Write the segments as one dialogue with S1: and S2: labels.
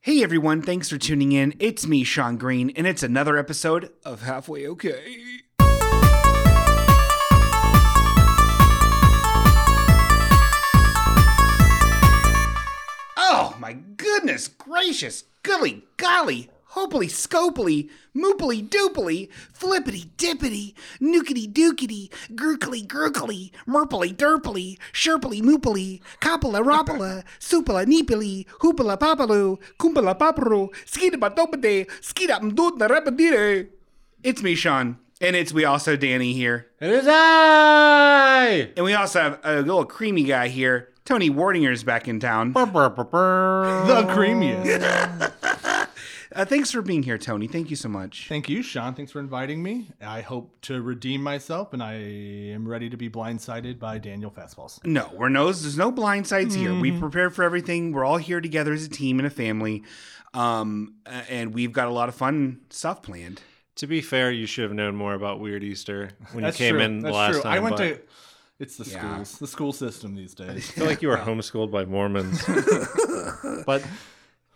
S1: Hey everyone, thanks for tuning in. It's me, Sean Green, and it's another episode of Halfway Okay. Oh my goodness gracious, gully golly, hopely scopely, moopily doopily, flippity dippity, nookity dookity, gurkly gurkly, murpily derpily, sherpily moopily, coppola roppala, supala neepily, hoopala papalu, kumpala paparu, skidabadopade, skidamdutna repetire. It's me, Sean. And it's we also Danny here.
S2: It is I.
S1: And we also have a little creamy guy here. Tony Wardinger's back in town.
S2: Brr, brr, brr, brr.
S3: The creamiest.
S1: Uh, thanks for being here, Tony. Thank you so much.
S3: Thank you, Sean. Thanks for inviting me. I hope to redeem myself, and I am ready to be blindsided by Daniel Fastballs.
S1: No, we're no, there's no blindsides here. We prepared for everything. We're all here together as a team and a family. Um, a- and we've got a lot of fun stuff planned.
S4: To be fair, you should have known more about Weird Easter when
S3: That's
S4: you came
S3: true.
S4: in the
S3: That's
S4: last
S3: true.
S4: time.
S3: I went
S4: but
S3: to. It's the
S1: Yeah.
S3: schools, the school system these days.
S4: I feel like you were homeschooled by Mormons. but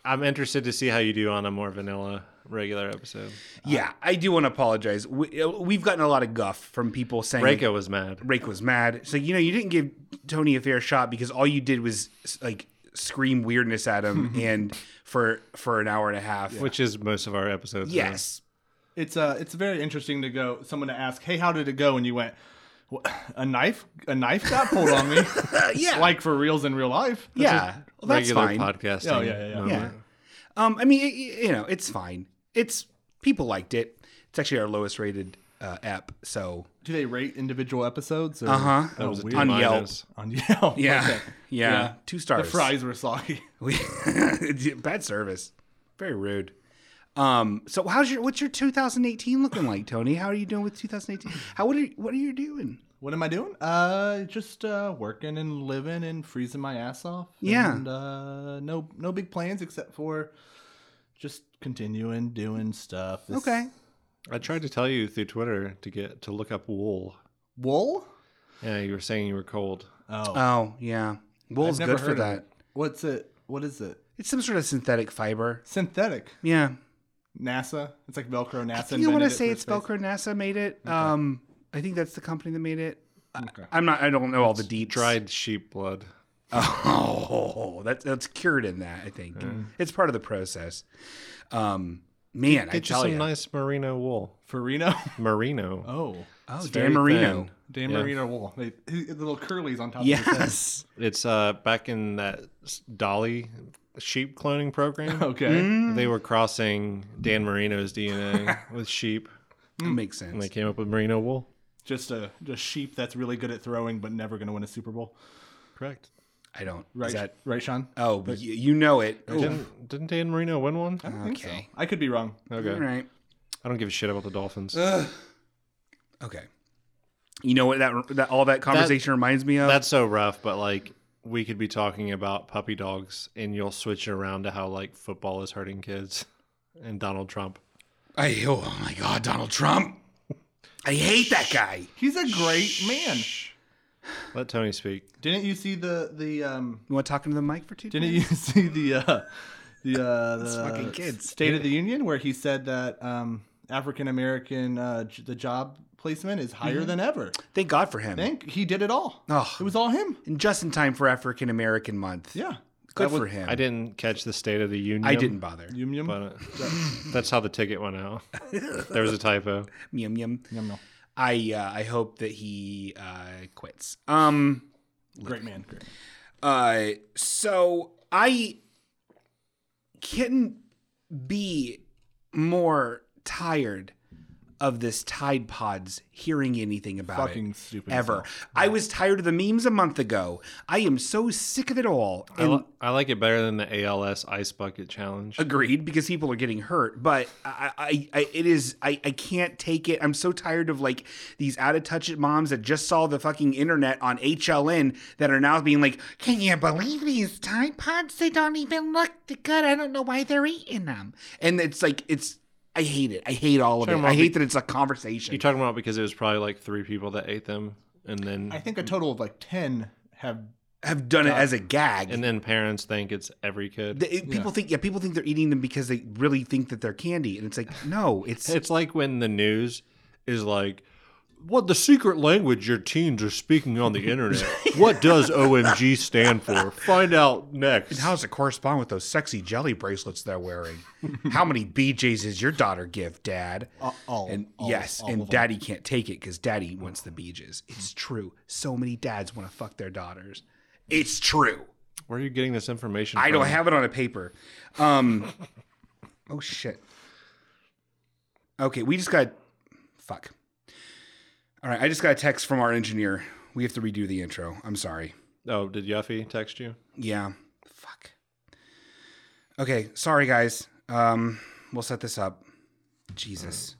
S4: I'm interested to see how you do on a more vanilla regular episode.
S1: Yeah, I do want to apologize. We, uh, we've gotten a lot of guff from people saying
S4: Reiko was mad.
S1: Rake was mad. So, you know, you didn't give Tony a fair shot because all you did was s- like scream weirdness at him and for for an hour and a half.
S4: Which uh, is most of our episodes. now.
S1: yes.
S3: it's uh, it's very interesting to go. Someone to ask, "Hey, how did it go?" And you went, "Wha- "A knife, a knife got pulled on me."
S1: yeah.
S3: like for reals in real life.
S1: yeah. Well, that's
S4: regular
S1: fine.
S4: podcasting.
S3: Oh, yeah, yeah, yeah.
S4: moment.
S1: Yeah. Um, I mean, it, it- you know, it's fine. It's people liked it. It's actually our lowest rated uh, app. So
S3: Do they rate individual episodes?
S1: uh huh.
S3: Uh-huh. was a
S1: on
S4: Mine
S1: Yelp.
S4: is.
S3: On Yelp.
S1: Yeah.
S3: Okay.
S1: yeah,
S3: Yeah.
S1: two
S3: The
S1: stars.
S3: fries were soggy.
S1: We- Bad service. Very rude. Um. So how's your what's your 2018 looking like, Tony? How are you doing with 2018? How what are you, what are you doing?
S3: What am I doing? Uh, just uh, working and living and freezing my ass off.
S1: Yeah.
S3: And, uh, no, no big plans except for just continuing doing stuff. This-
S1: Okay.
S4: I tried to tell you through Twitter to get to look up wool.
S3: Wool?
S4: Yeah, you were saying you were cold.
S3: Oh,
S1: Oh yeah, wool's
S3: never
S1: good for
S3: heard of
S1: that.
S3: it. what's it? What is it?
S1: It's some sort of synthetic fiber.
S3: Synthetic
S1: Yeah.
S3: NASA. It's like Velcro NASA.
S1: I think I want to
S3: invented it
S1: say
S3: for
S1: it's
S3: space.
S1: Velcro NASA made it. Um, I think that's the company that made it. I-
S3: Okay.
S1: I'm not. I don't know all the deep
S4: Dried sheep blood.
S1: Oh, that's that's cured in that. I think it's part of the process. Um, man, I
S4: Get you
S1: tell
S4: some
S1: you.
S4: nice merino wool.
S3: Farino.
S4: Merino.
S3: Oh,
S1: oh,
S4: very
S1: Dan Marino.
S4: thin.
S3: Dan
S4: Yeah.
S3: Marino wool. They, his little curlies on top of his head.
S1: Yes.
S4: It's uh back in that s- Dolly sheep cloning program.
S3: Okay.
S1: Mm-hmm.
S4: They were crossing Dan Marino's DNA with sheep,
S1: That makes
S4: and
S1: sense.
S4: they came up with merino wool.
S3: Just a just sheep that's really good at throwing, but never going to win a Super Bowl.
S4: Correct.
S1: I don't.
S3: Right?
S1: Is that?
S3: right, Sean?
S1: Oh, y- you know it. Oh,
S4: Didn't didn't Dan Marino win one?
S3: I think so.
S1: Okay.
S3: I could be wrong.
S1: All
S4: Okay.
S1: right.
S4: I don't give a shit about the Dolphins.
S1: Okay. You know what that that all that conversation reminds me of?
S4: That's so rough, but like we could be talking about puppy dogs, and you'll switch around to how like football is hurting kids, and Donald Trump.
S1: I, oh my God, Donald Trump. I hate that guy.
S3: He's a great man.
S4: Let Tony speak.
S3: Didn't you see the the um?
S1: You want to talk into the mic for two?
S3: Didn't
S1: minutes?
S3: you see the uh, the uh, the
S1: fucking kids.
S3: State of the Union where he said that um African American uh j- the job placement is higher than ever.
S1: Thank God for him.
S3: Think he did it all.
S1: Oh.
S3: It was all him.
S1: and just in time for African American Month.
S3: Yeah.
S1: Good for him.
S4: I didn't catch the State of the Union.
S1: I didn't bother.
S3: Yum yum.
S4: But uh, that's how the ticket went out. There was a typo.
S1: Yum yum.
S3: yum yum.
S1: I uh, I hope that he uh, quits. Um.
S3: Great man. Great.
S1: Uh. So I couldn't be more tired of this Tide Pods hearing anything about it.
S3: Fucking stupid. as
S1: Ever.
S3: hell.
S1: I was tired of the memes a month ago. I am so sick of it all.
S4: I, li- I like it better than the ALS ice bucket challenge.
S1: Agreed, because people are getting hurt. But I, I, I it is, I, I can't take it. I'm so tired of like these out of touch moms that just saw the fucking internet on HLN that are now being like, "Can you believe these Tide Pods? They don't even look good. I don't know why they're eating them." And it's like, it's, I hate it. I hate all of it.
S4: Sure,
S1: I
S4: Mark,
S1: hate that it's a conversation.
S4: You're talking about because it was probably like three people that ate them, and then
S3: I think a total of like ten have
S1: have done it as a gag.
S4: And then parents think it's every kid.
S1: The- it- people think yeah, people think they're eating them because they really think that they're candy, and it's like no, it's
S4: It's like when the news is like, what the secret language your teens are speaking on the internet. what does OMG stand for? Find out next.
S1: how does it correspond with those sexy jelly bracelets they're wearing? How many BJ's does your daughter give, Dad?
S3: uh, all-
S1: and
S3: all-
S1: yes,
S3: all
S1: and
S3: of 'em.
S1: Daddy can't take it because Daddy wants the BJ's. It's true. So many dads want to fuck their daughters. It's true.
S4: Where are you getting this information
S1: I don't
S4: from?
S1: have it on a paper. Um, oh shit. Okay, we just got fuck. All right, I just got a text from our engineer. We have to redo the intro. I'm sorry.
S4: Oh, did Yuffie text you?
S1: Yeah. Fuck. Okay, sorry guys. Um, we'll set this up. Jesus.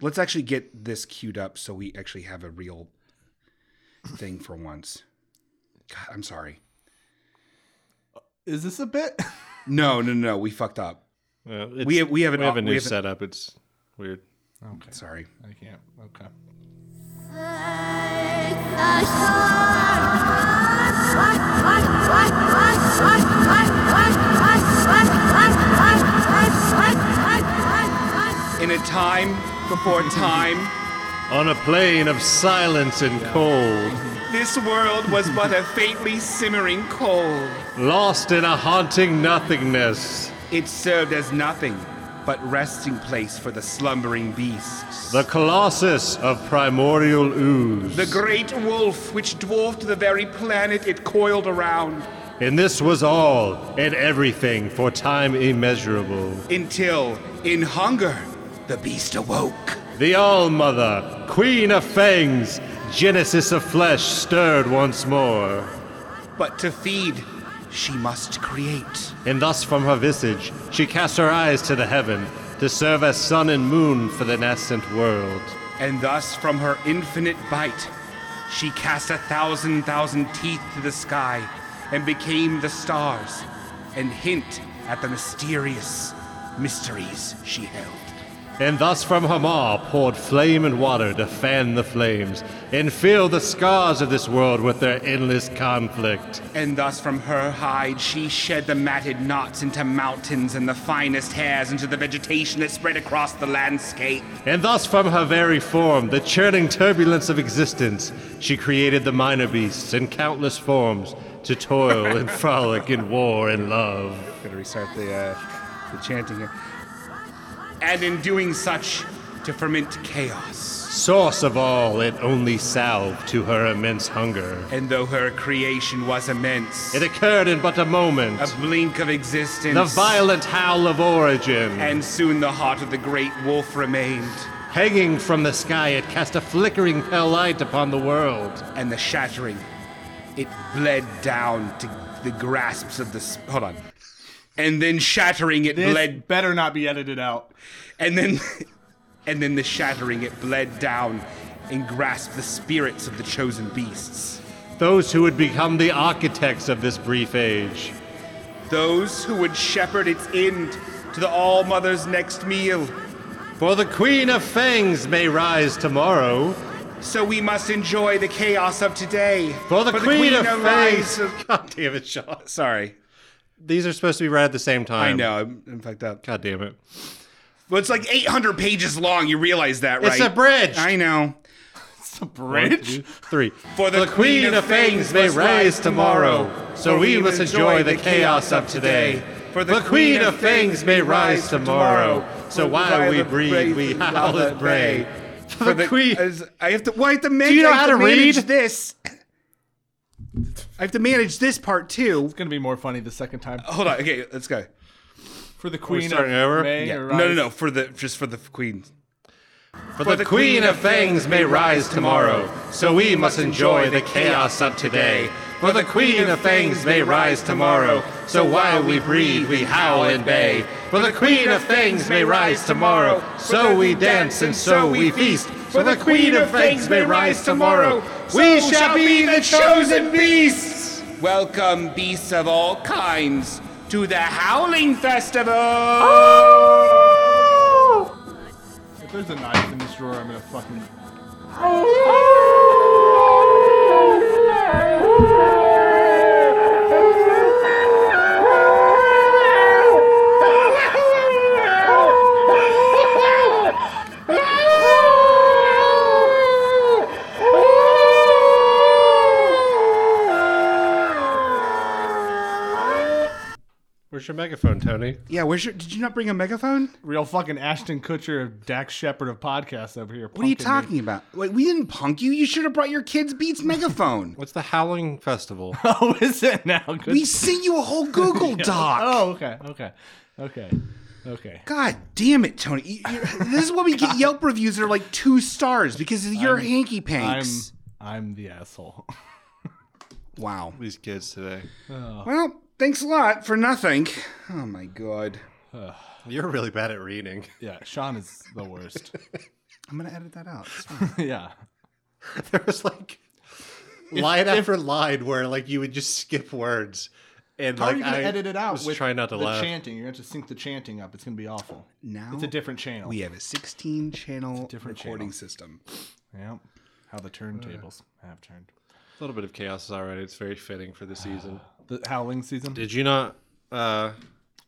S1: Let's actually get this queued up so we actually have a real thing for once. God, I'm sorry.
S3: Is this a bit?
S1: No, no, no, we fucked up.
S4: Uh, it's-
S1: We have- we have an-
S4: a
S1: we
S4: new
S1: have an-
S4: setup. It's weird.
S3: okay.
S1: Sorry.
S3: I can't. Okay.
S1: In a time before time,
S4: On a plane of silence and cold,
S1: this world was but a faintly simmering coal.
S4: lost in a haunting nothingness,
S1: It served as nothing but resting place for the slumbering beasts.
S4: the colossus of primordial ooze.
S1: The great wolf, which dwarfed the very planet it coiled around,
S4: and this was all and everything for time immeasurable.
S1: until, in hunger, the beast awoke.
S4: The All Mother, Queen of Fangs, Genesis of Flesh stirred once more,
S1: But to feed, she must create.
S4: and thus from her visage she cast her eyes to the heaven to serve as sun and moon for the nascent world.
S1: And thus, from her infinite bite, she cast a thousand thousand teeth to the sky and became the stars and hint at the mysterious mysteries she held.
S4: And thus from her maw poured flame and water to fan the flames and fill the scars of this world with their endless conflict.
S1: And thus from her hide she shed the matted knots into mountains and the finest hairs into the vegetation that spread across the landscape.
S4: And thus from her very form, the churning turbulence of existence, she created the minor beasts in countless forms to toil and frolic in war and love.
S1: Gotta restart the, uh, the chanting here. And in doing such, to ferment chaos.
S4: source of all and only salve to her immense hunger.
S1: And though her creation was immense,
S4: It occurred in but a moment.
S1: a blink of existence.
S4: the violent howl of origin.
S1: And soon the heart of the great wolf remained,
S4: Hanging from the sky, it cast a flickering pale light upon the world.
S1: and the shattering. It bled down to the grasps of the. Sp- Hold on. And then shattering, it
S3: This
S1: bled
S3: better not be edited out.
S1: and then and then the shattering it bled down and grasped the spirits of the chosen beasts
S4: Those who would become the architects of this brief age.
S1: those who would shepherd its end to the all mother's next meal
S4: For the Queen of Fangs may rise tomorrow.
S1: so we must enjoy the chaos of today
S4: For the, Queen, of
S1: arise-
S4: Fangs. God damn it, Sean.
S1: sorry
S4: These are supposed to be right at the same
S1: i
S4: time.
S1: know i'm, I'm fucked up
S4: God damn it.
S1: well it's like 800 pages long you realize that right
S4: It's abridged.
S1: i know
S3: It's a bridge.
S4: Three.
S1: For the Queen of Things may rise tomorrow,
S4: so we must enjoy the chaos of today. For the Queen of Things may rise tomorrow, so while we breathe, we howl and pray. For the Queen.
S1: as- I have to. Well, I have to manage.
S4: Do you know
S1: I have
S4: how to
S1: manage
S4: read?
S1: this? I have to manage this part too.
S3: It's gonna be more funny the second time.
S1: Hold on. Okay, let's go.
S3: For the Queen of
S4: starting over?
S3: May
S1: Yeah.
S3: arise-
S1: No, no, no. For the just for the queen.
S4: For the Queen of Fangs may rise tomorrow, so we must enjoy the chaos of today. For the Queen of Fangs may rise tomorrow, so while we breathe, we howl and bay. For the Queen of Fangs may rise tomorrow, so we dance and so we feast. For the Queen of Fangs may rise tomorrow, we shall be the chosen beasts.
S1: Welcome, beasts of all kinds, to the Howling Festival. Oh!
S3: If there's a knife in this drawer, I'm gonna fucking.
S5: Oh
S4: Where's your megaphone, Tony?
S1: Yeah, where's your? Did you not bring a megaphone?
S3: Real fucking Ashton Kutcher of Dax Shepard of podcasts over here.
S1: What are you talking about? Wait, we didn't punk you. You should have brought your kids' beats megaphone.
S4: What's the Howling Festival?
S3: Oh, is it now? Good-
S1: we sent you a whole Google Doc.
S3: oh, okay, okay, okay, okay.
S1: God damn it, Tony! You- you- this is why we get Yelp reviews that are like two stars because of your hanky
S3: I'm
S1: panks.
S3: I'm the asshole.
S1: Wow.
S4: These kids today.
S1: Well, thanks a lot for nothing. Oh my god.
S4: You're really bad at reading.
S3: Yeah, Sean is the worst.
S1: I'm gonna edit that out. It's fine.
S3: yeah.
S4: there was like line after line where like you would just skip words and
S3: How
S4: like
S3: are you gonna
S4: I
S3: edit it out?
S4: was
S3: with
S4: trying not to
S3: the
S4: laugh.
S3: chanting. You're gonna have to sync the chanting up. It's gonna be awful.
S1: Now
S3: It's a different channel.
S1: we have a 16 channel
S3: different
S1: recording
S3: channel.
S1: system.
S3: Yeah. How the turntables have turned.
S4: A little bit of chaos is alright. It's very fitting for the season.
S3: The howling season.
S4: Did you not uh,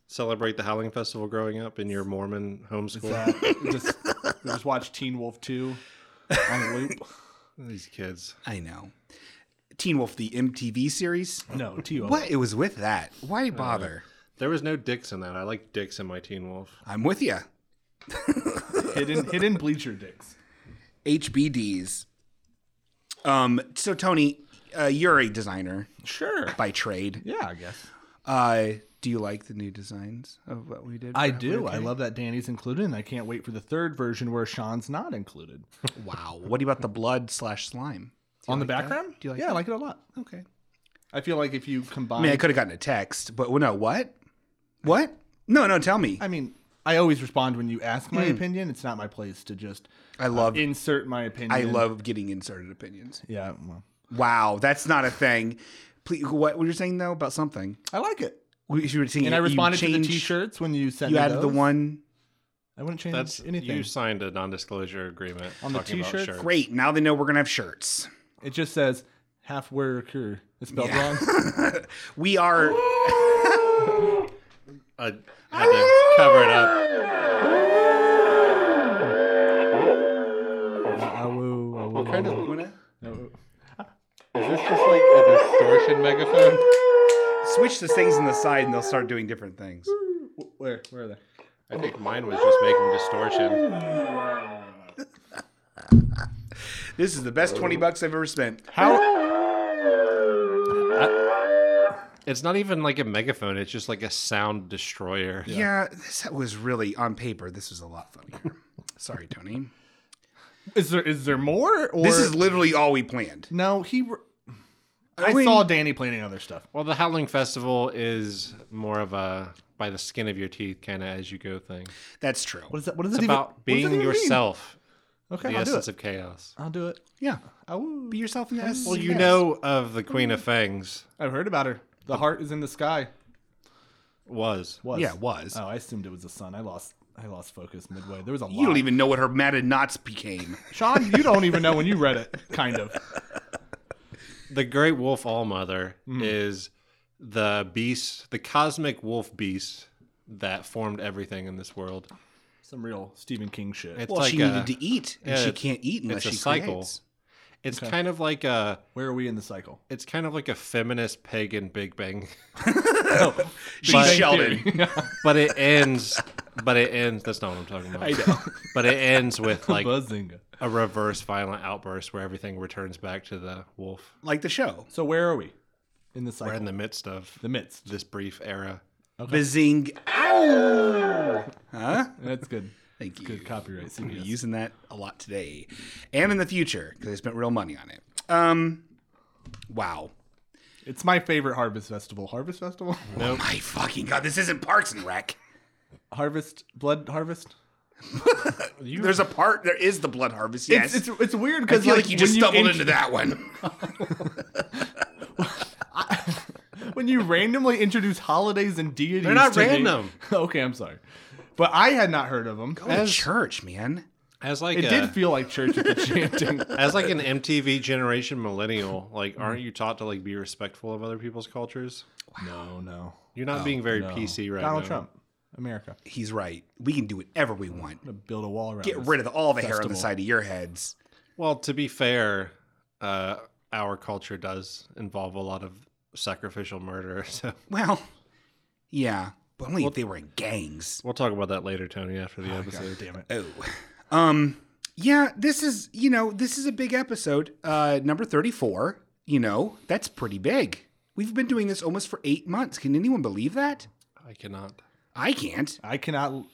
S4: celebrate the Howling Festival growing up in your Mormon homeschool?
S3: that. just, we just watched Teen Wolf 2 on loop.
S4: These kids.
S1: I know. Teen Wolf, the MTV series.
S3: No, T O.
S1: What? It was with that.
S3: Uh,
S1: Why bother?
S4: There was no dicks in that. I like dicks in my Teen Wolf.
S1: I'm with you.
S3: Hidden, hidden bleacher dicks.
S1: HBDs. Um. So Tony, uh, you're a designer
S3: Sure.
S1: by trade.
S3: Yeah, I guess.
S1: Uh, do you like the new designs of what we did?
S3: I
S1: for
S3: do. I
S1: Hurricane?
S3: love that Danny's included, and I can't wait for the third version where Sean's not included.
S1: Wow. What about the blood slash slime?
S3: on the background?
S1: Do you like
S3: yeah, I
S1: that?
S3: like it a lot.
S1: Okay.
S3: I feel like if you
S1: I
S3: combine.
S1: mean, I could have gotten a text, but well, no. What? What? No, no. Tell me.
S3: I mean, Hmm. I always respond when you ask my opinion. It's not my place to just
S1: I love.
S3: insert my opinion.
S1: I love getting inserted opinions.
S3: Yeah, well,
S1: Wow, that's not a thing. Please, what were you saying though about something?
S3: I like it.
S1: We, you were saying
S3: And I
S1: you
S3: responded to the
S1: changed-
S3: T-shirts when you sent.
S1: You
S3: me
S1: added the
S3: those.
S1: one.
S3: I wouldn't change
S4: That's
S3: anything.
S4: You signed a non-disclosure agreement
S3: On the
S4: talking about
S3: t-shirts?
S4: shirts.
S1: Great. Now they know we're gonna have shirts.
S3: It just says half worker. It's spelled wrong.
S1: We are.
S4: I had to cover it up.
S3: I will- I will-
S2: Is this just like a distortion megaphone?
S1: Switch the things on the side, and they'll start doing different things.
S3: Where? Where are they?
S4: I think mine was just making distortion.
S1: This is the best twenty bucks I've ever spent.
S3: How?
S4: It's not even like a megaphone. It's just like a sound destroyer.
S1: Yeah, this was really on paper. This was a lot funnier. Sorry, Tony.
S3: Is there? Is there more? Or
S1: This is literally all we planned.
S3: no. He. re- I,
S1: mean-
S3: saw Danny planning other stuff.
S4: Well, the Howling Festival is more of a by the skin of your teeth kind of as you go thing.
S1: That's true.
S3: What is that? What is
S4: It's
S3: that
S4: about
S3: even, what does that
S4: being
S3: even mean?
S4: yourself,
S3: Okay,
S4: the
S3: I'll do
S4: essence
S3: it.
S4: of chaos.
S3: I'll do it.
S1: Yeah,
S3: I will.
S1: be yourself in the essence
S4: Well,
S1: of
S4: you
S1: chaos.
S4: know of the Queen of Fangs
S3: I've heard about her. The heart is in the sky.
S4: was.
S3: Was
S1: Yeah, it was.
S3: Oh, I assumed it was the sun. I lost. I lost focus midway. There was a lot.
S1: You don't even know what her matted knots became.
S3: Sean, you don't even know when you read it. Kind of.
S4: The Great Wolf Allmother
S3: Hmm.
S4: is the beast, the cosmic wolf beast that formed everything in this world.
S3: Some real Stephen King shit.
S4: It's
S1: Well,
S4: like
S1: she
S4: a,
S1: needed to eat, and
S4: yeah,
S1: she
S4: it's-
S1: can't eat unless
S4: it's a
S1: she
S4: cycle.
S1: creates.
S4: It's kind of like a
S3: Where are we in the cycle?
S4: it's kind of like a feminist pagan Big Bang,
S1: She's
S4: But-
S1: Sheldon.
S4: but it ends. but it ends. That's not what I'm talking about. I know. But it ends with like
S3: Buzzinga.
S4: a reverse violent outburst where everything returns back to the wolf.
S1: like the show.
S3: So where are we in the
S4: We're
S3: cycle?
S4: in the midst of
S3: the midst.
S4: this brief era.
S1: Bazing. Ow! Huh?
S3: That's good.
S1: Thank you.
S3: Good copyright.
S1: We're
S3: CBS.
S1: using that a lot today and in the future because I spent real money on it. Um, wow.
S3: It's my favorite harvest festival. Harvest festival?
S1: My fucking God, this isn't Parks and Rec.
S3: harvest blood harvest?
S1: There's a part, there is the blood harvest. Yes.
S3: It's it's, it's weird
S1: I
S3: because
S1: feel like, you just stumbled
S3: in-
S1: into that one.
S3: when you randomly introduce holidays and deities. They're
S4: not
S3: to me-
S4: random.
S3: okay, I'm sorry, but I had not heard of them.
S1: Oh, church, man.
S4: As like
S3: It
S4: a,
S3: did feel like church at the chanting.
S4: as like an MTV generation millennial, like aren't you taught to like be respectful of other people's cultures?
S3: No, no.
S4: You're not being very PC right
S3: Donald
S4: now.
S3: Trump, America,
S1: He's right. We can do whatever we want.
S3: I'm gonna build a wall around.
S1: Get
S3: this.
S1: rid of all the hair on the
S3: Festival.
S1: side of your heads.
S4: Well, to be fair, uh, our culture does involve a lot of sacrificial murder. So
S1: Well, Yeah. But only if they were in gangs.
S4: We'll talk about that later, Tony, after the episode.
S3: Damn it.
S1: Oh. Um yeah, this is, you know, this is a big episode. Uh number 34, you know, that's pretty big. We've been doing this almost for 8 months. Can anyone believe that?
S4: I cannot.
S1: I can't.
S3: I cannot l-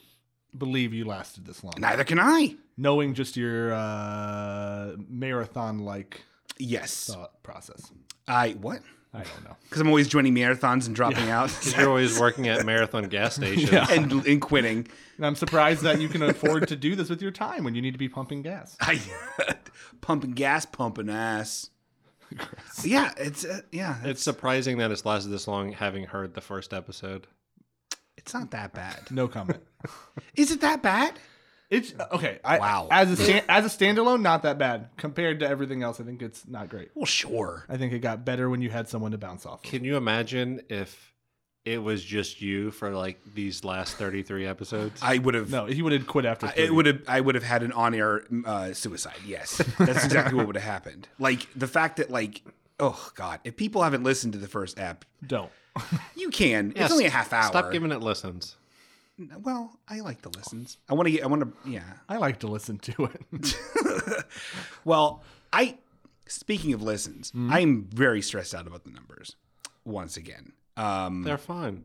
S3: believe you lasted this long.
S1: Neither can I.
S3: Knowing just your uh, marathon-like
S1: Yes.
S3: thought process.
S1: I what?
S3: I don't know.
S1: Cuz I'm always joining marathons and dropping out
S4: You're always working at marathon gas stations.
S1: and and quitting.
S3: And I'm surprised that you can afford to do this with your time when you need to be pumping gas.
S1: I pumping gas, pumping ass. Yeah, it's uh, yeah, it's,
S4: It's surprising that it's lasted this long, having heard the first episode.
S1: it's not that bad.
S3: No comment.
S1: Is it that bad?
S3: It's okay. I,
S1: Wow.
S3: As a stan- as a standalone, not that bad compared to everything else. I think it's not great.
S1: Well, sure.
S3: I think it got better when you had someone to bounce off. Of.
S4: Can you imagine if it was just you for like these last 33 episodes?
S1: I would have.
S3: No, he would have quit after. three.
S1: It would have. I would have had an on-air uh, suicide. Yes, that's exactly what would have happened. Like the fact that, like, oh god, if people haven't listened to the first app,
S3: Don't.
S1: you can.
S4: Yeah,
S1: it's only a half hour.
S4: Stop giving it listens.
S1: Well, I like the listens. I want to get. I want to. Yeah.
S3: I like to listen to it.
S1: Well, I speaking of listens,
S4: Mm-hmm.
S1: I'm very stressed out about the numbers once again. Um,
S4: They're fine.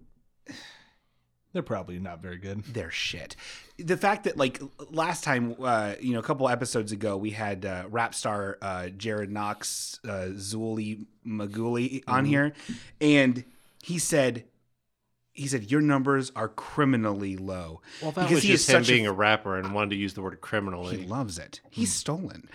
S3: They're probably not very good.
S1: their shit. The fact that like last time, uh, you know, a couple episodes ago, we had uh, rap star uh, Jared Knox, uh, Zuli Maguli
S4: Mm-hmm.
S1: on here, and he said. He said, "Your numbers are criminally low."
S4: Well, that
S1: Because
S4: was
S1: he is
S4: just him
S1: such a-
S4: being a, Hmm. rapper and wanted to use the word
S1: he um,
S4: criminally.
S1: loves it. He's stolen.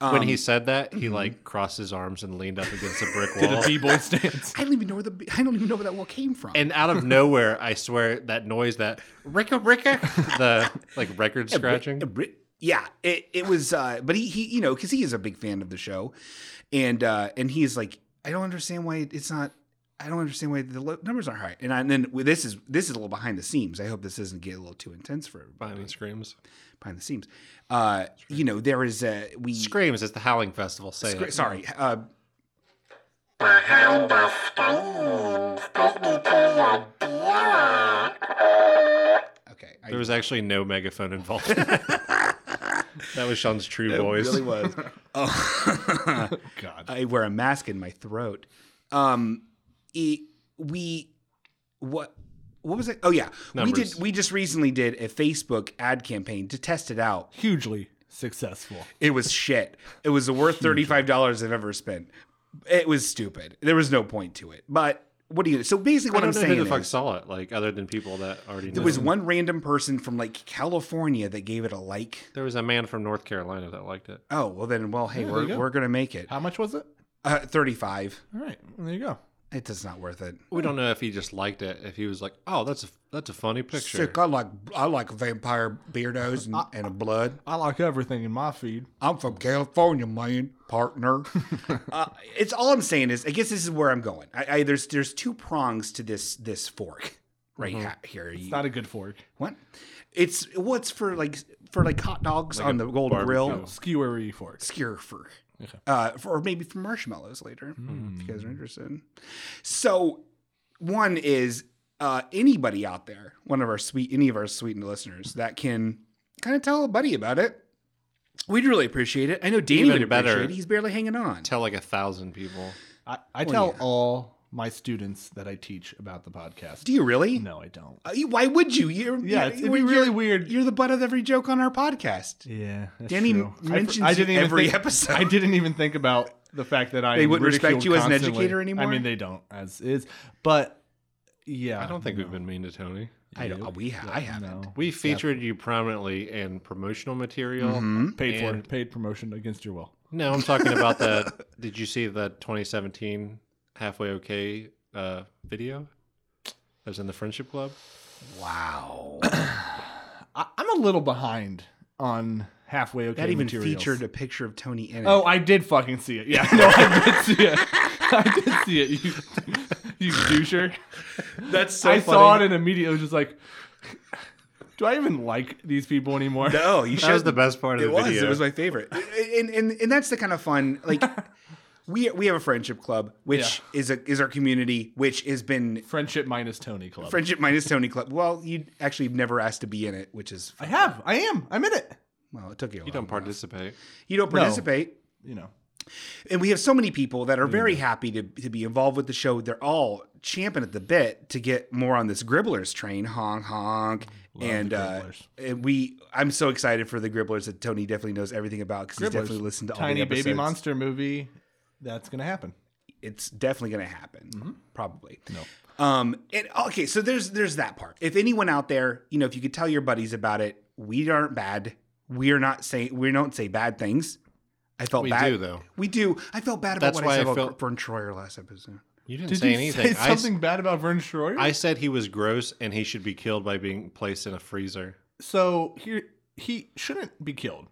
S4: when he said that, he
S1: mm-hmm.
S4: like crossed his arms and leaned up against a brick wall.
S3: T-boy stance.
S1: I don't even know where the I don't even know where that wall came from.
S4: and out of nowhere, I swear that noise that Ricka Ricka, the like record scratching.
S1: A bri- Yeah, it, it was. Uh, but he he you know because he is a big fan of the show, and uh, and he is like, I don't understand why it's not. I don't understand why the lo- numbers aren't high. And, I, and then well, this is this is a little behind the scenes. I hope this doesn't get a little too intense for everybody.
S4: Behind the screams.
S1: behind the scenes. Uh, you know there is a we.
S4: Screams is the Howling Festival. Say
S1: Scra-
S4: it.
S1: sorry. Uh,
S5: Behind the screens, take me to your dealer.
S1: okay. I,
S4: There was actually no megaphone involved. that was Sean's true voice.
S1: really was. oh.
S3: God.
S1: I wear a mask in my throat. Um, it, we what what was it? Oh yeah, we
S4: Numbers.
S1: did. We just recently did a Facebook ad campaign to test it out.
S3: Hugely successful.
S1: It was shit. It was the worth thirty five dollars I've ever spent. It was stupid. There was no point to it. But what do you? So basically,
S4: I
S1: what
S4: don't
S1: I'm
S4: know
S1: saying
S4: who the fuck
S1: is,
S4: saw it, like other than people that already knew.
S1: there was one random person from like California that gave it a like.
S4: there was a man from North Carolina that liked it.
S1: Oh well, then well hey,
S3: Yeah, there you
S1: we're
S3: go.
S1: we're gonna make it.
S3: How much was it?
S1: Uh, thirty five.
S3: All right. There you go.
S1: It's just not worth it.
S4: We don't know if he just liked it, if he was like, "Oh, that's a that's a funny picture."
S1: Sick. I like I like vampire beardos and, and a blood.
S3: I like everything in my feed.
S1: I'm from California, man, partner. uh, it's all I'm saying is, I guess this is where I'm going. I, I there's there's two prongs to this this fork right ha- here. You-
S3: Mm-hmm. It's not a good fork.
S1: what? It's what's for like for like hot dogs on the gold grill,
S3: Skewery fork.
S1: skewer for, uh, for or maybe for marshmallows later
S3: Hmm.
S1: if you guys are interested. So one is uh, anybody out there, one of our sweet any of our sweetened listeners that can kind of tell a buddy about it. We'd really appreciate it. I know Danny
S4: Even
S1: would appreciate
S4: better.
S1: it. He's barely hanging on.
S4: Tell like a thousand people.
S3: I, I tell
S1: Oh, yeah.
S3: all my students that I teach about the podcast.
S1: Do you really?
S3: No, I don't.
S1: Uh, you- why would you? You're,
S3: Yeah,
S1: you're-
S3: it's, it'd be
S1: you're-
S3: really weird.
S1: You're the butt of every joke on our podcast.
S3: yeah, that's
S1: Danny
S3: true. I fr-
S1: mentions
S3: I
S1: you
S3: didn't even
S1: every
S3: think-
S1: episode.
S3: I didn't even think about the fact that I
S1: They
S3: am
S1: wouldn't respect
S3: ridiculed
S1: you as an
S3: constantly.
S1: educator anymore?
S3: I mean, they don't as is, but yeah,
S4: I don't think we've been mean to Tony.
S1: I don't. We. ha- I haven't.
S3: no.
S4: We featured you prominently in promotional material.
S1: Mm-hmm.
S3: paid for
S4: And-
S3: it, paid promotion against your will.
S4: No, I'm talking about the. Did you see the 2017 halfway okay uh, video? That was in the friendship club.
S1: Wow.
S3: I, I'm a little behind on halfway. Okay,
S1: That even
S3: materials.
S1: featured a picture of Tony in it.
S3: Oh, I did fucking see it. Yeah, no, I did see it. I did see it. You, you doucher.
S1: that's
S3: I saw it and immediately was just like, do I even like these people anymore?
S1: No, Oh, you
S4: That was
S1: showed
S4: the best part of
S1: It
S4: the
S1: was.
S4: video.
S1: It was my favorite. And and and that's the kind of fun. Like, we we have a friendship club, which is a is our community, which has been
S3: Friendship minus Tony Club.
S1: friendship minus Tony Club. Well, you actually never asked to be in it, which is
S3: I have. I am. I'm in it.
S1: well, it took you. A
S4: You don't participate.
S1: you don't participate.
S3: You know.
S1: and we have so many people that are very happy to, to be involved with the show. They're all champing at the bit to get more on this Gribblers train, honk honk. and
S3: the
S1: uh,
S3: Gribblers.
S1: and we, I'm so excited for the Gribblers that Tony definitely knows everything about because he's definitely listened to all
S3: Tiny
S1: the episodes.
S3: baby monster movie. That's gonna happen.
S1: It's definitely going to happen,
S4: Mm-hmm.
S1: probably. No. Um. And okay, so there's there's that part. If anyone out there, you know, if you could tell your buddies about it, we aren't bad. We are not saying we don't say bad things. I felt
S4: We
S1: bad.
S4: do, though.
S1: We do. I felt bad about
S4: That's
S1: what
S4: why
S1: I
S4: I
S1: said about
S4: felt-
S1: Vern Troyer last episode.
S4: You didn't
S3: Did
S4: say
S3: you
S4: anything.
S3: say something bad about Vern
S4: I,
S3: Schroyer?
S4: s- I said he was gross and he should be killed by being placed in a freezer.
S3: so here he shouldn't be killed.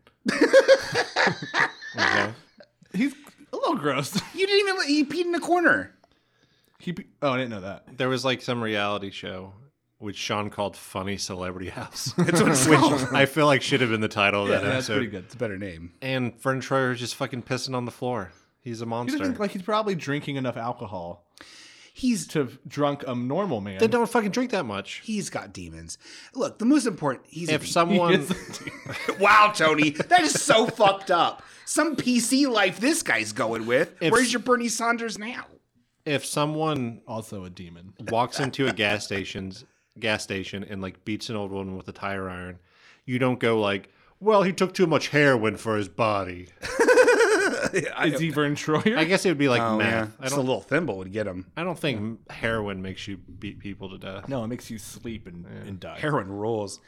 S4: Okay?
S3: He's a little gross.
S1: You didn't even. let- He peed in a corner.
S3: he be- oh, I didn't know that.
S4: there was like some reality show which Sean called "Funny Celebrity House,"
S1: That's what it's
S4: which
S1: called.
S4: I feel like should have been the title of
S3: Yeah,
S4: that
S3: that's
S4: episode.
S3: pretty good.
S1: It's a better name.
S4: And Fern Troyer is just fucking pissing on the floor. He's a
S3: You
S4: monster.
S3: think like he's probably drinking enough alcohol
S1: He's
S3: to have drunk a normal man.
S4: then don't fucking drink that much.
S1: he's got demons. Look, the most important. He's a
S4: If
S1: demon.
S4: someone,
S1: wow, Tony, that is so fucked up. Some PC life this guy's going with.
S4: If-
S1: Where's your Bernie Sanders now?
S4: if someone
S3: also a demon.
S4: walks into a gas station's gas station and like beats an old woman with a tire iron, you don't go like, "Well, he took too much heroin for his body."
S3: Is he Vern Troyer?
S4: I guess it would be like math. I
S1: Just a
S4: don't.
S1: little thimble would get him.
S4: I don't think heroin makes you beat people to death.
S3: no, it makes you sleep and, and die.
S1: Heroin rules.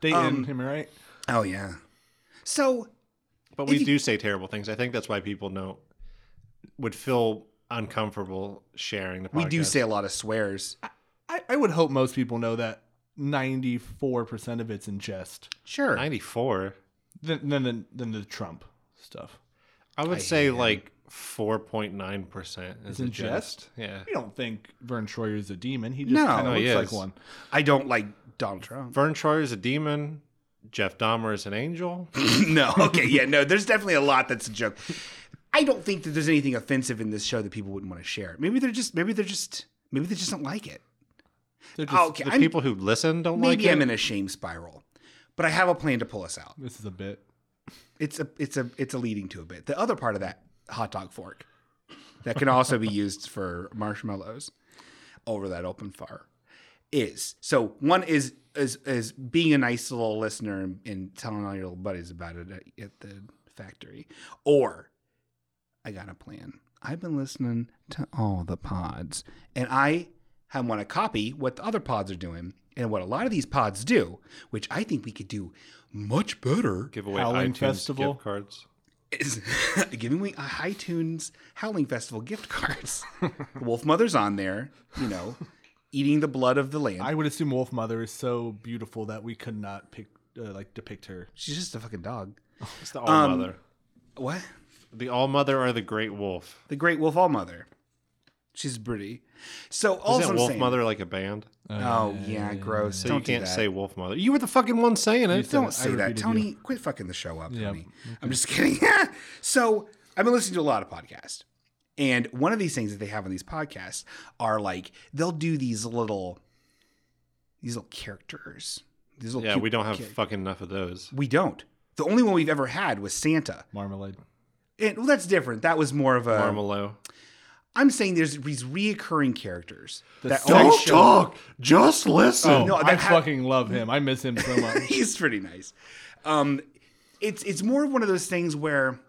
S3: They
S4: um,
S3: end him right.
S1: Oh yeah. So
S4: But we do say terrible things. I think that's why people know would feel uncomfortable sharing the podcast.
S1: we do say a lot of swears.
S3: I, I would hope most people know that ninety four percent of it's in jest.
S1: Sure.
S4: 94.
S3: Than than than, than the Trump stuff.
S4: I would say like 4.9% is
S3: in
S4: a
S3: jest?
S4: jest. Yeah.
S3: You don't think Vern Troyer is a demon? He just
S1: No.
S3: kind
S1: No,
S3: of
S4: he
S3: looks
S4: is.
S3: like one.
S1: I don't like Donald Trump.
S4: Vern Troyer is a demon. Jeff Dahmer is an angel.
S1: no. Okay. Yeah. No. There's definitely a lot that's a joke. I don't think that there's anything offensive in this show that people wouldn't want to share. Maybe they're just. Maybe they're just. Maybe they just don't like it.
S3: They're just,
S1: Oh, Okay.
S4: the
S1: I'm,
S4: people who listen don't
S1: maybe
S4: like
S1: I'm
S4: it.
S1: in a shame spiral, but I have a plan to pull us out.
S3: This is a bit.
S1: It's a. It's a. It's a leading to a bit. The other part of that hot dog fork that can also be used for marshmallows over that open fire is so one is is is being a nice little listener and, and telling all your little buddies about it at, at the factory or i got a plan i've been listening to all the pods and i want to copy what the other pods are doing and what a lot of these pods do which i think we could do much better
S4: Give away
S3: Howling
S4: iTunes
S3: Festival.
S4: gift cards.
S1: is giving away a iTunes Howling Festival gift cards. Wolf Mother's on there, you know, eating the blood of the lamb.
S3: I would assume Wolf Mother is so beautiful that we could not pick uh, like depict her.
S1: She's just a fucking dog.
S4: It's the All Mother.
S1: What?
S4: Um, The All Mother or the Great Wolf.
S1: The Great Wolf All Mother. She's pretty. So all
S4: Isn't
S1: I'm
S4: Wolf
S1: saying-
S4: Mother like a band?
S3: Uh,
S1: Oh yeah, gross.
S4: So
S1: Don't
S4: you can't
S1: do that.
S4: say Wolf Mother. You were the fucking one saying it.
S3: said-
S1: Don't
S3: I
S1: say that,
S3: repeated you.
S1: Tony. Quit fucking the show up,
S3: Yeah,
S1: Tony. I'm just kidding. so I've been listening to a lot of podcasts, and one of these things that they have on these podcasts are like they'll do these little, these little characters. These little
S4: Yeah,
S1: cute
S4: we don't have
S1: char-
S4: fucking enough of those.
S1: We don't. The only one we've ever had was Santa.
S3: Marmalade.
S1: And well, that's different. That was more of a.
S4: Marmalade.
S1: I'm saying there's these reoccurring characters that
S3: Don't
S1: only show-
S4: Just listen.
S3: Oh,
S1: No,
S3: I
S1: that ha-
S3: fucking love him. I miss him so much.
S1: He's pretty nice. Um, it's it's more of one of those things where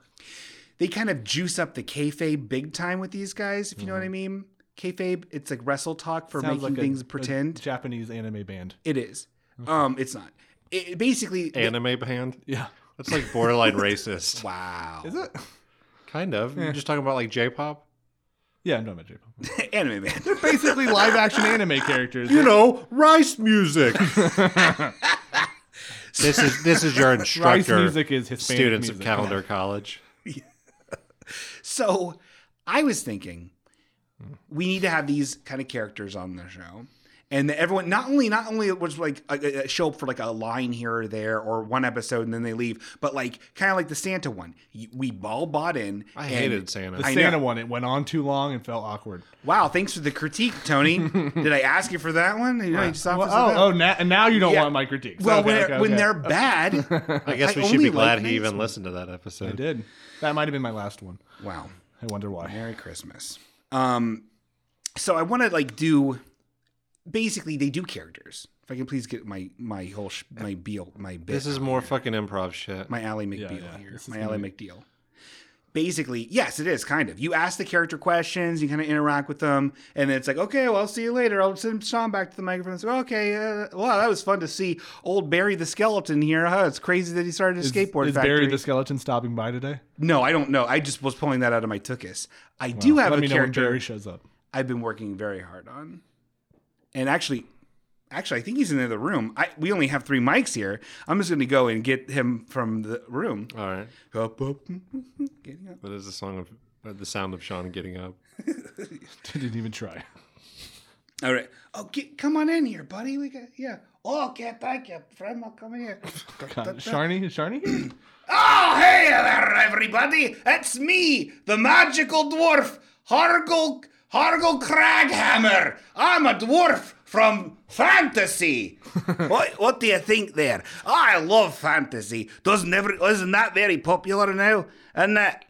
S1: they kind of juice up the kayfabe big time with these guys, if you know what I mean. Kayfabe, it's like wrestle talk for
S3: Mm-hmm. Sounds
S1: making
S3: like a-
S1: things
S3: a
S1: pretend.
S3: Japanese anime band.
S1: it is. Um, it's not. It, it basically.
S4: Anime band.
S3: Yeah.
S4: That's like borderline racist.
S1: wow.
S3: Is it?
S4: Kind of. You're just talking about like J-pop.
S3: Yeah, I'm talking about J-pop.
S1: Anime man.
S3: Basically, live action anime characters.
S4: You know, rice music. this is this is your
S3: Rice
S4: instructor.
S3: music is Hispanic
S4: students of
S3: music.
S4: Calendar College.
S1: So I was thinking we need to have these kind of characters on the show. and everyone not only not only it was like a, a- a show up for like a line here or there or one episode and then they leave, but like kind of like the Santa one. You- We all bought in.
S4: I
S1: and-
S4: hated Santa.
S3: The
S1: I know.
S3: Santa one, it went on too long and felt awkward.
S1: Wow, thanks for the critique, Tony. Did I ask you for that one? You know, you just
S3: Well,
S1: offered us that.
S3: oh, oh, na- and now you don't
S1: Yeah.
S3: want my critiques.
S1: Well,
S3: Okay,
S1: when,
S3: okay,
S1: when
S3: okay.
S1: they're bad,
S4: I guess
S1: I
S4: we should
S1: only
S4: be
S1: like
S4: glad he
S1: nice
S4: even
S1: ones.
S4: listened to that
S3: I
S4: episode.
S3: did. That might have been my last one.
S1: wow.
S3: I wonder why.
S1: Merry Christmas. Um, so I want to like do. Basically, they do characters. If I can please get my my whole sh- my Beal my bit
S4: This is more fucking improv shit.
S1: my Ally McBeal
S3: yeah.
S1: here.
S3: This is
S1: My
S3: gonna
S1: Ally McDeal. Basically, yes, it is kind of. You ask the character questions, you kind of interact with them, and then it's like, okay, well, I'll see you later. I'll send Sean back to the microphone. It's like, okay, uh, wow, that was fun to see old Barry the skeleton here. Huh, it's crazy that he started a
S3: Is-
S1: skateboard
S3: is
S1: factory.
S3: Barry the skeleton stopping by today?
S1: no, I don't know. I just was pulling that out of my tookus. I do
S3: Well,
S1: have
S3: Let
S1: a
S3: me
S1: character.
S3: know when Barry shows up.
S1: I've been working very hard on. And actually, actually, I think he's in the other room. I, we only have three mics here. I'm just going to go and get him from the room.
S4: All right.
S1: Up, up, getting up.
S4: What is the song of uh, the sound of Sean getting up?
S3: Didn't even try.
S1: All right. Oh, get, come on in here, buddy. We got yeah. Oh, can't thank you, friend. I'll come in here.
S3: God, Sharny, is Sharny here?
S1: Oh, hey there, everybody. That's me, the magical dwarf, Hargle Hargle Craghammer. I'm a dwarf from fantasy. what What do you think there? I love fantasy. Doesn't every isn't that very popular now? And that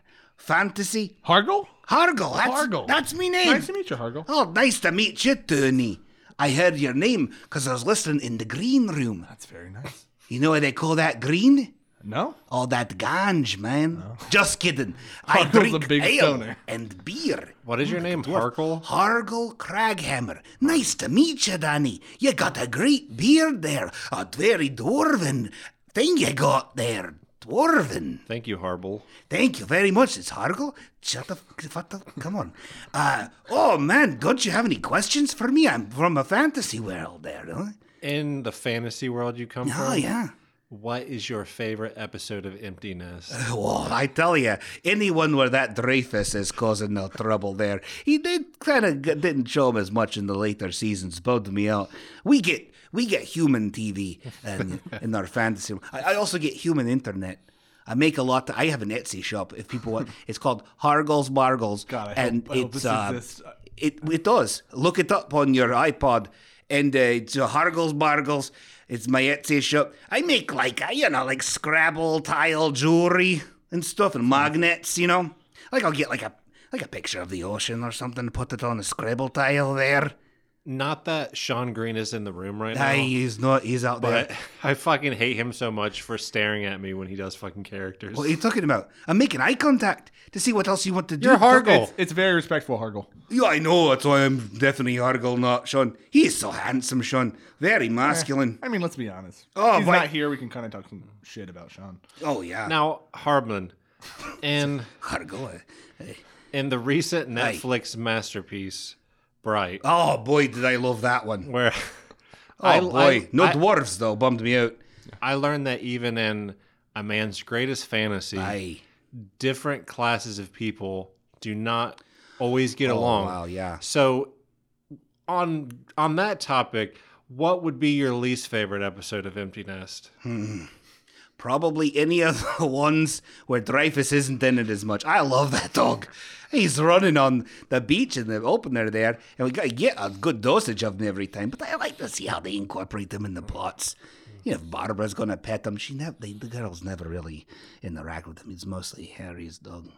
S1: fantasy
S3: Hargle?
S1: Hargle. That's,
S3: Hargle.
S1: That's me name.
S3: Nice to meet you, Hargle.
S1: Oh, nice to meet you, Tony. I heard your name 'cause I was listening in the green room.
S3: That's very nice.
S1: You know what they call that green?
S3: No?
S1: Oh, that ganj, man. Just kidding. I
S3: Hargle's
S1: drink
S3: a big
S1: ale
S3: stoner.
S1: and beer.
S4: What is your name? Harkle?
S1: Hargle Craghammer. Nice to meet you, Danny. You got a great beard there. A very dwarven thing you got there. Dwarven.
S4: Thank you, Harble.
S1: Thank you very much. It's Hargle. Shut the, what the come on. Uh, oh man, don't you have any questions for me? I'm from a fantasy world there. Huh?
S4: In the fantasy world you come
S1: Oh
S4: from,
S1: yeah.
S4: what is your favorite episode of Empty Nest?
S1: Well, I tell you, anyone where that Dreyfus is causing no trouble there, he did kind of didn't show him as much in the later seasons. Bowed me out. We get we get human TV and in our fantasy. I, I also get human internet. I make a lot. I have an Etsy shop. If people want, it's called Hargles Bargles,
S3: God, I hope-
S1: and
S3: I hope
S1: it's
S3: this exists.
S1: uh, it it does. Look it up on your iPod, and uh, it's uh, Hargles Bargles. It's my Etsy shop. I make like uh, you know, like Scrabble tile jewelry and stuff, and magnets. You know, like I'll get like a like a picture of the ocean or something, put it on a Scrabble tile there.
S4: Not that Sean Green is in the room right now.
S1: Aye, he's not. He's out there.
S4: but I fucking hate him so much for staring at me when he does fucking characters.
S1: What are you talking about? I'm making eye contact to see what else you want to do.
S4: You're Hargle.
S3: It's, it's very respectful, Hargle.
S1: Yeah, I know. That's why I'm definitely Argyle, not Sean. He is so handsome, Sean. Very masculine.
S3: I mean, let's be honest.
S1: Oh,
S3: He's
S1: but-
S3: not here. We can kind of talk some shit about Sean.
S1: Oh, yeah.
S4: Now, Harbman, in
S1: Argyle. eh, eh.
S4: in the recent Netflix masterpiece Bright,
S1: Oh, boy, did I love that one.
S4: where
S1: Oh, boy. no dwarves, though. Bummed me out.
S4: I learned that even in a man's greatest fantasy,
S1: Aye.
S4: different classes of people do not always get
S1: Oh,
S4: along.
S1: wow, yeah.
S4: So on on that topic, what would be your least favorite episode of Empty Nest?
S1: Hmm. Probably any of the ones where Dreyfus isn't in it as much. I love that dog. He's running on the beach in the opener there, and we got to get a good dosage of him every time. But I like to see how they incorporate them in the plots. You know, if Barbara's gonna pet him, she never. The girls never really interact with him. It's mostly Harry's dog.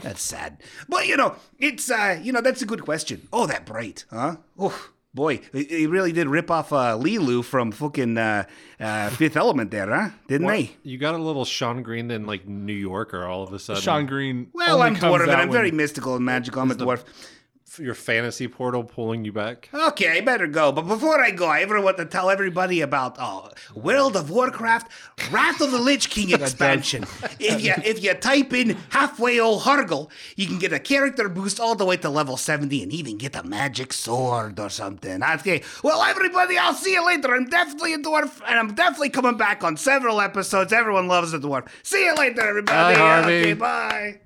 S1: That's sad. But you know, it's uh, you know, that's a good question. Oh, that bright, huh? Oh boy, he- he really did rip off uh, Lilu from fucking uh, uh, Fifth Element there, huh? Didn't they?
S4: You got a little Sean Green in like New Yorker all of a sudden.
S3: Sean Green.
S1: Well,
S3: only
S1: I'm
S3: comes
S1: dwarven.
S3: out
S1: I'm
S3: when-
S1: very mystical and magical. I'm a dwarf.
S4: your fantasy portal pulling you back.
S1: Okay, I better go. But before I go, I ever want to tell everybody about oh, World of Warcraft, Wrath of the Lich King expansion. if you if you type in halfway old Hargle, you can get a character boost all the way to level seventy, and even get a magic sword or something. Okay, well everybody, I'll see you later. I'm definitely a dwarf, and I'm definitely coming back on several episodes. Everyone loves a dwarf. See you later, everybody.
S4: Bye, Harvey.
S1: Okay, bye.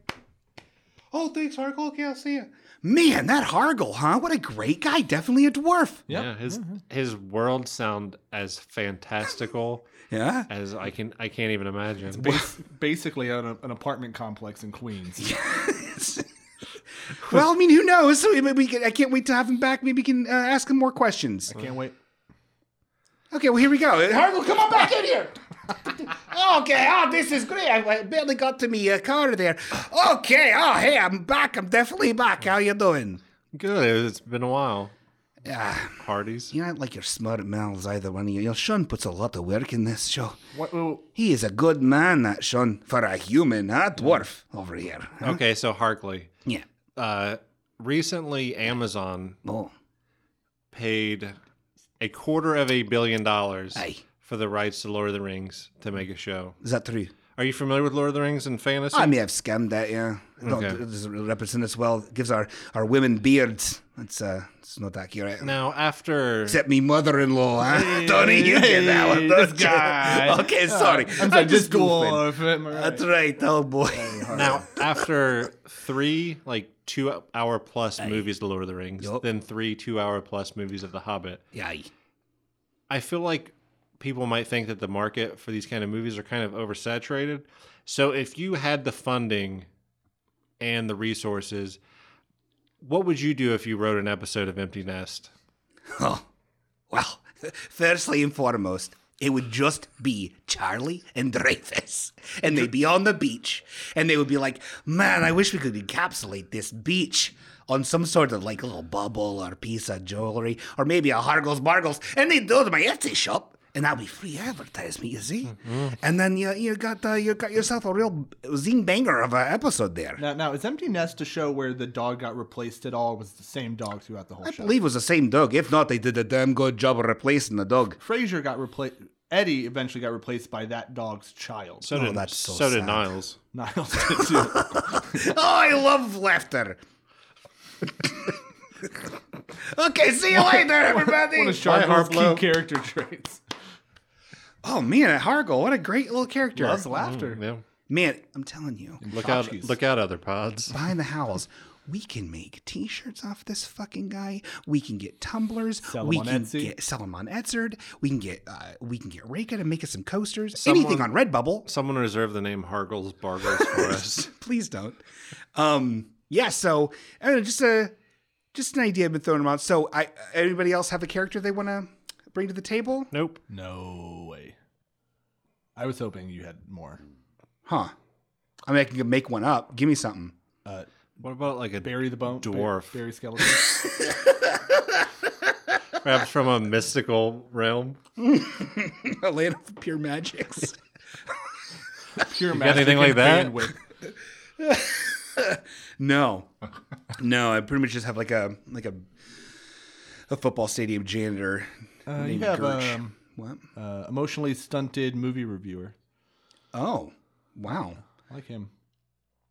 S1: Oh, thanks, Hargle. Okay, I'll see you. Man, that Hargle, huh? What a great guy. Definitely a dwarf.
S4: Yeah, his
S3: Mm-hmm.
S4: his world sound as fantastical
S1: Yeah.
S4: as I can. I can't even imagine.
S3: Bas- basically an, an apartment complex in Queens.
S1: Well, I mean, who knows? So maybe we can, I can't wait to have him back. Maybe we can uh, ask him more questions.
S3: Can't wait.
S1: Okay, well, here we go. Hargle, come on back in here. okay, oh, this is great. I, I barely got to me uh, car there. Okay, oh, hey, I'm back. I'm definitely back. How you doing?
S4: Good. It's been a while.
S1: Yeah,
S4: Parties.
S1: you know, I don't like your smart mouths, either one of you. You know, Sean puts a lot of work in this show.
S3: What, oh,
S1: He is a good man, that Sean, for a human, huh? Dwarf over here. huh?
S4: Okay, so Harkley.
S1: Yeah.
S4: Uh, recently, Amazon
S1: Oh,
S4: paid a quarter of a billion dollars
S1: Aye.
S4: for the rights to Lord of the Rings to make a show.
S1: is that true?
S4: Are you familiar with Lord of the Rings and fantasy?
S1: I may have scammed that, yeah. No,
S4: Okay.
S1: it doesn't really represent us well. It gives our, our women beards. That's uh, it's not accurate.
S4: now, after
S1: Except me mother-in-law, huh? Tony, you get that one,
S3: Hey,
S1: don't
S3: this
S1: you?
S3: guy. Oh,
S1: okay, sorry.
S3: I'm sorry,
S1: just
S3: just
S1: goofing. That's
S3: dwarf.
S1: right, oh boy.
S4: now after three like two hour plus movies of Lord of the Rings,
S1: Yup.
S4: then three two hour plus movies of The Hobbit,
S1: Yeah,
S4: I feel like people might think that the market for these kind of movies are kind of oversaturated. So if you had the funding and the resources, what would you do if you wrote an episode of Empty Nest?
S1: Oh, well, firstly and foremost, it would just be Charlie and Dreyfus. And they'd be on the beach. And they would be like, man, I wish we could encapsulate this beach on some sort of like little bubble or piece of jewelry or maybe a Hargles Bargles. And they'd go to my Etsy shop. And that'll be free advertisement, you see. And then you you got uh, you got yourself a real zing banger of an episode there.
S3: Now, now, is Empty Nest a show where the dog got replaced at all? Or was it the same dog throughout the whole
S1: I
S3: show?
S1: believe it was the same dog. If not, they did a damn good job of replacing the dog.
S3: Frasier got replaced. Eddie eventually got replaced by that dog's child.
S4: So
S1: Oh,
S4: did
S1: that's so
S4: so, did
S1: sad.
S4: Niles.
S3: Niles did too.
S1: Oh, I love laughter. okay, see you later,
S3: One of
S1: everybody.
S3: Sharp's
S4: Harplow.
S3: key character traits.
S1: Oh man, Hargle, what a great little character. Mm.
S3: Loves laughter.
S4: Hmm, Yeah.
S1: Man, I'm telling you,
S4: Look out!
S3: Tchotchkes.
S4: Look out! Other pods.
S1: behind the howls. We can make T-shirts off this fucking guy. We can get tumblers.
S3: Sell 'em
S1: we
S3: on
S1: can
S3: Etsy.
S1: get sell them on Etsy. We can get uh, we can get Reka to make us some coasters.
S4: Someone-
S1: Anything on Redbubble.
S4: Someone reserve the name Hargles Bargles for us.
S1: Please don't. Um, yeah. So I don't know. Just a just an idea I've been throwing around. So I anybody else have a character they want to bring to the table?
S4: nope.
S3: No way. I was hoping you had more.
S1: Huh. I mean, I can make one up. Give me something.
S3: Uh,
S4: What about like a
S3: bury the bone.
S4: Dwarf.
S3: Bury, bury skeleton.
S4: perhaps from a mystical realm?
S1: A land of pure magics.
S3: Pure you
S4: anything like that?
S1: no. No, I pretty much just have like a like a a football stadium janitor.
S3: Uh, you
S1: named
S3: have
S1: Gersh.
S3: um,
S1: what?
S3: uh, emotionally stunted movie reviewer.
S1: Oh, wow.
S3: I like him.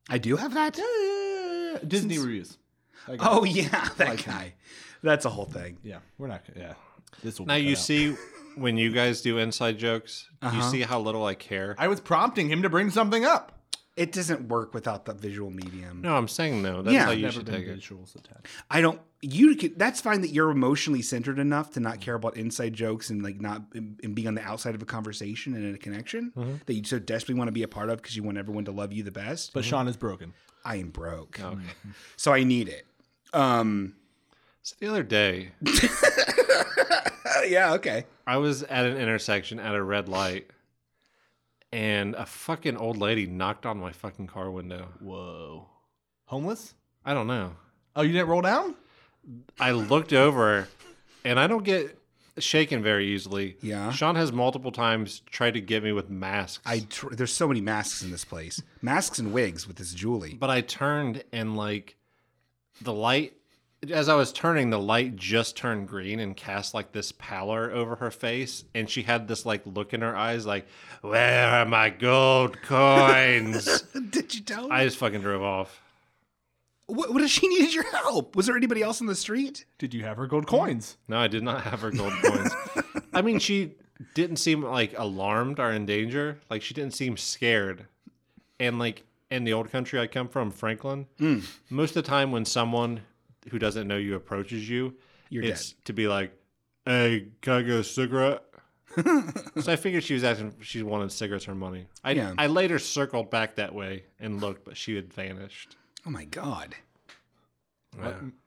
S1: I do have that.
S4: Eh,
S3: Disney reviews. That guy.
S1: Oh yeah, that guy. That's a whole thing.
S3: yeah. We're not. Yeah, this will.
S4: Now
S3: be cut
S4: you
S3: out.
S4: see when you guys do inside jokes, you
S1: Uh-huh.
S4: see how little I care.
S3: I was prompting him to bring something up.
S1: It doesn't work without the visual medium.
S4: no, I'm saying no. That's
S1: Yeah.
S4: how you
S3: Never
S4: should
S3: been
S4: take it.
S3: visuals attached.
S1: I don't. You can. That's fine that you're emotionally centered enough to not care about inside jokes and like not and being on the outside of a conversation and in a connection that you so desperately want to be a part of because you want everyone to love you the best.
S4: Mm-hmm.
S3: But Sean is broken.
S1: I am broke, so I need it. Um.
S4: So the other day,
S1: uh, yeah. Okay.
S4: I was at an intersection at a red light, and a fucking old lady knocked on my fucking car window.
S3: Whoa. Homeless?
S4: I don't know.
S3: Oh, you didn't roll down?
S4: I looked over, and I don't get shaken very easily.
S1: Yeah.
S4: Sean has multiple times tried to get me with masks.
S1: I tr- there's so many masks in this place. Masks and wigs with this Julie.
S4: But I turned and like the light as I was turning, the light just turned green and cast like this pallor over her face, and she had this like look in her eyes, like, "Where are my gold coins?"
S1: Did you tell?
S4: I just fucking drove off.
S1: what, what does she need your help? Was there anybody else on the street?
S3: Did you have her gold
S4: Mm-hmm.
S3: coins?
S4: No, I did not have her gold coins. I mean, she didn't seem like alarmed or in danger. Like she didn't seem scared.
S1: Mm.
S4: And like in the old country I come from, Franklin, most of the time when someone who doesn't know you approaches you,
S1: You're
S4: it's to be like, "Hey, can I get a cigarette?" so I figured she was asking. She wanted cigarettes or money. I
S1: Yeah.
S4: I later circled back that way and looked, but she had vanished.
S1: Oh my god,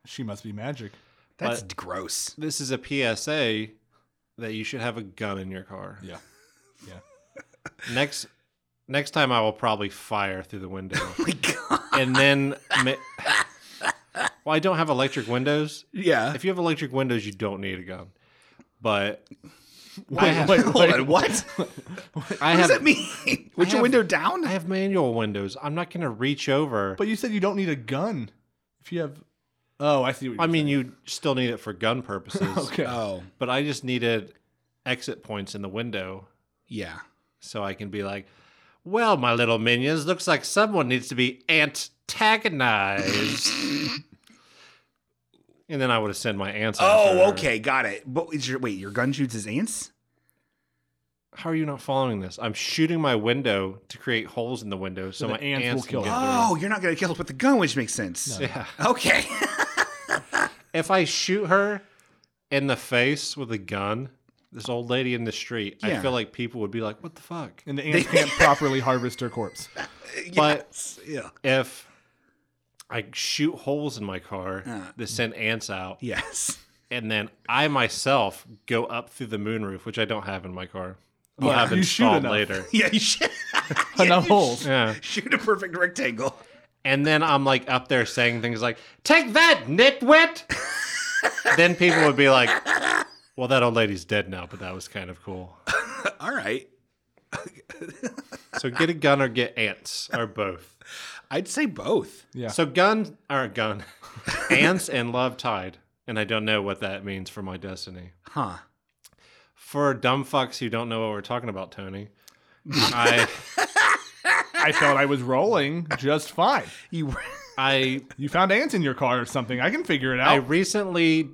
S3: She must be magic.
S1: that's gross.
S4: This is a PSA that you should have a gun in your car.
S3: Yeah.
S4: Next next time I will probably fire through the window.
S1: Oh my god.
S4: and then ma- Well, I don't have electric windows.
S1: Yeah.
S4: If you have electric windows, you don't need a gun. But I
S3: Wait,
S4: have,
S3: wait,
S1: Hold
S3: wait.
S1: on, what? What
S4: I
S1: does
S4: have
S1: that mean? Was your
S4: have-
S1: window down?
S4: I have manual windows. I'm not going to reach over.
S3: But you said you don't need a gun if you have. Oh, I see. What you're
S4: I mean, you still need it for gun purposes.
S3: okay.
S1: oh,
S4: But I just needed exit points in the window
S1: yeah.
S4: so I can be like, "Well, my little minions, looks like someone needs to be antagonized." and then I would have sent my ants. after
S1: Oh,
S4: her.
S1: okay, got it. But is your wait, your gun shoots his ants?
S4: How are you not following this? I'm shooting my window to create holes in the window so,
S3: the
S4: my
S3: ants
S4: ants,
S3: will
S4: can
S3: kill
S4: get
S3: them.
S1: Oh, you're not gonna kill it with the gun, which makes sense.
S4: through. Yeah.
S1: Okay.
S4: if I shoot her in the face with a gun, this old lady in the street,
S1: Yeah.
S4: I feel like people would be like, "What the fuck?"
S3: And the ants can't properly harvest her corpse.
S4: But-
S1: Yes, yeah.
S4: If I shoot holes in my car that send ants out,
S1: Yes.
S4: and then I myself go up through the moonroof, which I don't have in my car. I'll
S3: Yeah.
S4: have
S3: You shoot
S4: installed
S3: enough.
S4: later.
S1: Yeah, you should
S3: Enough holes.
S4: Yeah.
S1: shoot a perfect rectangle.
S4: And then I'm like up there saying things like, "Take that, nitwit." then people would be like, "Well, that old lady's dead now, but that was kind of cool."
S1: All right.
S4: So get a gun or get ants or both.
S1: I'd say both.
S3: Yeah.
S4: So gun or gun, ants and love tied, and I don't know what that means for my destiny.
S1: Huh.
S4: For dumb fucks who don't know what we're talking about, Tony, I
S3: I thought I was rolling just fine.
S1: You
S4: I
S3: You found ants in your car or something. I can figure it
S4: I
S3: out.
S4: recently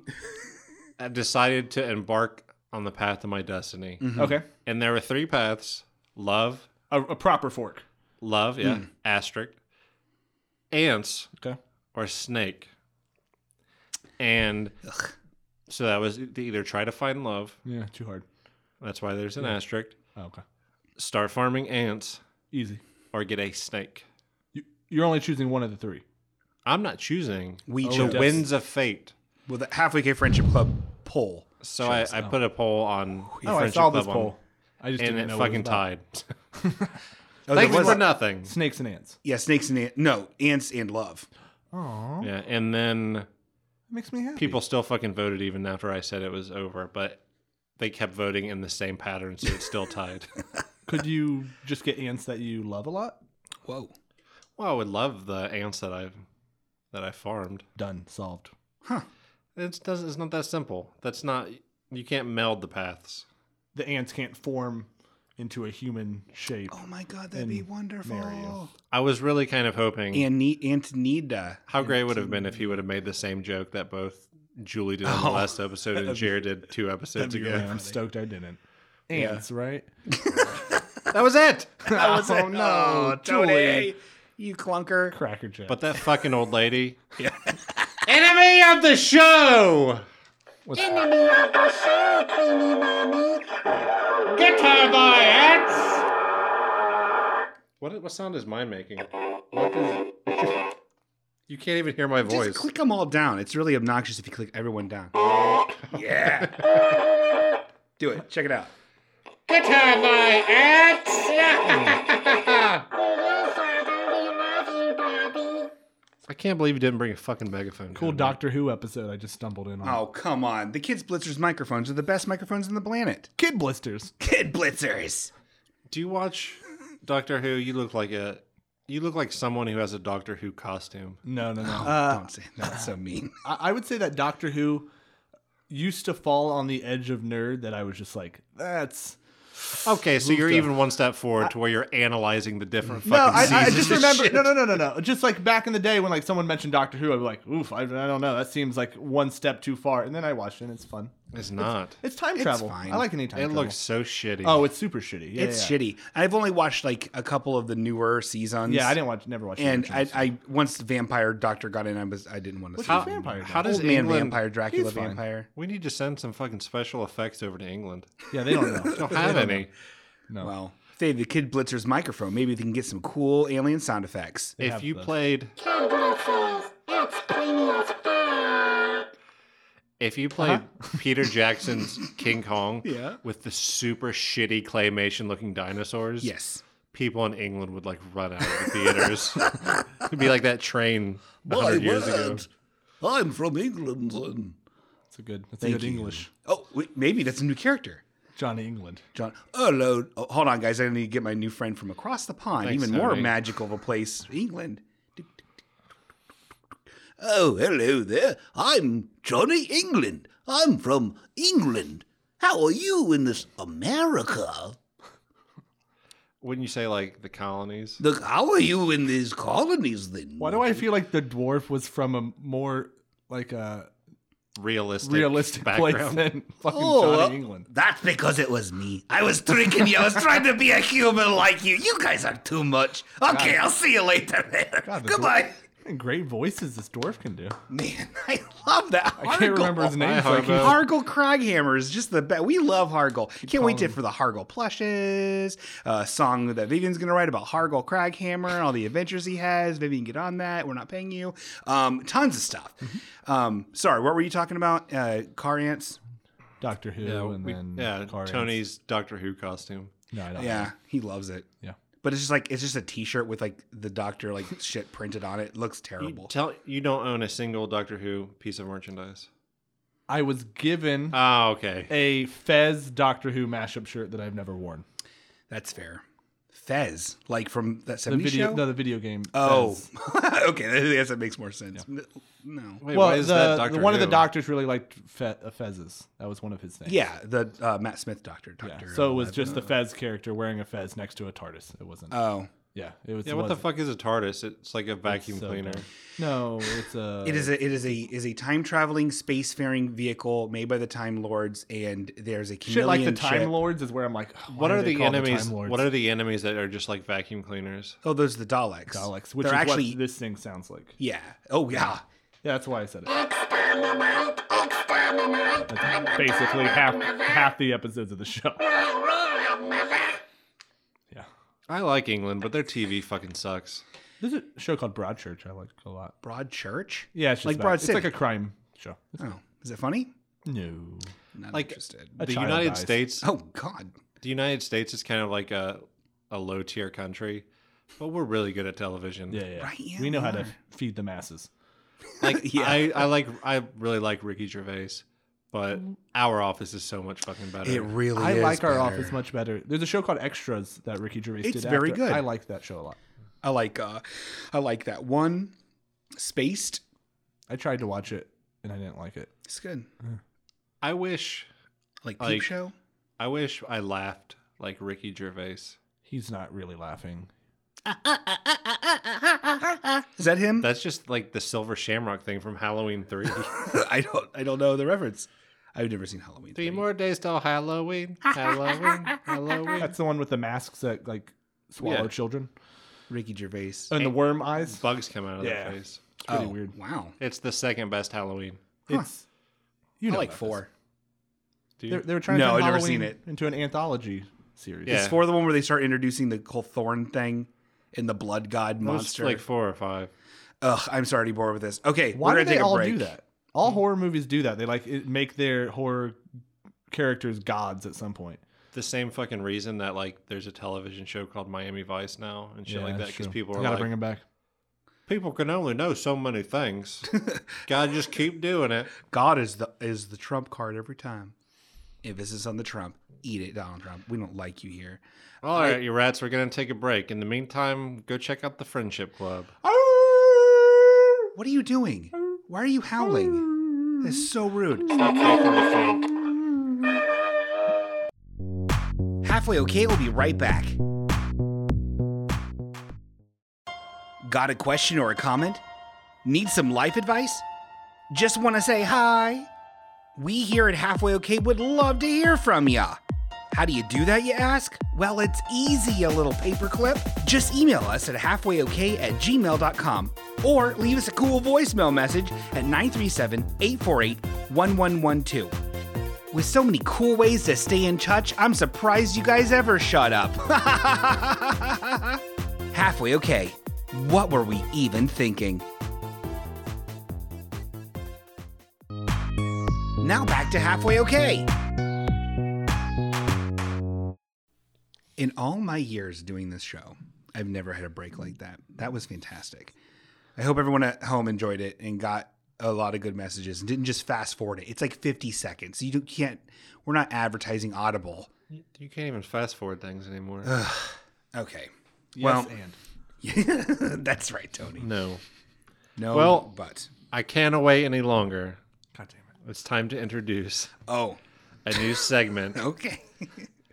S4: decided to embark on the path of my destiny,
S3: okay.
S4: and there were three paths: love,
S3: A, a proper fork.
S4: love, yeah,
S3: Mm.
S4: asterisk, ants,
S3: Okay.
S4: or snake. And so that was to either try to find love.
S3: Yeah, too hard.
S4: That's why there's an asterisk.
S3: Oh, okay.
S4: Start farming ants
S3: Easy.
S4: or get a snake.
S3: You, you're only choosing one of the three.
S4: I'm not choosing.
S1: we
S4: the
S1: chose
S4: winds of fate.
S1: with a halfway K friendship club poll.
S4: So I, I put a poll on. the
S3: Oh, I
S4: friendship
S3: saw this
S4: club on-
S3: poll. I just
S4: and it
S3: didn't know what
S4: fucking
S3: was about. Oh,
S4: tied. Thanks for nothing.
S3: Snakes and ants.
S1: Oh, Yeah, snakes and ants. No, ants and love.
S3: Aww,
S4: Yeah, and then
S3: makes me happy.
S4: people still fucking voted even after I said it was over, but they kept voting in the same pattern, so it's still tied.
S3: Could you just get ants that you love a lot?
S1: Whoa.
S4: well, I would love the ants that I've that I farmed.
S3: Done. Solved.
S4: It's does it's not that simple. That's not you can't meld the paths.
S3: The ants can't form into a human shape.
S1: Oh my god, that'd be
S3: And
S1: wonderful.
S3: marry you.
S4: I was really kind of hoping
S1: And need Antonida.
S4: How great it would have been if he would have made the same joke that both Julie did on the last episode and Jared did two episodes ago.
S3: Yeah, I'm stoked I didn't. Ants, right?
S4: That was it.
S1: oh no, Tony. You clunker.
S3: Cracker Jack.
S4: But that fucking old lady. Enemy of the show.
S5: Enemy of the show, creamy mommy.
S4: Get her by ants. What what sound is mine making? You can't even hear my
S1: Just
S4: voice.
S1: click them all down. It's really obnoxious if you click everyone down. yeah. Do it. Check it out.
S4: Get her by ants.
S5: We love Father, we love you, Bobby.
S4: I can't believe you didn't bring a fucking megaphone.
S3: cool
S4: Tony.
S3: Doctor Who episode I just stumbled in on.
S1: Oh, come on. The Kids Blitzers microphones are the best microphones on the planet.
S3: Kid blisters.
S1: Kid Blitzers.
S4: Do you watch Doctor Who? You look like a you look like someone who has a Doctor Who costume.
S3: No, no, no.
S4: Uh,
S1: Don't say Uh, that's so mean.
S3: I, I would say that Doctor Who used to fall on the edge of nerd that I was just like, that's.
S4: Okay, so you're
S3: up.
S4: even one step forward to where you're analyzing the different fucking
S3: No, I, I
S4: seasons.
S3: just remember. No, no, no, no, no. Just like back in the day when like someone mentioned Doctor Who, I'd be like, oof, I, I don't know. That seems like one step too far. And then I watched it and it's fun.
S4: It's not.
S3: It's time travel.
S1: fine.
S3: I like any time
S4: It
S3: travel.
S4: looks so shitty.
S3: Oh, it's super shitty. Yeah,
S1: It's
S3: yeah.
S1: shitty. I've only watched like a couple of the newer seasons.
S3: Yeah, I didn't watch, never watched. the
S1: And I,
S3: originals.
S1: I once the vampire doctor got in, I was I didn't want to see
S3: How-
S1: it anymore.
S3: vampire?
S4: How does
S1: Old man
S4: England-
S1: vampire Dracula
S3: He's fine.
S1: vampire?
S4: We need to send some fucking special effects over to England.
S3: yeah, they don't know.
S4: Don't have any.
S1: Well, they have the kid Blitzer's microphone. Maybe they can get some cool alien sound effects.
S4: If you played,
S5: Kid Blitzes, it's Queenie as fuck.
S4: if you played Peter Jackson's King Kong with the super shitty claymation looking dinosaurs,
S1: Yes.
S4: people in England would like run out of the theaters. It'd be like that train a hundred years ago.
S1: I'm from England. Son.
S3: It's a good. It's a good English.
S1: Oh, wait, maybe that's a new character.
S3: Johnny England.
S1: John, hello. Oh, hold on, guys. I need to get my new friend from across the pond.
S4: Thanks,
S1: Even more
S4: Tony.
S1: magical of a place, England. Oh, hello there. I'm Johnny England. I'm from England. How are you in this America?
S4: Wouldn't you say like the colonies?
S1: Look, how are you in these colonies then?
S3: Why do I feel like the dwarf was from a more like a
S4: Realistic,
S3: realistic place
S4: background. Oh,
S3: than fucking
S1: Oh, well,
S3: Johnny England?
S1: That's because it was me. I was drinking you. I was trying to be a human like you. You guys are too much. Okay, I'll see you later.
S3: God, the
S1: Goodbye.
S3: And great voices this dwarf can do.
S1: Man, I love that. Hargle.
S3: I can't remember his name.
S4: Hi,
S3: so I
S4: Hargo.
S1: Hargle
S3: keep-
S1: Kroghammer is just the best. We love Hargle. Can't wait to for the Hargle plushes. Uh, song that Vivian's gonna write about Hargle Kroghammer and all the adventures he has. Vivian, get on that. We're not paying you. Um, tons of stuff.
S3: Mm-hmm.
S1: Um, sorry, what were you talking about? Uh, car ants.
S3: Doctor Who
S4: Yeah,
S3: and
S4: we-
S3: then
S4: yeah,
S3: Car Ants.
S4: Tony's Doctor Who costume.
S3: No, I don't.
S1: Yeah, he loves it.
S3: Yeah.
S1: But it's just like it's just a T-shirt with like the doctor like shit printed on it. looks terrible.
S4: Tell you don't own a single Doctor Who piece of merchandise.
S3: I was given
S4: Oh, okay.
S3: a Fez Doctor Who mashup shirt that I've never worn.
S1: That's fair. Fez, like from that
S3: The
S1: 70s
S3: video,
S1: show.
S3: no, the video game.
S1: oh,
S3: Fez.
S1: okay. I guess that makes more sense. N- No.
S4: Wait,
S3: well,
S4: why is
S3: the,
S4: that
S3: the
S4: Doctor
S3: one of the
S4: Who?
S3: doctors really liked fe- uh, Fez's. That was one of his things.
S1: Yeah, the uh, Matt Smith doctor.
S3: Yeah.
S1: Doctor.
S3: So it was just the Fez character wearing a Fez next to a TARDIS. It wasn't.
S1: Oh,
S3: yeah. It was.
S4: Yeah,
S3: it uh,
S4: what the
S3: wasn't.
S4: fuck is a TARDIS? It's like a vacuum
S3: So
S4: cleaner.
S3: dumb. No, it's a.
S1: it is a it is a is a time traveling spacefaring vehicle made by the Time Lords, and there's a
S3: shit
S1: chameleon
S3: like the Time
S1: ship.
S3: Lords is where I'm like. "Why
S4: What are
S3: they
S4: the
S3: called
S4: enemies?
S3: time Lords?"
S4: what are the enemies that are just like vacuum cleaners?
S1: Oh, those are the Daleks.
S3: Daleks? Which
S1: They're
S3: is
S1: actually
S3: what this thing sounds like.
S1: yeah. Oh yeah.
S3: Yeah, that's why I said it.
S5: Exterminate, exterminate. I'm a
S3: Basically, half
S5: mother.
S3: half the episodes of the show.
S5: I rule, mother.
S3: Yeah.
S4: I like England, but their TV fucking sucks.
S3: There's a show called Broadchurch I like a lot.
S1: Broad Church.
S3: Yeah, it's just
S1: Like
S3: about-
S1: Broad
S3: It's
S1: City.
S3: like a crime show. It's-
S1: Oh, is it funny?
S3: No.
S1: Not
S4: Like-
S1: interested.
S3: A
S4: the
S3: child
S4: United
S3: dies.
S4: States,
S1: Oh God.
S4: the United States is kind of like a a low tier country, but we're really good at television.
S3: Yeah, yeah.
S1: Right, yeah,
S3: we know
S1: they
S3: how to
S1: are.
S3: f- feed the masses.
S4: Like
S1: Yeah.
S4: I, I like I really like Ricky Gervais, but our office is so much fucking better.
S1: It really.
S3: I
S1: is
S3: like our
S1: better.
S3: office much better. There's a show called Extras that Ricky Gervais
S1: It's
S3: did.
S1: very
S3: after.
S1: good.
S3: I like that show a lot.
S1: I like uh, I like that one. Spaced.
S3: I tried to watch it and I didn't like it.
S1: It's good.
S4: I wish
S1: Like Peep
S4: Like-
S1: Show.
S4: I wish I laughed like Ricky Gervais.
S3: He's not really laughing.
S1: Is that him?
S4: That's just like the Silver Shamrock thing from Halloween Three.
S1: I don't. I don't know the reference. I've never seen Halloween.
S4: Three more days till Halloween. Halloween. Halloween.
S3: That's the one with the masks that like swallow
S4: Yeah.
S3: children
S1: Ricky Gervais. Oh,
S3: and the worm eyes.
S4: Bugs come out of
S3: Yeah.
S4: their face.
S3: It's pretty weird.
S1: Wow.
S4: It's the second best Halloween.
S3: It's you know
S1: I like
S3: about
S1: four.
S3: this. They, they were trying
S1: No,
S3: to turn
S1: I've never
S3: Halloween
S1: seen it.
S3: into an anthology series.
S4: Yeah.
S1: Is four the one where they start introducing the whole thorn thing and the blood god
S4: It was
S1: monster?
S4: like four or five.
S1: Ugh, I'm sorry to bore with this. Okay,
S3: Why
S1: we're
S3: do
S1: gonna
S3: they
S1: take a
S3: all
S1: break. Hmm.
S3: do that? All horror movies do that. They like it, make their horror characters gods at some point.
S4: The same fucking reason that like there's a television show called Miami Vice now and shit
S3: Yeah,
S4: like that
S3: that's
S4: because
S3: true.
S4: people
S3: I
S4: are
S3: gotta
S4: like
S3: bring him back.
S4: people can only know so many things. Gotta just keep doing it.
S1: God is the is the trump card every time. Emphasis on the Trump. Eat it, Donald Trump. We don't like you here.
S4: All right, you rats, we're gonna take a break. In the meantime, go check out the Friendship Club.
S1: What are you doing? Why are you howling? That's so rude.
S5: Stop talking to Frank.
S1: Halfway okay, we'll be right back. Got a question or a comment? Need some life advice? Just want to say hi? We here at Halfway OK would love to hear from ya. How do you do that, you ask? Well, it's easy, you little paperclip. Just email us at halfwayok at gmail.com or leave us a cool voicemail message at 937 848 1112. With so many cool ways to stay in touch, I'm surprised you guys ever shut up. Halfway okay. What were we even thinking? Now back to halfway okay. In all my years doing this show, I've never had a break like that. That was fantastic. I hope everyone at home enjoyed it and got a lot of good messages and didn't just fast forward it. It's like 50 seconds. You don't- can't, we're not advertising Audible.
S4: You can't even fast forward things anymore.
S1: Okay.
S3: Yes,
S1: Well-
S3: and
S1: That's right, Tony.
S4: no.
S1: No,
S4: Well-
S1: but.
S4: I can't wait any longer.
S3: God damn
S4: It's time to introduce
S1: Oh,
S4: a new segment,
S1: okay.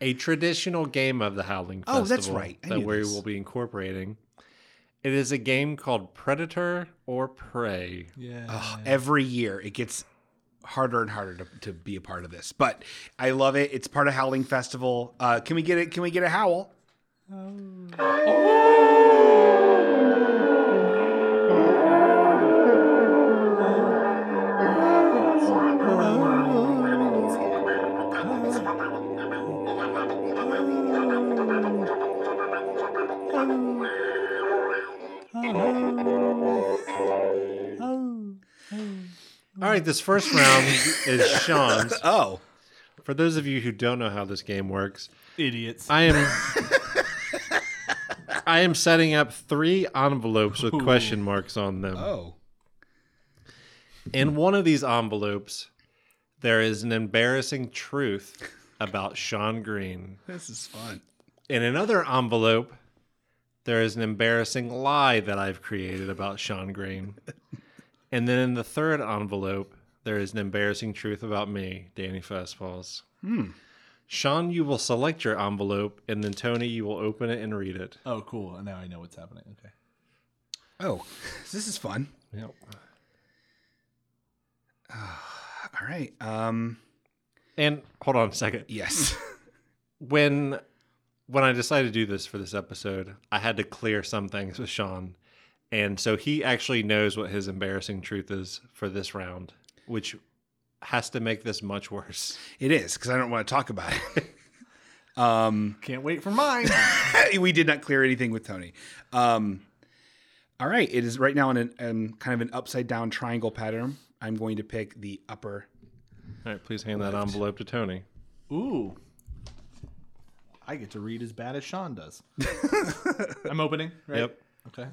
S4: a traditional game of the Howling
S1: Oh,
S4: Festival
S1: that's right. I
S4: that
S1: knew
S4: we
S1: this.
S4: will be incorporating. It is a game called Predator or Prey.
S3: it. Yeah.
S1: Every year it gets harder and harder to, to be a part of this, but I love it. It's part of Howling Festival. Uh, can we get it? Can we get a howl?
S4: All right, this first round is Sean's.
S1: Oh,
S4: For those of you who don't know how this game works,
S3: Idiots.
S4: I am I am setting up three envelopes with question marks on them.
S1: oh,
S4: In one of these envelopes, there is an embarrassing truth about Sean Green.
S1: this is fun.
S4: In another envelope, there is an embarrassing lie that I've created about Sean Green. And then in the third envelope, there is an embarrassing truth about me, Danny Fastballs. Hmm. Sean, you will select your envelope, and then Tony, you will open it and read it.
S3: oh, cool. Now I know what's happening. Okay.
S1: Oh, this is fun.
S4: Yep.
S1: All right. Um,
S4: And hold on a second.
S1: yes.
S4: when when I decided to do this for this episode, I had to clear some things with Sean. And so he actually knows what his embarrassing truth is for this round, which has to make this much worse.
S1: It is because I don't want to talk about it. um,
S3: Can't wait for mine.
S1: we did not clear anything with Tony. Um, all right, it is right now in, an, in kind of an upside down triangle pattern. I'm going to pick the upper.
S4: All right, please hand that envelope to Tony.
S3: Ooh. I get to read as bad as Sean does. I'm opening, right?
S4: Yep.
S3: Okay.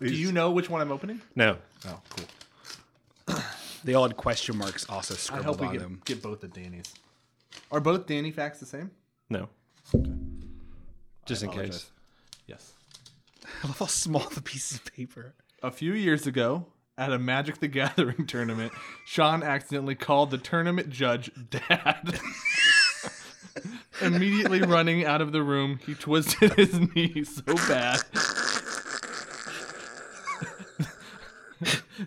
S3: Do you know which one I'm opening?
S4: No.
S3: Oh, cool.
S1: They all had question marks also
S3: I
S1: scribbled
S3: hope we
S1: on them.
S3: get, get both the Danny's. Are both Danny facts the same?
S4: No. Just in case.
S3: apologize. Yes.
S1: I love how small the pieces of paper.
S3: A few years ago, at a Magic the Gathering tournament, Sean accidentally called the tournament judge dad. Immediately running out of the room, he twisted his knee so bad.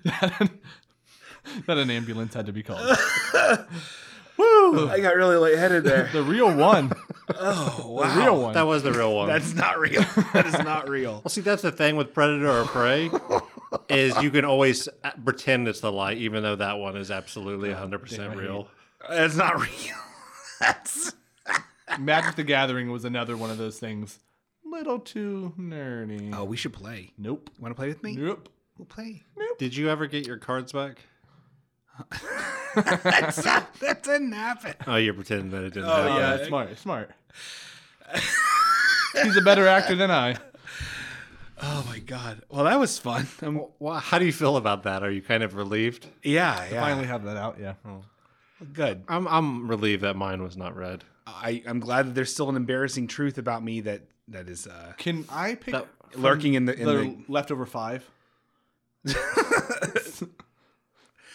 S3: that, that an ambulance had to be called. Woo!
S1: I got really lightheaded there.
S3: The real one.
S1: oh wow,
S3: The real one.
S4: That was the real one.
S1: that's not real. That is not real.
S4: well, see, that's the thing with Predator or Prey is you can always uh, pretend it's the lie, even though that one is absolutely 100% real.
S1: That's not real. That's
S3: Magic the Gathering was another one of those things. Little too nerdy.
S1: oh, we should play.
S3: Nope.
S1: Want to play with me?
S3: Nope.
S1: We'll play.
S4: Did you ever get your cards back?
S1: That's not, that didn't happen.
S4: Oh, you're pretending that it didn't
S1: Oh,
S4: happen.
S1: yeah.
S3: Yeah, smart, smart. He's a better actor than I.
S1: Oh my god. Well, that was fun. I'm,
S4: Well, Um, how do you feel about that? Are you kind of relieved?
S1: yeah, yeah.
S3: Finally have that out, yeah.
S1: good.
S4: I'm I'm relieved that mine was not red.
S1: I, I'm glad that there's still an embarrassing truth about me that that is uh,
S3: Can I pick
S4: That-
S3: from
S1: lurking in the in
S3: the
S1: the.
S3: leftover five?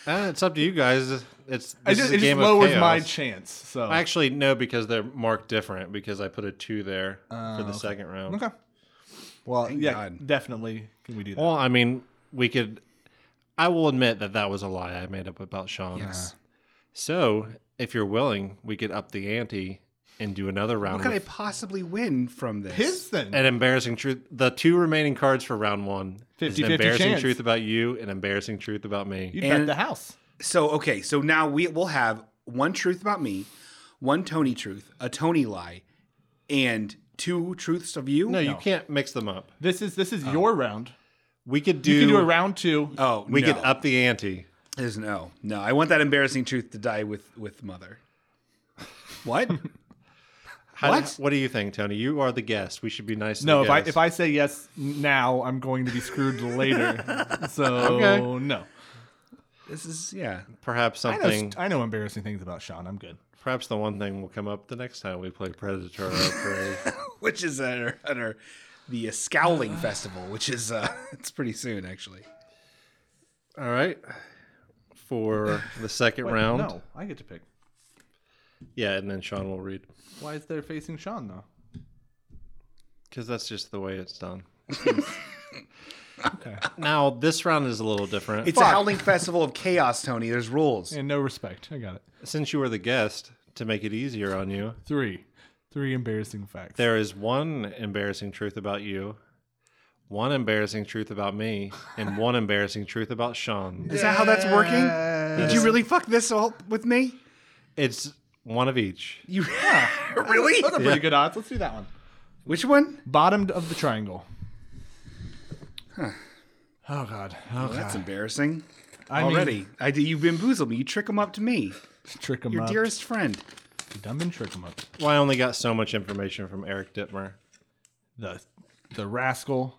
S4: Uh, it's up to you guys. It's this
S3: I
S4: is
S3: just,
S4: a
S3: it just
S4: game
S3: lowers
S4: of chaos.
S3: my chance. So
S4: Actually, no, because they're marked different. Because I put a two there for the second round.
S3: Oh, okay. Well, yeah,
S1: God.
S3: definitely. Can we do that?
S4: Well, I mean, we could. I will admit that that was a lie I made up about Sean.
S1: Yes.
S4: So, if you're willing, we could up the ante and do another round.
S1: What could I
S4: with
S1: possibly win from this?
S3: His then.
S4: an embarrassing truth. The two remaining cards for round one is
S3: 50-50
S4: an embarrassing
S3: chance.
S4: truth about you, an embarrassing truth about me.
S3: You'd
S1: and-
S3: bet the house.
S1: So okay, so now we will have one truth about me, one Tony truth, a Tony lie, and two truths of you.
S4: no, you can't mix them up.
S3: This is this is your round.
S4: We could do.
S3: You can do a round two.
S1: Oh,
S4: we
S1: no.
S4: could up the ante.
S1: There's no, no. I want that embarrassing truth to die with with mother. What?
S4: How-
S1: What?
S4: What do you think, Tony? You are the guest. We should be nice. To
S3: no,
S4: the
S3: if I
S4: guest.
S3: if I say yes now, I'm going to be screwed later. So
S4: Okay.
S3: no.
S1: this is yeah.
S4: perhaps
S3: I know,
S4: something,
S3: st- I know embarrassing things about Sean. I'm good.
S4: perhaps the one thing will come up the next time we play Predator or Prey.
S1: Which is at our, at our the uh, Scowling Festival, which is uh, it's pretty soon actually.
S4: All right, for the second
S3: Wait,
S4: round.
S3: No, I get to pick.
S4: Yeah, and then Sean will read
S3: Why is there facing Sean though?
S4: because that's just the way it's done.
S3: Okay.
S4: Now this round is a little different.
S1: It's a Howling Festival of Chaos, Tony. There's rules.
S3: And no respect. I got it.
S4: Since you were the guest, to make it easier on you,
S3: Three. Three embarrassing facts.
S4: there is one embarrassing truth about you, one embarrassing truth about me, and one embarrassing truth about Sean.
S1: Is that how that's working? Did you really fuck this all with me?
S4: It's one of each.
S1: You really?
S3: Those are pretty good odds. Let's do that one.
S1: Which one?
S3: Bottomed of the triangle. Oh God. Oh God.
S1: That's embarrassing.
S3: I mean-
S1: Already, I did. You bamboozled me. You trick them up to me,
S3: trick 'em
S1: your
S3: up.
S1: dearest friend.
S3: Dumb and trick 'em up.
S4: Well, I only got so much information from Eric Dittmer.
S3: the the rascal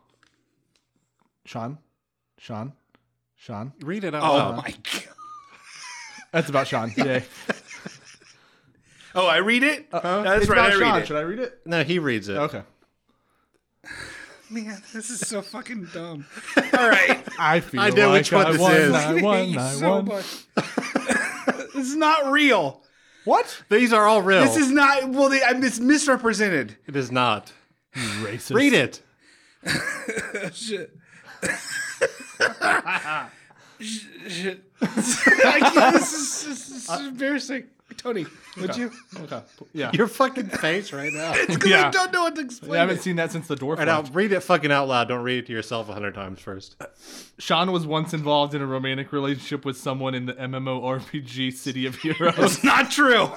S3: Sean Sean Sean
S4: Read it out
S1: Oh
S4: loud.
S1: my god.
S3: that's about Sean yeah
S1: Oh, I read it. No, that's
S3: Uh-huh. It's
S1: right.
S3: about
S1: I read
S3: Sean.
S1: it.
S3: should I read it
S4: No, he reads it.
S3: okay
S1: Man, this is so fucking dumb. All right,
S3: I feel
S4: I know
S3: like
S4: which one
S3: I
S4: this
S3: won,
S4: is.
S3: I
S1: I
S3: won,
S1: hate you
S3: I
S1: so
S3: won.
S1: much. this is not real.
S3: what
S4: These are all real.
S1: This is not. Well, they, I'm it's misrepresented.
S4: It is not.
S3: racist
S4: Read it.
S1: Shit. Shit. I can't- this is, this is embarrassing. Tony, would you?
S3: okay yeah
S4: Your fucking face right now.
S1: I
S3: yeah
S1: don't know what to
S3: I
S1: explain.
S3: haven't
S1: it.
S3: seen that since the dwarf
S4: Right
S3: left.
S4: out, read it fucking out loud. Don't read it to yourself a hundred times first.
S3: Sean was once involved in a romantic relationship with someone in the MMORPG City of Heroes
S1: not true.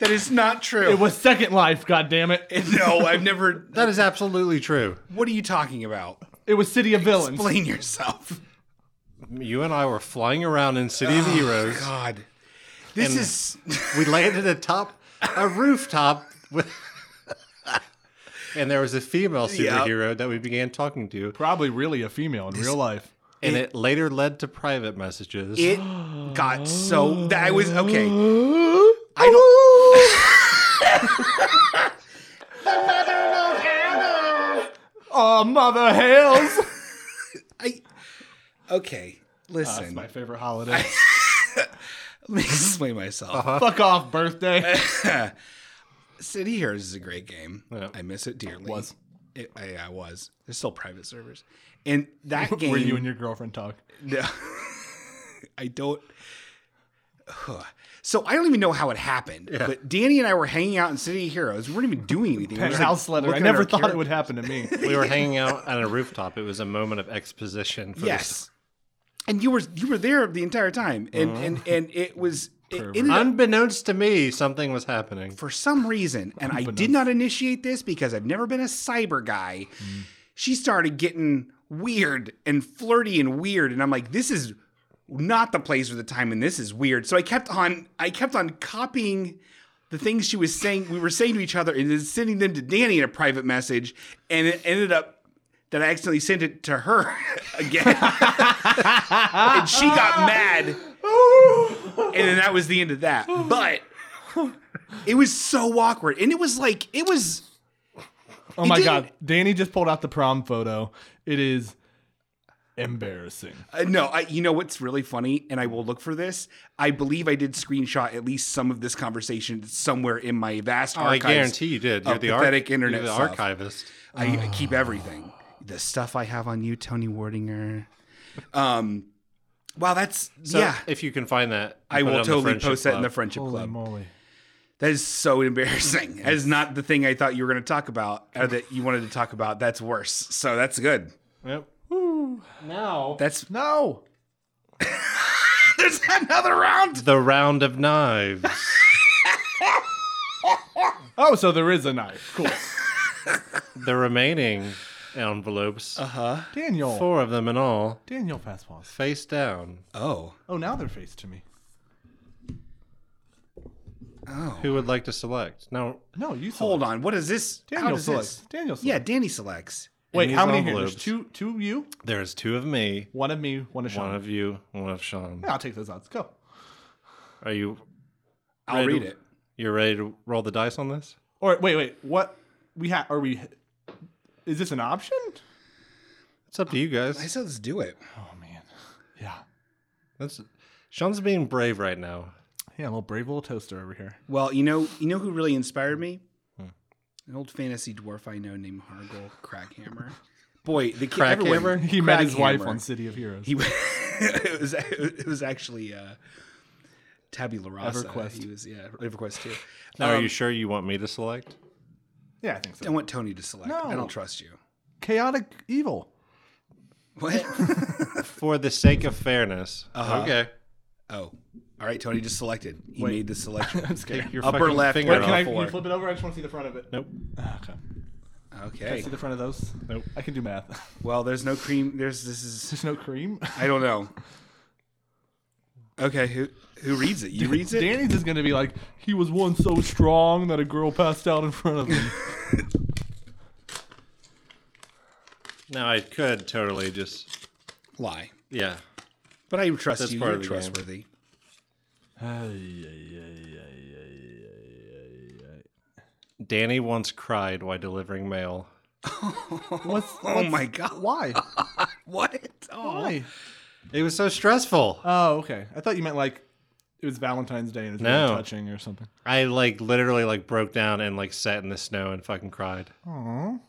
S1: That is not true.
S3: it was Second Life god damn it
S1: no, I've never.
S4: That is absolutely true.
S1: What are you talking about?
S3: it was City of Villains
S1: Explain yourself.
S4: You and I were flying around in City of Heroes.
S1: Oh, God, this is
S4: We landed atop a rooftop with. And there was a female
S1: Yeah.
S4: superhero that we began talking to,
S3: probably really a female in real life
S4: and it, later led to private messages.
S1: it. Got so that I was okay. I don't.
S3: oh mother hails
S1: I okay.
S3: that's
S1: Listen,
S3: my favorite holiday
S1: let me explain myself.
S3: Fuck off, birthday.
S1: City Heroes is a great game.
S4: Yeah.
S1: I miss it dearly.
S3: was.
S1: It, I, I was. There's still private servers, and that game.
S3: Where you and your girlfriend talk?
S1: No. I don't. So I don't even know how it happened, but Danny and I were hanging out in City of Heroes. We weren't even doing anything. We were just, like,
S3: House letter. I
S1: looking at
S3: never
S1: our
S3: thought
S1: char-
S3: it would happen to me.
S4: We were hanging out on a rooftop. It was a moment of exposition. For the
S1: Yes, and you were you were there the entire time, and and and it was it ended up
S4: Unbeknownst to me, something was happening.
S1: for some reason, and I did not initiate this because I've never been a cyber guy. She started getting weird and flirty and weird, and I'm like, this is not the place for the time, and this is weird. So I kept on, I kept on copying the things she was saying. We were saying to each other, and then sending them to Danny in a private message, and it ended up. That I accidentally sent it to her again. and she got mad and then that was the end of that. But it was so awkward, and it was like it was
S3: Oh my
S1: didn't-
S3: god, Danny just pulled out the prom photo. It is embarrassing.
S1: uh, no. I, you know what's really funny, and I will look for this. I believe I did screenshot at least some of this conversation somewhere in my vast
S4: Oh, I
S1: archives.
S4: guarantee you did. You're
S1: of
S4: the, ar-
S1: pathetic internet
S4: you're the
S1: stuff.
S4: archivist.
S1: I, I keep everything. The stuff I have on you, Tony Wardinger. Um, Wow, that's
S4: So
S1: yeah.
S4: if you can find that,
S1: I
S4: put it
S1: will
S4: on the
S1: totally
S4: Friendship
S1: post that in
S4: Club.
S1: the friendship club.
S3: moly.
S1: That is so embarrassing. That is not the thing I thought you were going to talk about or that you wanted to talk about. That's worse. So that's good.
S3: Yep. Woo. Now.
S1: That's
S3: no.
S1: there's another round.
S4: the round of knives.
S3: Oh, so there is a knife. Cool.
S4: the remaining envelopes,
S1: Uh-huh.
S3: Daniel.
S4: four of them in all,
S3: Daniel fast pause.
S4: face down.
S1: Oh,
S3: Oh, now they're faced to me.
S4: Who would like to select? Now,
S3: No, you select.
S1: hold on. What is this? How
S3: Daniel
S1: does
S3: selects.
S1: this-
S3: Daniel selects.
S1: Yeah, Danny selects.
S3: Wait,
S4: these
S3: how many here?
S4: envelopes.
S3: There's two, two of you,
S4: there's two of me,
S3: one of me, one of Sean.
S4: one of you, one of Sean.
S3: Yeah, I'll take those odds. Go.
S4: Are you
S1: I'll
S4: Ready
S1: read
S4: to-
S1: it.
S4: you ready to roll the dice on this?
S3: Or wait, wait. What we have? Are we? Is this an option?
S4: It's up to you
S1: I
S4: guys.
S1: said let's do it.
S3: Oh man. Yeah.
S4: That's Sean's being brave right now.
S3: Yeah, a little brave little toaster over here.
S1: Well, you know, you know who really inspired me? An old fantasy dwarf I know named Hargle Crackhammer. Boy, the kid everyone-
S4: Crackhammer?
S3: He met his wife
S1: Crackhammer.
S3: on City of Heroes.
S1: He it was it was actually uh, Tabula Rasa.
S3: EverQuest.
S1: He was yeah, EverQuest too.
S4: Now, are
S1: Um,
S4: you sure you want me to select?
S3: yeah, I think
S1: I
S3: so.
S1: want Tony to select. I
S3: No.
S1: don't trust you.
S3: Chaotic evil.
S1: What?
S4: For the sake of fairness.
S1: Uh-huh.
S4: Okay.
S1: oh, all right. Tony just selected. He made the selection.
S3: I'm scared.
S4: Your
S1: Upper
S4: fucking
S1: left,
S4: Finger
S1: where
S3: Can
S4: off.
S3: I
S1: Four.
S3: can you flip it over? I just want to see the front of it.
S4: Nope.
S3: Ah, Okay.
S1: Okay.
S3: See the front of those? Nope. I can do math.
S1: Well, there's no cream. There's this is.
S3: There's no cream.
S1: I don't know. Okay, who who reads it? You reads it.
S3: Danny's is gonna be like, he was one so strong that a girl passed out in front of him.
S4: Now, I could totally just.
S1: Lie.
S4: Yeah.
S1: But I trust
S4: That's
S1: you.
S4: part
S1: You're
S4: of the game.
S1: trustworthy.
S4: Danny once cried while delivering mail.
S3: What's,
S1: Oh my god!
S3: Why?
S1: What? Oh.
S3: Why?
S4: It was so stressful.
S3: Oh, okay. I thought you meant like it was Valentine's Day and it was
S4: No.
S3: really touching or something.
S4: I like literally like broke down and like sat in the snow and fucking cried.
S1: Oh.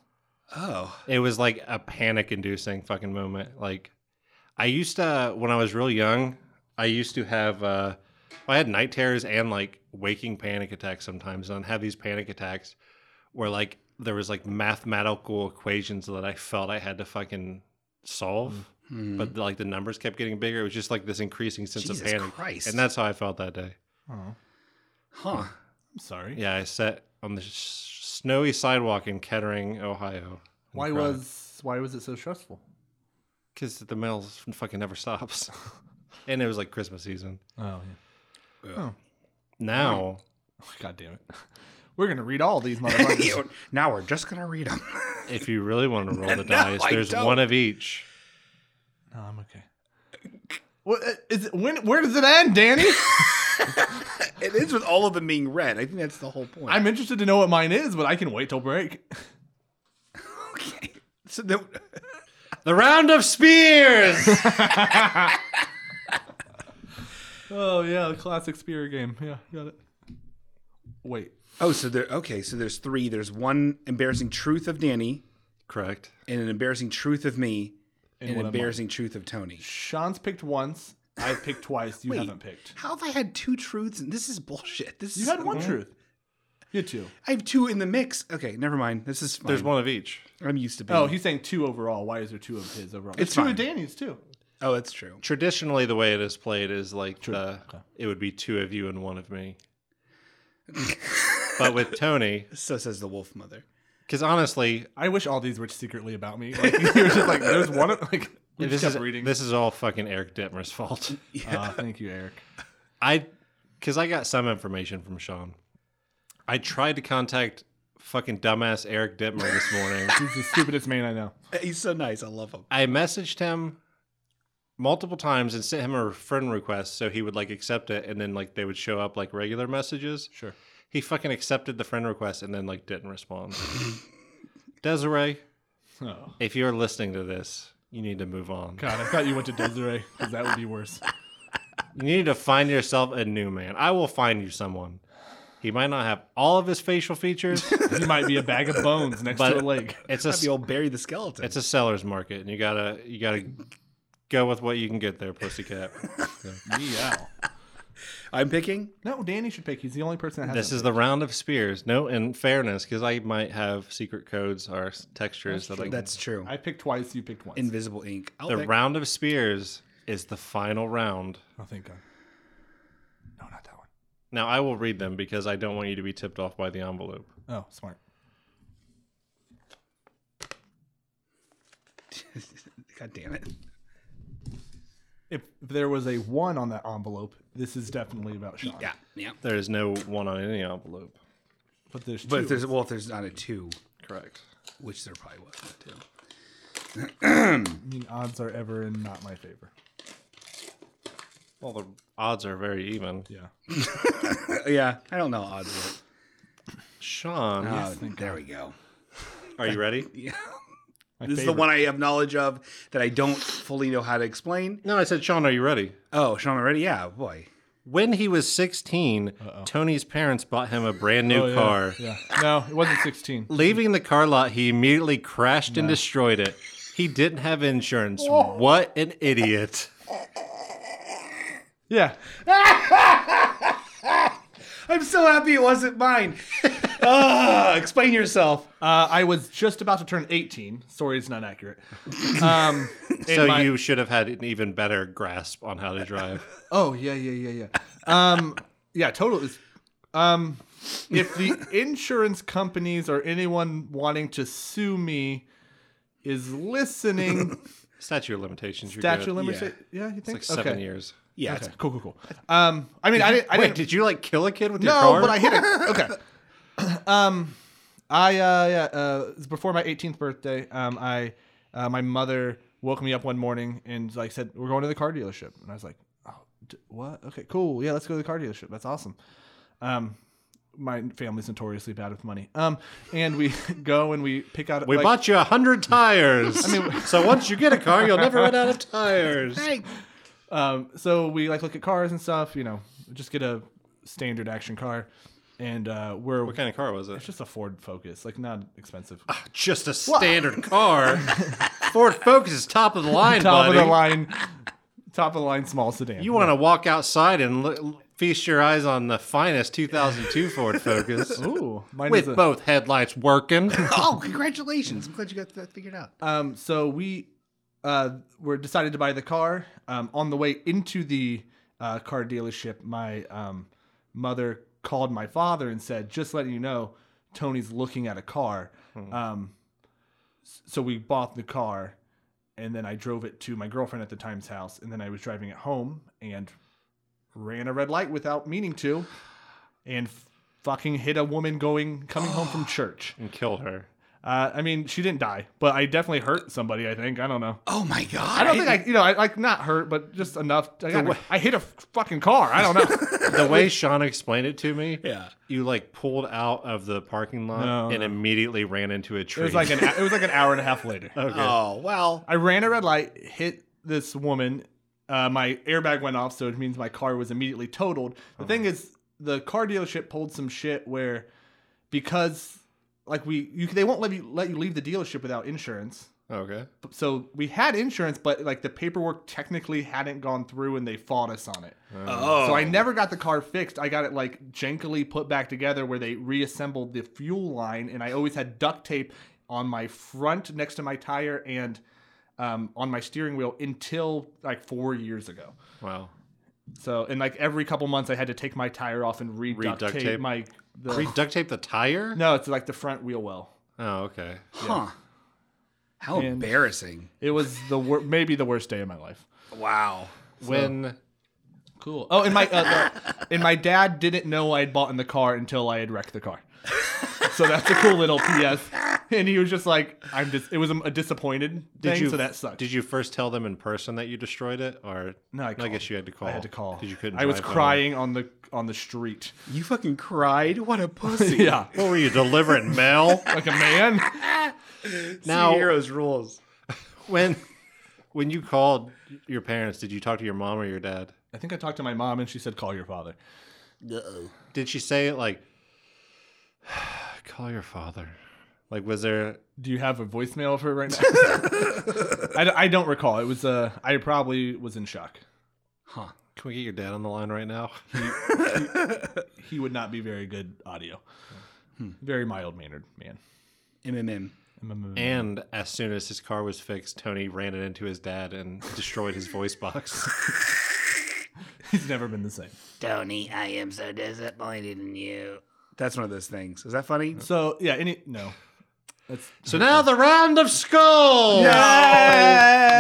S4: It was like a panic inducing fucking moment. Like I used to when I was real young, I used to have uh I had night terrors and like waking panic attacks sometimes and I'd have these panic attacks where like there was like mathematical equations that I felt I had to fucking solve. But like the numbers kept getting bigger. It was just like this increasing sense of
S1: Mm-hmm. Jesus
S4: panic.
S1: Christ.
S4: And that's how I felt that day.
S1: Huh.
S3: I'm sorry.
S4: Yeah, I sat on the sh- snowy sidewalk in Kettering, Ohio.
S3: Why was why was it so stressful?
S4: Because the mail s- fucking never stops. and it was like Christmas season.
S3: Oh, yeah.
S4: Now,
S3: God damn it. We're gonna read all these motherfuckers.
S1: You- now we're just gonna read them.
S4: if you really want to roll the
S1: No,
S4: dice,
S1: I
S4: there's
S1: don't.
S4: one of each.
S3: no, Oh, I'm okay. What, uh, is it, when, where does it end, Danny?
S1: it is with all of them being read. I think that's the whole point.
S3: I'm interested to know what mine is, but I can wait till break.
S1: okay. So the,
S4: The round of spears!
S3: Oh yeah, the classic spear game. Yeah, got it. Wait.
S1: oh, so there. Okay, so there's three. There's one embarrassing truth of Danny,
S4: Correct.
S1: and an embarrassing truth of me, and,
S3: what
S1: an
S3: am I?
S1: embarrassing truth of Tony.
S3: Sean's picked once. I've picked twice. You
S1: Wait.
S3: haven't picked.
S1: How have I had two truths? And this is bullshit. This
S3: You
S1: is, Mhm.
S3: had one truth. You had two.
S1: I have two in the mix. Okay, never mind. This is fine.
S4: There's one of each.
S1: I'm used to being.
S3: Oh, he's saying two overall. Why is there two of his overall?
S1: It's
S3: two
S1: fine.
S3: of Danny's too.
S1: oh, that's true.
S4: Traditionally, the way it is played is like the, it would be two of you and one of me. but with Tony,
S1: So says the wolf mother.
S4: because honestly,
S3: I wish all these were secretly about me. Like, you're just like, there's one of like. We
S4: this
S3: just
S4: is,
S3: kept reading.
S4: this is all fucking Eric Detmer's fault.
S3: Uh, thank you, Eric.
S4: I, because I got some information from Sean. I tried to contact fucking dumbass Eric Dittmer this morning.
S3: He's the stupidest man I know.
S1: Uh, He's so nice. I love him.
S4: I messaged him multiple times and sent him a friend request so he would like accept it and then like they would show up like regular messages.
S3: Sure.
S4: He fucking accepted the friend request and then like didn't respond. Desiree,
S3: Oh.
S4: if you're listening to this, you need to move on.
S3: God, I thought you went to Desiree because that would be worse.
S4: You need to find yourself a new man. I will find you someone. He might not have all of his facial features,
S3: You might be a bag of bones next
S4: but
S3: to a lake.
S4: it's a
S1: That'd be old Barry the skeleton.
S4: it's a seller's market and you gotta you gotta Go with what you can get there, pussycat.
S3: Meow.
S1: I'm picking.
S3: No, Danny should pick. He's the only person that has
S4: this is the round of spears. No, in fairness, because I might have secret codes or s- textures that I can
S1: That's true.
S3: I picked twice. You picked once.
S1: Invisible ink. I'll
S4: The
S1: pick.
S4: round of spears is the final round.
S3: oh, thank God. No, not that one.
S4: Now I will read them because I don't want you to be tipped off by the envelope.
S3: Oh, smart.
S1: God damn it.
S3: If, if there was a one on that envelope, this is definitely about Sean.
S1: Yeah, yeah.
S4: There is no one on any envelope.
S3: But there's two.
S1: But if there's well, if there's not a two,
S4: Correct.
S1: which there probably wasn't a two.
S3: I mean, odds are ever in not my favor.
S4: Well, the odds are very even.
S3: Yeah.
S1: Yeah, I don't know odds. of it.
S4: Sean,
S1: Oh, there we go.
S4: are you ready?
S1: Yeah. This is the one I have knowledge of that I don't fully know how to explain.
S4: No, I said, Sean, are you ready?
S1: Oh, Sean already? Yeah, boy.
S4: When he was 16, Tony's parents bought him a brand new
S3: Oh, yeah.
S4: car.
S3: Yeah. No, it wasn't 16.
S4: Leaving the car lot, he immediately crashed and destroyed it. He didn't have insurance. What an idiot.
S3: Yeah.
S1: I'm so happy it wasn't mine. Ah, explain yourself.
S3: Uh, I was just about to turn 18. Sorry, it's not accurate. Um,
S4: So
S3: and my-
S4: you should have had an even better grasp on how to drive.
S3: Oh yeah, yeah, yeah, yeah. Um, yeah, total is. Um, if the insurance companies or anyone wanting to sue me is listening,
S4: Statute of limitations. You're
S3: statute
S4: good.
S3: of limitations. Yeah. you think
S4: It's like seven years.
S1: Yeah,
S3: Okay, cool, cool, cool. Um, I mean, I didn't. I
S4: Wait,
S3: didn't
S4: did you like kill a kid with your
S3: no,
S4: car?
S3: but I hit it. Okay. um, I uh, yeah, uh, it was before my 18th birthday, um, I uh, my mother woke me up one morning and like said, "We're going to the car dealership," and I was like, "Oh, d- what? Okay, cool. Yeah, let's go to the car dealership. That's awesome." Um, my family's notoriously bad with money. Um, and we go and we pick out.
S4: We
S3: like-
S4: bought you a hundred tires. so once you get a car, you'll never run out of tires.
S3: Um, so we like look at cars and stuff. You know, just get a standard action car, and uh, we're
S4: What kind of car was it?
S3: it's just a Ford Focus, like not expensive.
S4: Just a standard car. Ford Focus is top of the line,
S3: top
S4: buddy.
S3: of the line, top of the line small sedan.
S4: You want to walk outside and look, feast your eyes on the finest 2002 Ford Focus
S3: Ooh, mine is
S4: with
S3: a-
S4: both headlights working.
S1: Oh, congratulations. I'm glad you got that figured out.
S3: Um, so we uh, were decided to buy the car. Um, on the way into the uh, car dealership, my um, mother called my father and said, "Just letting you know, Tony's looking at a car." Um, s- so we bought the car, and then I drove it to my girlfriend at the time's house, and then I was driving it home and ran a red light without meaning to, and. F- Fucking hit a woman going coming home from church.
S4: and kill her.
S3: Uh, I mean, she didn't die, but I definitely hurt somebody. I think I don't know.
S1: Oh my god.
S3: I don't think I, you know, I like not hurt, but just enough. I, got- I hit a fucking car. I don't know.
S4: The way Sean explained it to me,
S1: Yeah.
S4: you like pulled out of the parking lot
S3: No,
S4: and
S3: no.
S4: immediately ran into a
S3: it
S4: tree.
S3: was like an, it was like an hour and a half later.
S4: okay.
S1: Oh, well.
S3: I ran a red light, hit this woman. Uh, my airbag went off, so it means my car was immediately totaled.
S1: Uh-huh.
S3: The thing is, the car dealership pulled some shit where because like we, you, they won't let you let you leave the dealership without insurance.
S4: okay.
S3: So we had insurance, but like the paperwork technically hadn't gone through, and they fought us on it.
S1: Oh.
S3: So I never got the car fixed. I got it like jankily put back together where they reassembled the fuel line, and I always had duct tape on my front next to my tire and um, on my steering wheel until like four years ago.
S4: Wow.
S3: So and like every couple months, I had to take my tire off and re duct
S4: Re-duct
S3: tape,
S4: tape?
S3: my. The,
S4: Re duct tape the tire?
S3: no, it's like the front wheel well.
S4: Oh, okay.
S1: Huh. How
S3: And-
S1: embarrassing.
S3: It was the wor- maybe the worst day of my life.
S1: Wow.
S4: When
S3: Cool. Oh, and my uh, the- and my dad didn't know I had bought in the car until I had wrecked the car. So that's a cool little PS. And he was just like, "I'm just." It was a, a disappointed
S4: did
S3: thing,
S4: you
S3: so that sucked.
S4: Did you first tell them in person that you destroyed it, or
S3: No, I
S4: guess
S3: called.
S4: you had to call.
S3: I had to call.
S4: because you couldn't.
S3: I was
S4: drive home.
S3: crying on the on the street.
S1: You fucking cried? What a pussy.
S3: Yeah,
S4: What were you delivering mail?
S3: like a man.
S4: Now-
S1: Heroes rules.
S4: when when you called your parents, did you talk to your mom or your dad?
S3: I think I talked to my mom, and she said, "Call your father."
S4: Did she say it like, "Call your father"? Like, was there?
S3: Do you have a voicemail of her right now? I, d- I don't recall. It was uh, I probably was in shock.
S4: Huh? Can we get your dad on the line right now?
S3: He would not be very good audio.
S4: Hmm.
S3: Very mild mannered man.
S1: MMM.
S4: And as soon as his car was fixed, Tony ran it into his dad and destroyed his voice box.
S3: He's never been the same.
S1: Tony, I am so disappointed in you. That's one of those things. Is that funny?
S3: So yeah, any no. That's
S4: So now the round of skulls.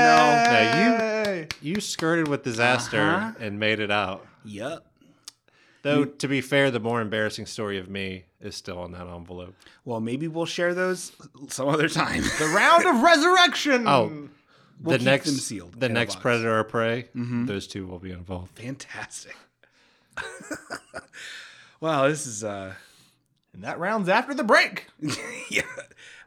S4: No,
S3: you
S4: You skirted with disaster
S1: Uh-huh.
S4: and made it out.
S1: Yup.
S4: Though, to be fair, the more embarrassing story of me is still on that envelope.
S1: Well, maybe we'll share those some other time.
S3: the round of resurrection.
S4: Oh, the
S1: Hmm. keep
S4: next
S1: them sealed Mm-hmm.
S4: the
S1: in a
S4: next
S1: box.
S4: predator or prey, those two will be involved.
S1: Fantastic. wow, this is uh
S3: and that round's after the break.
S1: yeah.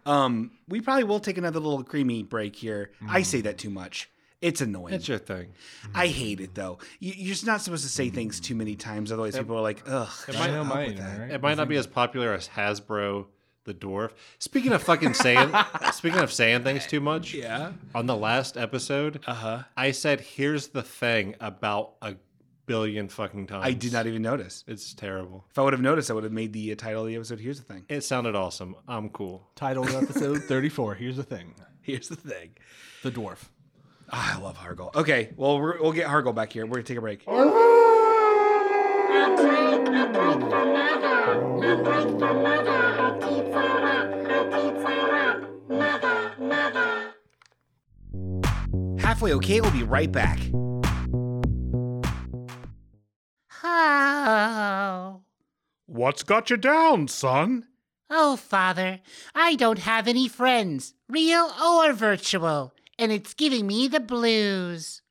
S1: Um we probably will take another little creamy break here.
S3: Mm-hmm.
S1: I say that too much. It's annoying.
S4: That's your thing.
S1: I hate it though. You, you're just not supposed to say things too many times, otherwise people are like, "Ugh."
S3: I
S1: shut
S3: know
S1: up
S3: mine,
S1: with that.
S3: right?
S4: It might not be as popular as Hasbro the dwarf. Speaking of fucking saying, speaking of saying things too much,
S1: Yeah.
S4: On the last episode,
S1: Uh huh.
S4: I said, "Here's the thing" about a billion fucking times.
S1: I did not even notice.
S4: It's terrible.
S1: If I would have noticed, I would have made the uh, title of the episode. Here's the thing.
S4: It sounded awesome. I'm cool.
S3: Titled episode thirty four. Here's the thing.
S1: Here's the thing.
S3: The dwarf.
S1: Ah, I love Hargle. Okay, well we're, we'll get Hargle back here. We're gonna take a break.
S3: Oh.
S5: A break, a break for mother. A break for mother. A deep for up. A deep for up. Mother, mother.
S1: Halfway okay. We'll be right back.
S6: Oh.
S1: What's got you down, son?
S6: Oh, Father, I don't have any friends, real or virtual, and it's giving me the blues.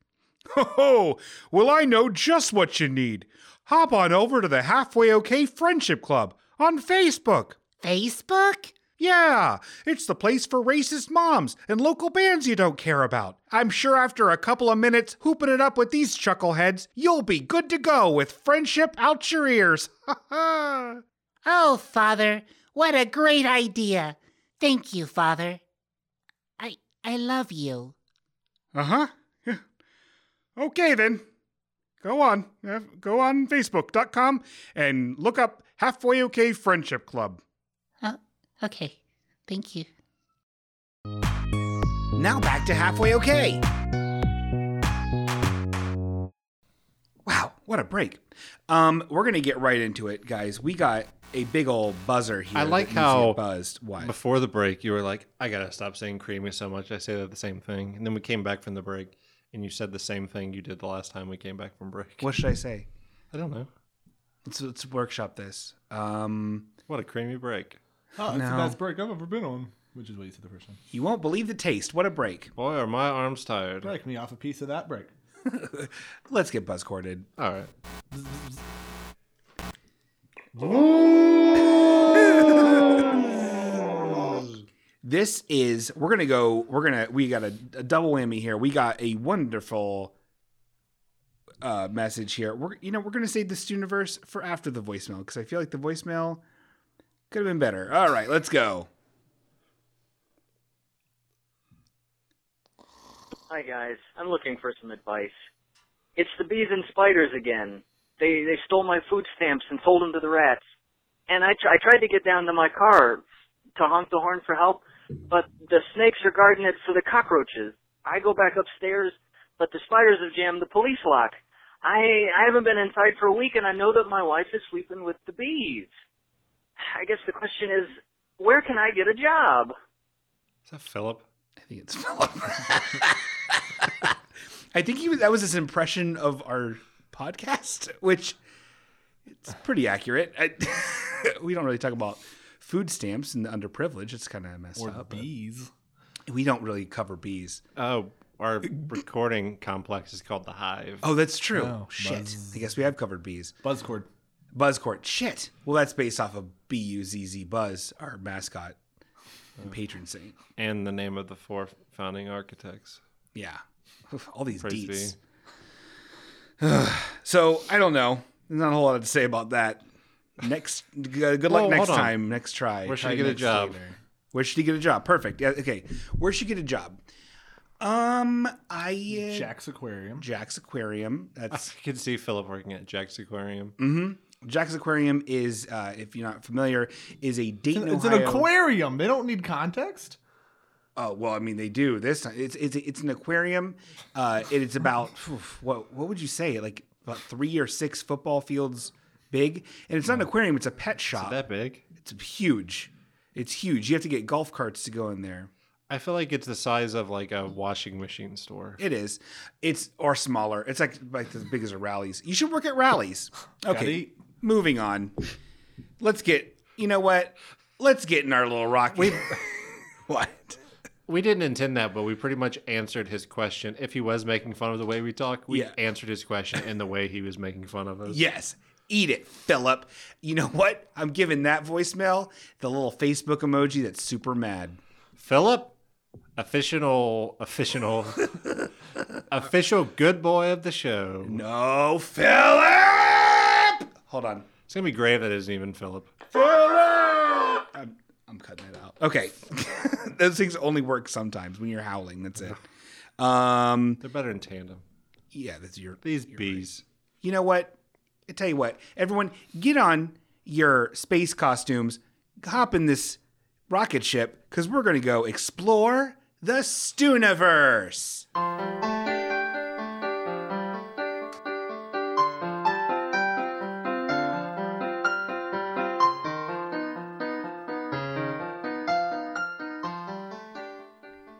S1: Oh, well, I know just what you need. Hop on over to the Halfway Okay Friendship Club on Facebook.
S6: Facebook?
S1: Yeah, it's the place for racist moms and local bands you don't care about. I'm sure after a couple of minutes hooping it up with these chuckleheads, you'll be good to go with friendship out your ears. Uh-huh.
S6: Oh, Father, what a great idea. Thank you, Father. I I love you.
S1: Uh huh. Okay, then. Go on. Uh, Go on Facebook.com and look up Halfway OK Friendship Club.
S6: Oh, okay. Thank you.
S1: Now back to Halfway OK. Wow, what a break. Um, we're going to get right into it, guys. We got a big old buzzer here.
S4: I like
S1: that needs to
S4: how-
S1: get buzzed. Why?
S4: Before the break, you were like, "I gotta stop saying creamy so much." I say that the same thing, and then we came back from the break, and you said the same thing you did the last time we came back from break.
S1: What should I say?
S4: I don't know.
S1: Let's, let's workshop this. Um,
S4: What a creamy break,
S3: Oh, that's
S1: No.
S3: the best break I've ever been on. Which is what you said the first time.
S1: you won't believe the taste. What a break.
S4: boy! Are my arms tired?
S3: Break me off a piece of that break.
S1: Let's get buzzcorded.
S4: All right.
S1: this is we're gonna go we're gonna we got a, a double whammy here we got a wonderful uh message here we're you know we're gonna save this universe for after the voicemail because i feel like the voicemail could have been better all right let's go
S7: Hi guys, I'm looking for some advice. It's the bees and spiders again. They they stole my food stamps and sold them to the rats. And I tr- I tried to get down to my car to honk the horn for help, but the snakes are guarding it for the cockroaches. I go back upstairs, but the spiders have jammed the police lock. I I haven't been inside for a week, and I know that my wife is sleeping with the bees. I guess the question is, where can I get a job?
S4: Is that Philip?
S1: i think it's philip i think he was that was his impression of our podcast which it's pretty accurate I, we don't really talk about food stamps and the underprivileged it's kind of messed
S3: Or
S1: up but-
S3: bees.
S1: we don't really cover bees.
S4: Oh, our recording complex is called the Hive.
S1: Oh, that's true.
S3: Oh,
S1: Shit.
S3: buzz.
S1: I guess we have covered bees.
S3: Buzzcord.
S1: Buzzcourt. Shit. Well, that's based off of B U Z Z Buzz, our mascot
S4: Oh.
S1: and patron saint.
S4: and the name of the four founding architects.
S1: Yeah. All these
S4: Praise
S1: deets.
S4: be.
S1: So I don't know. There's not a whole lot to say about that. Next, g- uh, good luck
S4: Well,
S1: next
S4: hold on.
S1: time. Next try.
S4: Where should
S1: Try
S4: I get a
S1: next
S4: job?
S1: Where should he get a job? Perfect. Yeah, okay. Where should he get a job? Um, I uh,
S3: Jack's Aquarium.
S1: Jack's Aquarium. That's
S4: I can see Philip working at Jack's Aquarium.
S1: Jack's Aquarium is, uh, if you're not familiar, is a Dayton,
S3: It's an
S1: Ohio.
S3: aquarium. They don't need context.
S1: Oh well, I mean they do this. Time. It's it's it's an aquarium. Uh, it, it's about oof, what what would you say like about three or six football fields big, and it's not an aquarium. It's a pet shop.
S4: That big?
S1: it's huge. It's huge. You have to get golf carts to go in there.
S4: I feel like it's the size of like a washing machine store.
S1: It is. It's or smaller. It's like like as big as a rallies. You should work at rallies. Okay.
S3: eat.
S1: Moving on. Let's get. You know what? Let's get in our little rocket. what?
S4: We didn't intend that, but we pretty much answered his question. If he was making fun of the way we talk, we
S1: Yeah.
S4: answered his question in the way he was making fun of us.
S1: Yes. Eat it, Philip. You know what? I'm giving that voicemail the little Facebook emoji that's super mad.
S4: Philip, official, official, official good boy of the show.
S1: No, Philip! Hold on.
S4: It's gonna be great if that isn't even Philip.
S1: I'm, I'm cutting it out. Okay. Those things only work sometimes when you're howling. That's it. Um,
S4: They're better in tandem.
S1: yeah, that's your.
S4: These bees.
S1: You know what? I tell you what, everyone, get on your space costumes, hop in this rocket ship, because we're going to go explore the Stooniverse.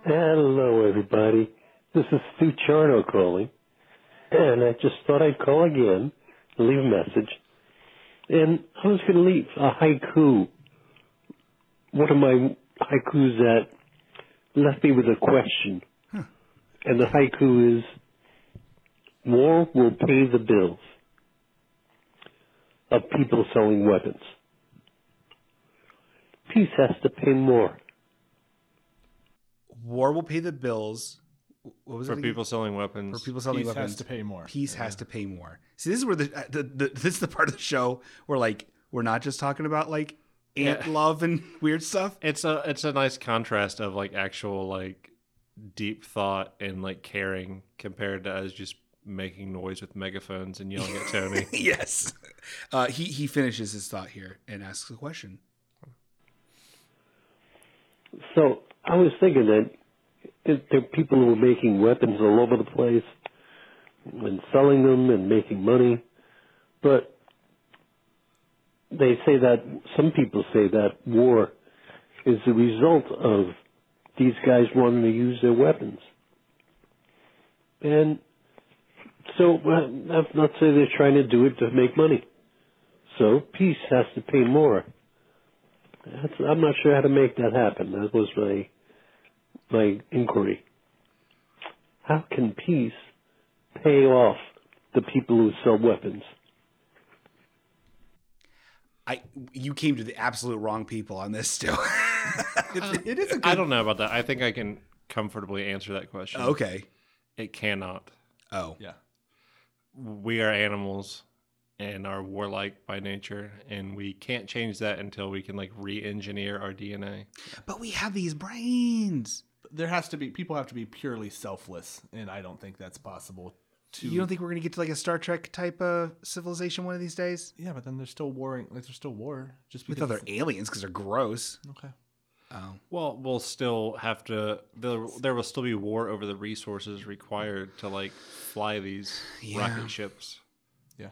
S8: Hello, everybody. This is Stu Charno calling, and I just thought I'd call again, leave a message, and I was going to leave a haiku. One of my haikus that left me with a question, and the haiku is, "War will pay the bills of people selling weapons. Peace has to pay more."
S1: War will pay the bills. What was
S4: For
S1: it?
S4: people selling weapons.
S1: for people selling
S3: Peace
S1: weapons.
S3: has to pay more.
S1: Peace has to pay more. See, this is where the, uh, the, the this is the part of the show where like we're not just talking about like ant love and weird stuff.
S4: it's a it's a nice contrast of like actual like deep thought and like caring compared to us just making noise with megaphones and yelling at Tony.
S1: yes, uh, he he finishes his thought here and asks a question.
S8: So I was thinking that if there are people who are making weapons all over the place and selling them and making money, but they say that some people say that war is the result of these guys wanting to use their weapons. And so well, let's not say they're trying to do it to make money. So peace has to pay more. That's, I'm not sure how to make that happen. That was my my inquiry. How can peace pay off the people who sell weapons?
S1: I you came to the absolute wrong people on this still.
S3: It is a
S4: I
S3: good.
S4: don't know about that. I think I can comfortably answer that question.
S1: okay.
S4: It cannot.
S1: Oh,
S3: Yeah.
S4: We are animals and are warlike by nature and we can't change that until we can like re-engineer our DNA.
S1: but we have these brains.
S3: There has to be people have to be purely selfless, and I don't think that's possible. To
S1: You don't think we're gonna get to like a Star Trek type of civilization one of these days?
S3: Yeah, but then they're still warring. Like there's still war. Just
S1: With
S3: because.
S1: other aliens because they're gross.
S3: okay.
S4: Well, we'll still have to. There, there will still be war over the resources required to like fly these rocket ships.
S3: Yeah.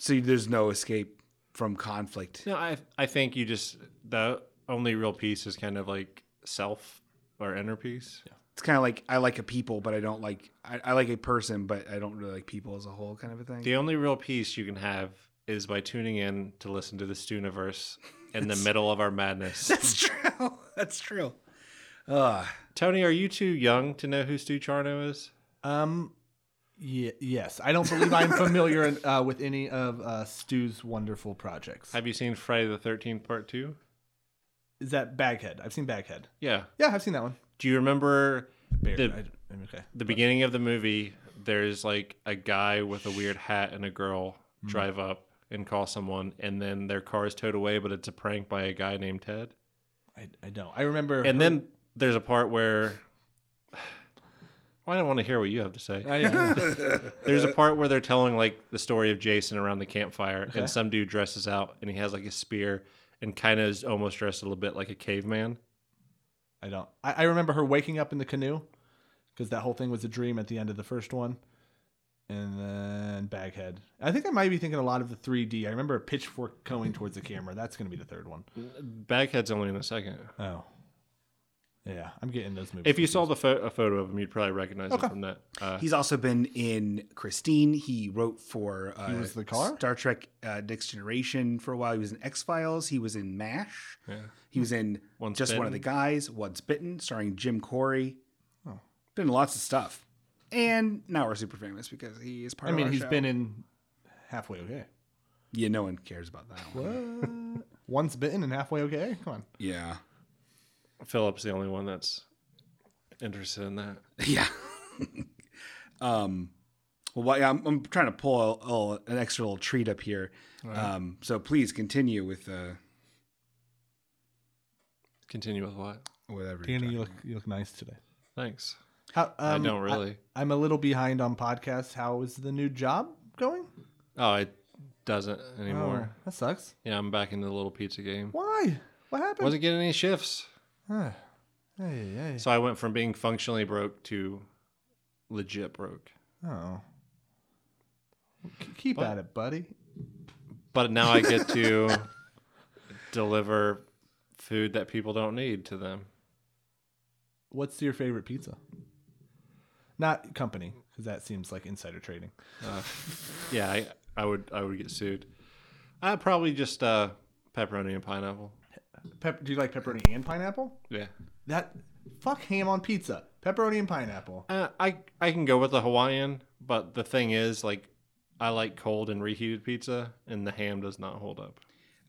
S1: So there's no escape from conflict.
S4: No, I, I think you just the only real peace is kind of like self or inner peace.
S1: It's kind of like I like a people, but I don't like I, I like a person, but I don't really like people as a whole, kind of a thing.
S4: The only real peace you can have is by tuning in to listen to the Stooniverse in the middle of our madness.
S1: That's true. That's true. Uh,
S4: Tony, are you too young to know who Stu Charno is?
S3: Um. Yeah, yes, I don't believe I'm familiar in, uh, with any of uh, Stu's wonderful projects.
S4: Have you seen Friday the Thirteenth Part Two?
S3: Is that Baghead? I've seen Baghead.
S4: Yeah.
S3: Yeah, I've seen that one.
S4: Do you remember
S3: Bear,
S4: The-
S3: I, am okay.
S4: the beginning of the movie, there's like a guy with a weird hat and a girl drive up and call someone, and then their car is towed away, but it's a prank by a guy named Ted.
S3: I, I don't. I remember.
S4: And then there's a part where. Well, I don't want to hear what you have to say.
S3: I, uh,
S4: There's a part where they're telling like the story of Jason around the campfire, and some dude dresses out and he has like a spear and kind of is almost dressed a little bit like a caveman.
S3: I don't. I, I remember her waking up in the canoe because that whole thing was a dream at the end of the first one. And then Baghead. I think I might be thinking a lot of the 3D. I remember a pitchfork going towards the camera. That's going to be the third one.
S4: Baghead's only in the second.
S3: Oh. Yeah, I'm getting those movies.
S4: If you saw the pho- a photo of him, you'd probably recognize him from that. Uh,
S1: He's also been in Christine. He wrote for uh,
S3: was the car?
S1: Star Trek uh, Next Generation for a while. He was in X Files. He was in MASH. He was in
S4: Once
S1: Just One of the
S4: Bitten.
S1: Guys, Once Bitten, starring Jim Corey.
S3: Oh.
S1: Been in lots of stuff. And now we're super famous because he is part
S3: I
S1: of
S3: mean,
S1: our
S3: he's
S1: show.
S3: been in halfway okay.
S1: Yeah, no one cares about that one.
S3: Uh, Once bitten and halfway okay. Come on.
S1: Yeah.
S4: Philip's the only one that's interested in that.
S1: Yeah. um, well, why- I'm, I'm trying to pull a, a- an extra little treat up here. Um, so please continue with uh,
S4: Continue with what?
S1: whatever. you're
S3: Danny,
S1: talking
S3: you look you look nice today.
S4: Thanks.
S3: How, um,
S4: I don't really.
S3: I, am a little behind on podcasts. How is the new job going?
S4: oh, it doesn't anymore.
S3: Oh, that sucks.
S4: Yeah, I'm back into the little pizza game.
S3: Why? What happened?
S4: Wasn't getting any shifts,
S3: Huh. Hey, hey.
S4: so I went from being functionally broke to legit broke.
S3: Oh. K- Keep at it, buddy.
S4: But now I get to deliver food that people don't need to them.
S3: What's your favorite pizza? Not company, because that seems like insider trading.
S4: Yeah, I, I would I would get sued. I probably just uh, pepperoni and pineapple.
S3: Pep- do you like pepperoni and pineapple?
S4: Yeah,
S3: That fuck ham on pizza. Pepperoni and pineapple.
S4: uh, I I can go with the Hawaiian, but the thing is, like, I like cold and reheated pizza, and the ham does not hold up.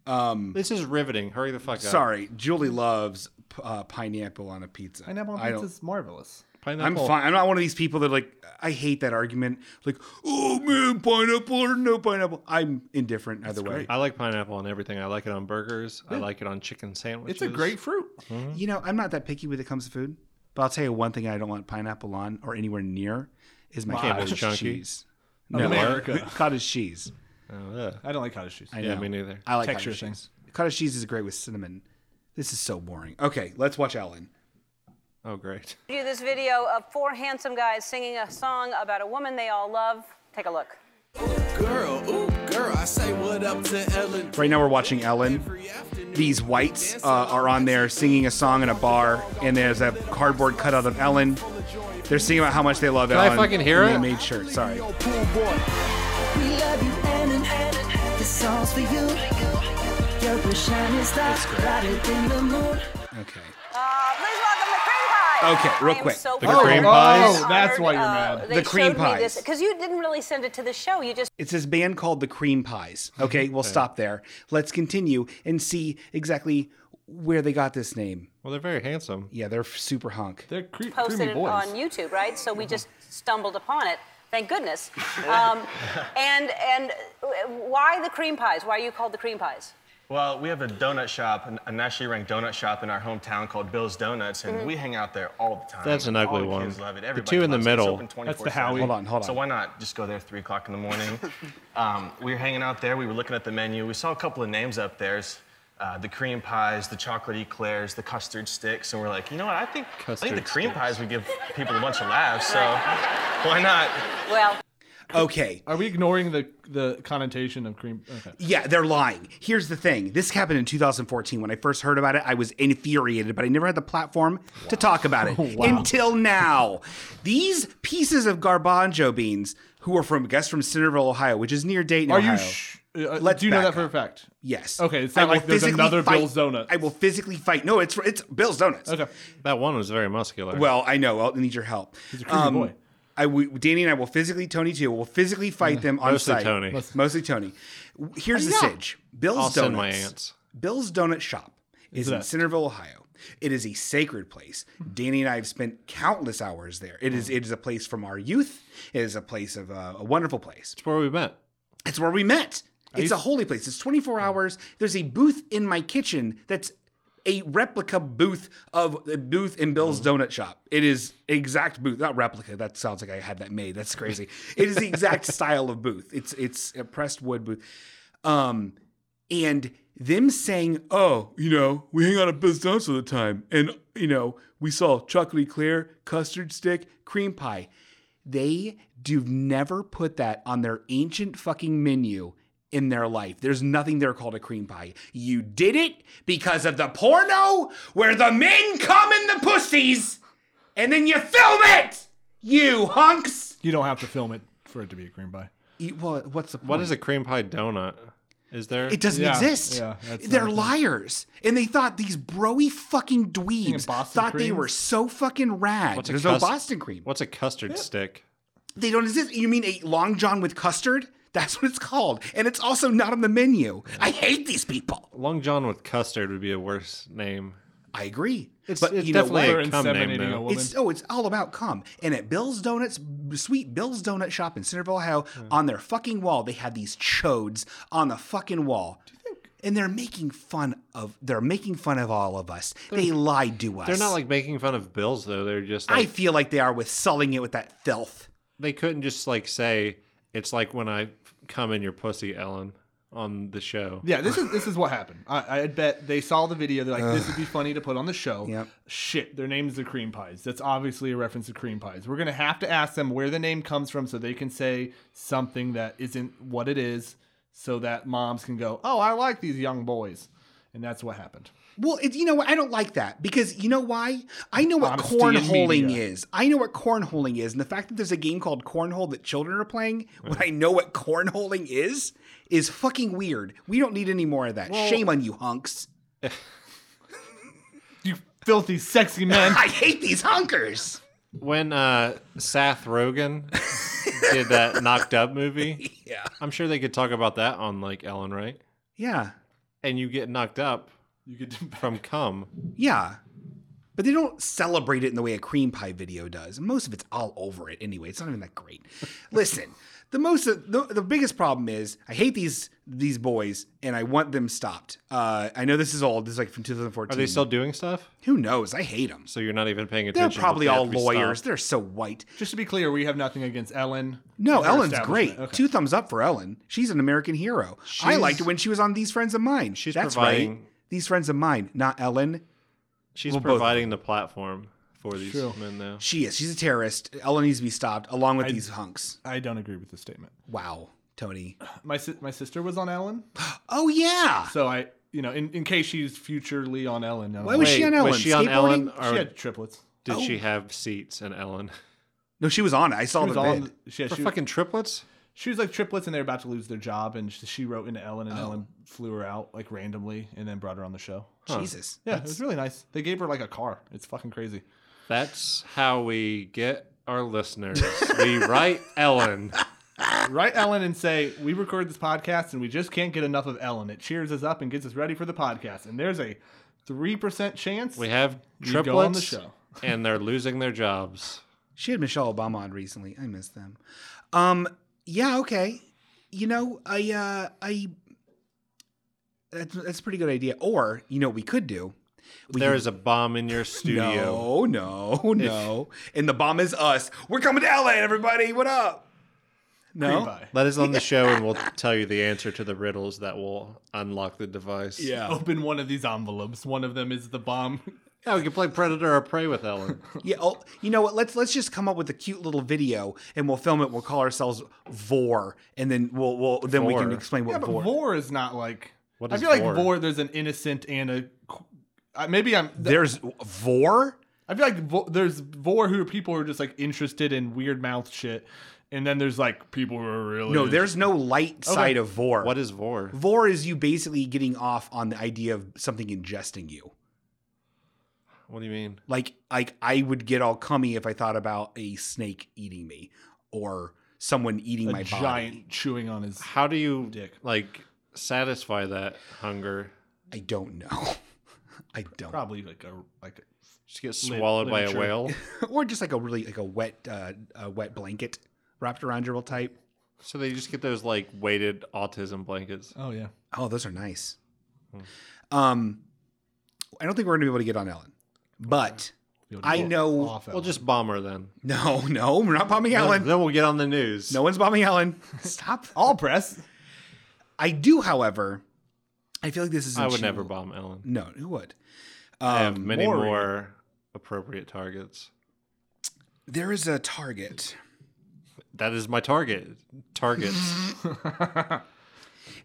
S1: about. Um,
S4: This is riveting. Hurry the fuck up.
S1: sorry, Julie loves p- uh, pineapple on a pizza.
S3: Pineapple
S1: I
S3: on
S1: don't-
S3: pizza is marvelous.
S1: I'm
S4: pineapple.
S1: fine. I'm not one of these people that like. I hate that argument. Like, oh man, pineapple or no pineapple. I'm indifferent either way.
S4: I like pineapple on everything. I like it on burgers. I like it on chicken sandwiches.
S3: It's a great fruit.
S4: Mm-hmm.
S1: You know, I'm not that picky when it comes to food, but I'll tell you one thing I don't want pineapple on or anywhere near is my
S4: Can't be
S1: cottage
S4: chunky.
S1: cheese. No,
S3: America.
S1: cottage cheese.
S4: Oh, yeah.
S3: I don't like cottage cheese.
S1: I
S4: yeah,
S1: know.
S4: me neither.
S1: I like
S3: Texture
S1: cottage
S3: thing.
S1: cheese. Cottage cheese is great with cinnamon. This is so boring. Okay, let's watch Ellen.
S4: oh, great.
S9: you this video of four handsome guys singing a song about a woman they all love. Take a look.
S10: Girl, ooh, girl, I say what up to Ellen.
S1: Right now we're watching Ellen. These whites uh, are on there singing a song in a bar, and there's a cardboard cutout of Ellen. They're singing about how much they love
S4: I
S1: Ellen.
S4: fucking hear
S1: and
S4: it?
S1: They made sure. Sorry. Okay.
S9: Uh, please welcome the cream pie.
S1: Okay, real
S9: I am
S1: quick.
S9: So
S4: The
S9: proud.
S4: cream
S9: I am
S4: pies?
S9: so
S3: Oh, that's why you're
S9: honored,
S3: mad.
S9: they
S1: The cream
S9: showed me this
S1: pies.
S9: because you didn't really send it to the show. You just
S1: It's this band called the Cream Pies.
S3: Mm-hmm.
S1: Okay, we'll stop there. Let's continue and see exactly where they got this name.
S4: Well, they're very handsome.
S1: Yeah, they're super hunk.
S3: They're cre-
S9: posted
S3: creamy
S9: it
S3: boys. Uh-huh.
S9: on YouTube, right? So we just stumbled upon it. Thank goodness. Um, and and uh, why the cream pies? Why are you called the cream pies?
S11: Well, we have a donut shop, an- a nationally ranked donut shop in our hometown called Bill's Donuts, and we hang out there all the time.
S4: That's an
S11: All
S4: ugly
S11: the
S4: one.
S11: Kids love it.
S4: The
S11: Everybody
S4: two in the
S11: loves it. It's
S4: middle.
S11: open
S3: That's the
S11: 24/7.
S3: Howie.
S1: Hold on, hold
S11: So
S1: on.
S11: why not just go there three o'clock in the morning? um, we were hanging out there. We were looking at the menu. We saw a couple of names up there: uh, the cream pies, the chocolate eclairs, the custard sticks, and we're like, you know what? I think I think
S4: Custard
S11: the cream
S4: sticks.
S11: pies would give people a bunch of laughs. So why not?
S9: Well,
S1: Okay.
S3: Are we ignoring the the connotation of cream? Okay.
S1: Yeah, they're lying. Here's the thing. This happened in 2014. When I first heard about it, I was infuriated, but I never had the platform to talk about it until now. These pieces of garbanzo beans, who are from, I guess, from Centerville, Ohio, which is near Dayton,
S3: Are
S1: Ohio.
S3: you? Sh- uh,
S1: Let's
S3: do you know
S1: back
S3: that for a
S1: up.
S3: fact?
S1: Yes.
S3: Okay, it's
S1: I
S3: not
S1: will
S3: like there's
S1: physically
S3: another
S1: fight-
S3: Bill's Donuts.
S1: I will physically fight. No, it's it's Bill's Donuts.
S3: Okay.
S4: That one was very muscular.
S1: Well, I know. I'll need your help. Um,
S3: He's a creepy boy.
S1: I, we, Danny and I will physically, Tony too, will physically fight
S3: Mm.
S1: them on
S4: mostly
S1: site.
S4: Tony.
S1: Mostly Tony. W- Here's the sitch. Bill's
S4: I'll
S1: Donuts.
S4: send my aunts.
S1: Bill's Donut Shop is in
S3: that? Hmm.
S1: Centerville, Ohio. It is a sacred place. Danny and I have spent countless hours there. It is it is a place from our youth. It is a place of uh, a wonderful place.
S4: It's where we met.
S1: It's where we met. It's a holy place. It's 24 hours. There's a booth in my kitchen that's a replica booth of a booth in Bill's Donut Shop. It is exact booth, not replica. That sounds like I had that made. That's crazy. It is the exact style of booth. It's it's a pressed wood booth. Um, and them saying, "Oh, you know, we hang out at Bill's Donuts all the time, and you know, we saw chocolatey clear, custard stick, cream pie." They do never put that on their ancient fucking menu in their life. There's nothing there called a cream pie. You did it because of the porno where the men come in the pussies, and then you film it. You hunks.
S3: You don't have to film it for it to be a cream pie.
S1: You- well, what's the
S4: What
S1: point?
S4: is a cream pie donut? Is there?
S1: Hmm. It doesn't
S3: Yeah,
S1: exist.
S3: yeah, that's
S1: They're
S3: not a thing.
S1: liars. And they thought these broy fucking dweebs
S3: Boston
S1: thought they
S3: creams?
S1: were so fucking rad.
S4: What's a
S1: There's no
S4: cus-
S1: Boston cream.
S4: What's a custard stick?
S1: They don't exist. You mean a Long John with custard? That's what it's called. And it's also not on the menu. I hate these people.
S4: Long John with custard would be a worse name.
S1: I agree.
S4: It's,
S1: but
S4: it's
S1: you know
S4: definitely
S1: what?
S3: They're
S4: a cum name
S3: inseminating a
S4: though.
S3: woman.
S1: It's oh, it's all about cum. And at Bill's Donuts, sweet Bill's Donut Shop in Centerville, Ohio,
S4: Hmm.
S1: on their fucking wall, they had these chodes on the fucking wall. And they're making fun of they're making fun of all of us. They lied to us.
S4: They're not like making fun of bills though. They're just
S1: I
S4: like
S1: feel like they are with selling it with that filth.
S4: they couldn't just like say it's like when I come in your pussy, Ellen, on the show.
S3: Yeah, this is this is what happened. I, I bet they saw the video. They're like, "This would be funny to put on the show."
S1: Yep.
S3: Shit, their name's the Cream Pies. That's obviously a reference to Cream Pies. We're gonna have to ask them where the name comes from, so they can say something that isn't what it is, so that moms can go, "Oh, I like these young boys," and that's what happened.
S1: Well, it, you know what? I don't like that because you know why? I know what
S3: Honesty in
S1: cornholing
S3: media.
S1: is. I know what cornholing is, and the fact that there's a game called cornhole that children are playing when I know what cornholing is is fucking weird. We don't need any more of that. Shame on you, hunks!
S3: You filthy, sexy men.
S1: I hate these hunkers.
S4: When uh Seth Rogen did that knocked up movie,
S1: Yeah,
S4: I'm sure they could talk about that on like Ellen, right?
S1: yeah,
S4: And you get knocked up
S3: you could.
S4: from cum.
S1: yeah. But they don't celebrate it in the way a cream pie video does. Most of it's all over it anyway. It's not even that great. Listen, the most the, the biggest problem is I hate these these boys and I want them stopped. Uh, I know this is old. This is like from 2014.
S4: Are they still doing stuff?
S1: Who knows? I hate them.
S4: So you're not even paying
S1: They're
S4: attention. but
S1: probably
S4: they have
S1: all
S4: to be
S1: lawyers.
S4: stopped.
S1: They're so white.
S3: Just to be clear, we have nothing against Ellen.
S1: No,
S3: and her
S1: Ellen's
S3: establishment.
S1: great.
S3: Okay.
S1: Two thumbs up for Ellen. She's an American hero. I liked her when she was on These Friends of Mine.
S4: She's
S1: That's right.
S4: providing-
S1: These Friends of Mine, not Ellen.
S4: She's
S1: Well, both of
S4: providing the platform for these men now.
S1: She is. She's a terrorist. Ellen needs to be stopped along with these hunks.
S3: I don't agree with this statement.
S1: Wow, Tony.
S3: My si- my sister was on Ellen,
S1: Oh yeah.
S3: so I. You know, in, in case she's futurely on Ellen, I'm
S1: Why was she on Ellen?
S4: Was she on
S1: Skateboarding? Oh.
S4: Ellen or
S3: She had triplets.
S4: did she have seats in Ellen?
S1: No, she was on it. I saw
S3: She was
S1: the
S3: on.
S1: bid.
S3: the- She,
S4: For
S3: she,
S4: fucking triplets?
S3: she was like triplets, and they were about to lose their job, and she, she wrote into Ellen, and
S1: Oh.
S3: Ellen flew her out like randomly, and then brought her on the show.
S1: Jesus.
S3: Yeah, it was really nice. They gave her like a car. It's fucking crazy.
S4: That's how we get our listeners. we write Ellen.
S3: Write Ellen and say we record this podcast, and we just can't get enough of Ellen. It cheers us up and gets us ready for the podcast. And there's a three percent chance
S4: We have
S3: you
S4: triplets
S3: go on the show.
S4: and they're losing their jobs.
S1: She had Michelle Obama on recently. I miss them. Um, yeah, okay. You know, I uh I that's, that's a pretty good idea. Or, you know what we could do? We
S4: There
S1: could-
S4: is a bomb in your studio.
S1: No, no, no. and the bomb is us. We're coming to LA, everybody. What up?
S3: Cream
S1: No.
S3: pie.
S4: Let us on the show and we'll tell you the answer to the riddles that will unlock the device.
S1: Yeah.
S3: Open one of these envelopes. One of them is the bomb.
S4: Yeah, Oh, we can play Predator or Prey with Ellen.
S1: Yeah, oh, you know what? Let's let's just come up with a cute little video and we'll film it. We'll call ourselves Vor and then we'll we'll then we can
S4: Vor.
S1: explain what
S3: Yeah, but
S1: Vor.
S3: vor is not like.
S4: What
S3: I
S4: is
S3: feel like
S4: vor?
S3: vor. There's an innocent and a. qu- I- Maybe I'm.
S1: There's Vor?
S3: I feel like vo- there's vor who are people who are just like interested in weird mouth shit, and then there's like people who are really
S1: No, there's no light side of Vor.
S4: What is Vor?
S1: Vor is you basically getting off on the idea of something ingesting you.
S4: What do you mean?
S1: Like like I would get all cummy if I thought about a snake eating me or someone eating
S3: a
S1: my
S3: giant
S1: body.
S3: chewing on his.
S4: How do you
S3: Dick.
S4: like satisfy that hunger?
S1: I don't know. I don't.
S3: Probably like a like.
S4: Just get
S3: Lit-
S4: swallowed by a
S3: literature.
S4: whale?
S1: Or just like a really like a wet uh, a wet blanket wrapped around your real tight.
S4: So they just get those like weighted autism blankets.
S3: Oh yeah.
S1: Oh, those are nice. Um I don't think we're going to be able to get on Ellen, but I know.
S4: We'll just bomb her then.
S1: No, no, we're not bombing
S4: Then-
S1: Ellen.
S4: Then we'll get on the news.
S1: No one's bombing Ellen. Stop. All press. I do, however. I feel like this is.
S4: I would never bomb Ellen.
S1: No, who would?
S4: I have
S1: Um,
S4: many more,
S1: Maury.
S4: appropriate targets.
S1: There is a target.
S4: That is my target. Targets.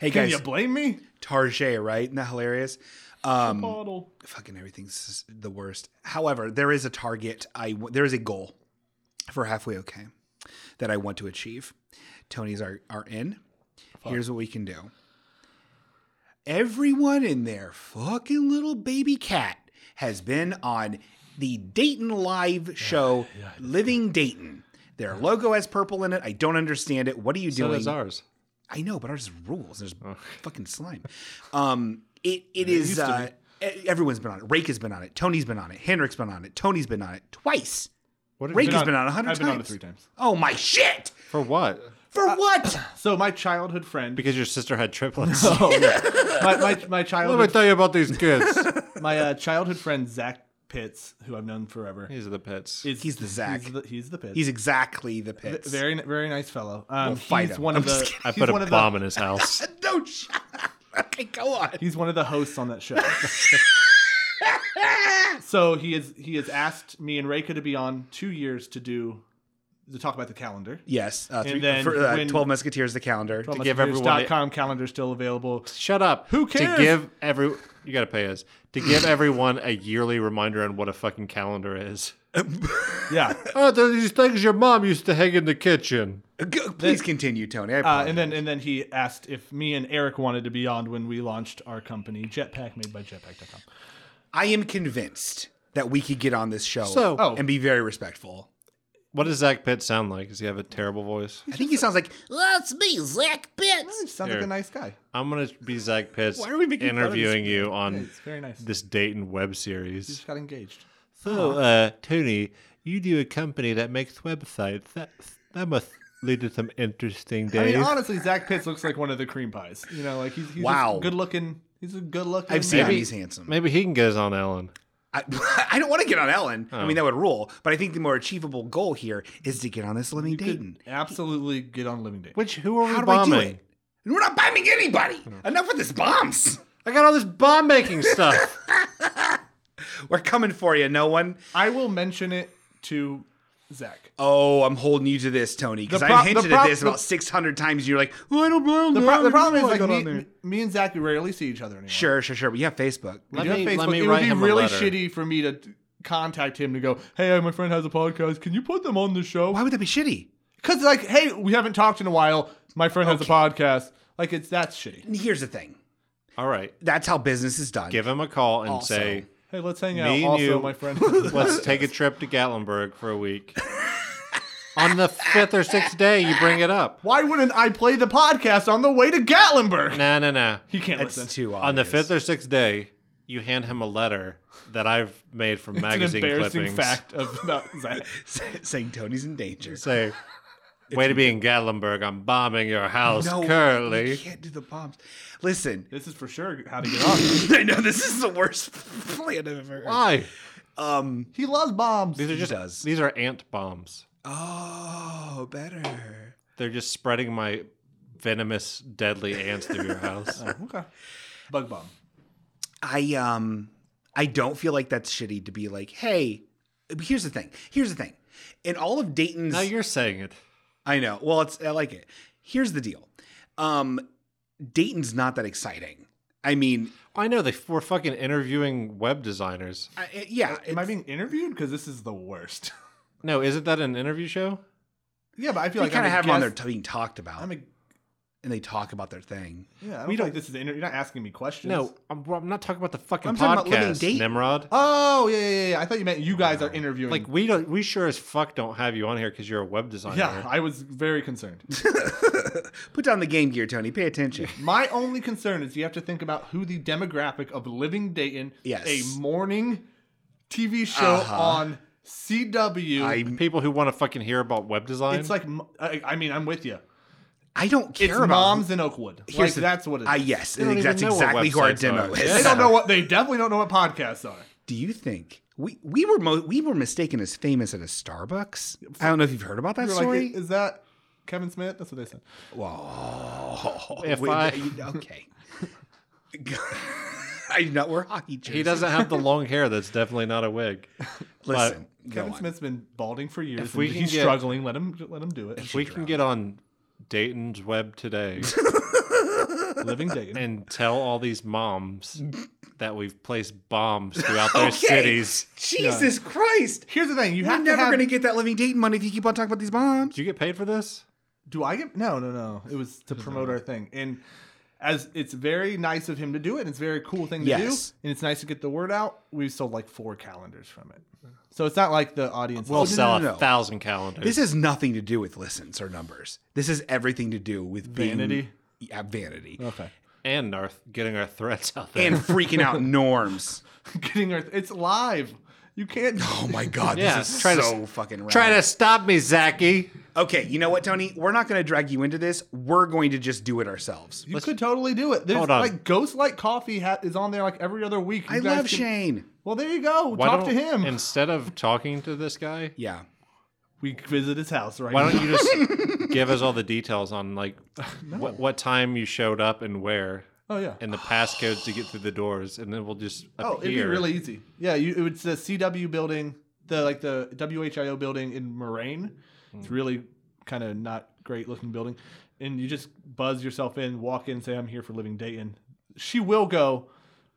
S1: Hey
S3: Can
S1: guys,
S3: you blame me?
S1: Target, right? Isn't that hilarious? Um,
S3: Bottle.
S1: fucking everything's the worst. However, there is a target. I w- there is a goal for halfway okay that I want to achieve. Tony's are are in. Here's what we can do. Everyone in their fucking little baby cat has been on the Dayton Live show, Living Dayton. Their logo has purple in it. I don't understand it. What are you
S4: so
S1: doing?
S4: does ours.
S1: I know, but ours rules. There's fucking slime. Um, it it
S4: Yeah, it
S1: is.
S4: used to
S1: uh, e- everyone's been on it. Rake has been on it. Tony's been on it. Henrik's been on it. Tony's been on it twice.
S4: What have
S1: Rake
S4: you
S1: has
S3: on-
S1: been on it a hundred
S3: I've
S1: times.
S3: been on it three times.
S1: Oh my shit!
S4: For what?
S3: Uh,
S1: For what?
S3: So my childhood friend.
S4: Because your sister had triplets.
S3: my, my, my
S4: Let me
S3: childhood
S4: tell you about these kids.
S3: my uh, childhood friend Zach Pitts, who I've known forever.
S4: These are the pets.
S3: Is,
S1: He's the Zach.
S3: He's the, he's the Pitts.
S1: He's exactly the
S3: V-
S1: pits.
S3: very very nice fellow. Um,
S1: We'll fight
S3: he's
S1: him.
S3: one of
S1: I'm just
S3: the.
S1: kidding.
S4: I
S3: he's
S4: put
S3: one
S4: a
S3: of
S4: bomb
S3: The,
S4: in his house.
S1: no shut up. Okay, go on.
S3: he's one of the hosts on that show. so he is he has asked me and Reika to be on two years to do to talk about the calendar.
S1: Yes, uh,
S3: And
S1: three,
S3: then
S1: for, uh,
S3: when-
S1: Twelve Musketeers the calendar.
S3: Well,
S4: give
S3: messengers
S4: everyone a-
S3: dot com calendar still available.
S4: Shut up.
S3: Who cares?
S4: To give every you gotta pay us to give everyone a yearly reminder on what a fucking calendar is.
S3: Yeah.
S4: Oh, there's these things your mom used to hang in the kitchen.
S1: Go- please continue, Tony. I
S3: Uh,
S1: apologize.
S3: and then and then he asked if me and Eric wanted to be on when we launched our company Jetpack made by jetpack.com.
S1: I am convinced that we could get on this show
S4: So- Oh.
S1: and be very respectful.
S4: What does Zach Pitt sound like? Does he have a terrible voice?
S1: I think he sounds like
S6: That's me, Zach Pitts.
S3: Sounds
S4: Here.
S3: like a nice guy.
S4: I'm gonna be Zach Pitts
S3: Why are we making fun of this
S4: interviewing you on
S3: It's very nice.
S4: this Dayton web
S3: He
S4: series.
S3: just got engaged.
S4: So, uh, Tony, you do a company that makes websites. That that must lead to some interesting
S3: I
S4: days.
S3: mean, honestly, Zach Pitts looks like one of the cream pies. You know, like he's, he's just
S1: Wow.
S3: good looking. He's a good looking.
S1: I've seen him.
S3: man.
S1: He's handsome.
S4: Maybe he can get us on Ellen.
S1: I, I don't want to get on Ellen.
S3: Oh.
S1: I mean, that would rule. But I think the more achievable goal here is to get on this living
S3: You could
S1: Dayton.
S3: absolutely get on living date.
S4: Which who are we
S1: How do
S4: bombing?
S1: I do it? And We're not bombing anybody. Enough with this bombs.
S4: I got all this bomb making stuff.
S1: We're coming for you, no one.
S3: I will mention it to Zach.
S1: Oh, I'm holding you to this, Tony, because
S3: The pro-
S1: I hinted
S3: the pro-
S1: at this
S3: the-
S1: about 600 times. You're like, oh, I don't know.
S3: The, pro- the problem is like
S1: on
S3: me,
S1: there.
S3: me and Zach rarely see each other anymore.
S1: Sure, sure, sure. But you have Facebook.
S3: We
S4: Let
S3: do have
S4: me- let
S3: Facebook.
S4: me
S3: it would
S4: write
S3: be
S4: him a
S3: really
S4: letter.
S3: shitty for me to t- contact him to go, hey, my friend has a podcast. Can you put them on the show?
S1: Why would that be shitty?
S3: Because like, hey, we haven't talked in a while. My friend has a podcast. Like it's that's shitty.
S1: Here's the thing.
S4: all right,
S1: That's how business is done.
S4: give him a call and
S1: Also,
S4: say,
S3: Hey, let's hang out.
S4: "Me and
S3: also,
S4: you,
S3: my friend.
S4: let's take a trip to Gatlinburg for a week." on the fifth or sixth day, you bring it up.
S3: Why wouldn't I play the podcast on the way to Gatlinburg?
S4: No, no, no.
S3: He can't
S1: That's
S3: listen.
S1: too obvious.
S4: On the fifth or sixth day, you hand him a letter that I've made from
S3: It's an
S4: magazine
S3: embarrassing
S4: clippings.
S3: fact of about Zach.
S1: saying Tony's in danger.
S4: Say, way to be in Gatlinburg. I'm bombing your house
S1: No, you
S4: currently.
S1: can't do the bombs. Listen,
S3: This is for sure how to get on.
S1: I know this is the worst plan I've ever heard.
S4: Why?
S1: Um,
S3: he loves bombs.
S4: These are just
S1: does.
S4: these are ant bombs.
S1: oh, better.
S4: They're just spreading my venomous, deadly ants through your house.
S3: Okay. Bug bomb.
S1: I um, I don't feel like that's shitty to be like, hey, here's the thing. Here's the thing. In all of Dayton's,
S4: now you're saying it.
S1: I know. Well, it's I like it. Here's the deal. Um, Dayton's not that exciting. I mean,
S4: I know they were fucking interviewing web designers.
S1: I, I- yeah,
S3: Am I being interviewed? Because this is the worst.
S4: No, isn't that an interview show?
S3: yeah, but I feel
S1: they
S3: like
S1: kind
S3: I'm
S1: of
S3: a
S1: have them on there
S3: guest-
S1: t- being talked about,
S3: I'm a
S1: and they talk about their thing.
S3: yeah. I don't
S4: We
S3: we
S4: don't-
S3: don't. Like this is inter- you're not asking me questions.
S4: No, I'm, well, I'm not talking about the fucking
S1: I'm
S4: podcast,
S1: talking about Living Uh, Dayton.
S4: Nimrod.
S3: Oh yeah, yeah, yeah, yeah. I thought you meant you guys are interviewing.
S4: Like we don't, we sure as fuck don't have you on here because you're a web designer.
S3: yeah, I was very concerned.
S1: Put down the Game Gear, Tony. Pay attention.
S3: My only concern is you have to think about who the demographic of Living Dayton,
S1: Yes.
S3: a morning TV show on CW.
S1: I
S4: people who want to fucking hear about web design.
S3: it's like m- I, I mean, I'm with you.
S1: I don't care
S3: It's
S1: about
S3: moms in Oakwood.
S1: Here's
S3: Like,
S1: the-
S3: that's what it is.
S1: Ah, yes,
S3: They don't
S1: and that's
S3: even know what
S1: exactly who our
S3: websites
S1: demo
S3: are.
S1: is.
S3: They don't know what. They definitely don't know what podcasts are.
S1: Do you think we we were mo- we were mistaken as famous at a Starbucks? I don't know if you've heard about that
S3: You're like,
S1: story.
S3: is that Kevin Smith? That's what they said.
S1: Whoa!
S3: If
S1: Wait,
S3: I-
S1: you- okay, I do not wear hockey jerseys.
S4: He doesn't have the long hair. That's definitely not a wig.
S1: Listen,
S4: But
S3: Kevin Smith's been balding for years.
S4: If we
S3: and
S4: can
S3: he's
S4: get-
S3: struggling. Let him let him do it.
S4: if we can get on Dayton's web today,
S3: living Dayton,
S4: and tell all these moms that we've placed bombs throughout their
S1: Okay.
S4: cities.
S1: Jesus Christ!
S3: Here's the thing: you
S1: We're
S3: have to
S1: never
S3: have-
S1: going to get that living Dayton money if you keep on talking about these moms.
S4: Do you get paid for this?
S3: Do I get no, no, no. It was to promote our thing. And as it's very nice of him to do it, and it's a very cool thing to
S1: Yes.
S3: do. And it's nice to get the word out. We've sold like four calendars from it. So it's not like the audience.
S4: We'll
S3: Oh, no,
S4: sell
S3: no, no,
S4: a
S3: no.
S4: thousand calendars.
S1: This has nothing to do with listens or numbers. This has everything to do with being-
S4: Vanity?
S1: yeah, vanity,
S3: Okay.
S4: and our getting our threats out there
S1: and freaking out norms.
S3: Getting our it's live. You can't
S1: Oh my god,
S4: Yeah,
S1: this is
S4: try to-
S1: so fucking rad.
S4: Try to stop me, Zachy.
S1: Okay, you know what, Tony? We're not going to drag you into this. We're going to just do it ourselves.
S3: You could totally do it. There's
S4: Hold on.
S3: like Ghost Light Coffee ha- is on there like every other week. You
S1: I
S3: guys
S1: love
S3: can-
S1: Shane.
S3: Well, there you go.
S4: Why
S3: Talk to
S4: don't-
S3: him.
S4: Instead of talking to this guy,
S1: Yeah.
S3: we visit his house right
S4: why
S3: now.
S4: don't you just give us all the details on like what, what time you showed up and where
S3: Oh yeah.
S4: and the passcodes to get through the doors and then we'll just
S3: Oh, it'd be
S4: appear.
S3: really easy. Yeah, you, it was the CW building, the like the WHIO building in Moraine.
S4: Hmm.
S3: It's really kind of not great looking building, and you just buzz yourself in, walk in, say I'm here for Living Dayton. She will go.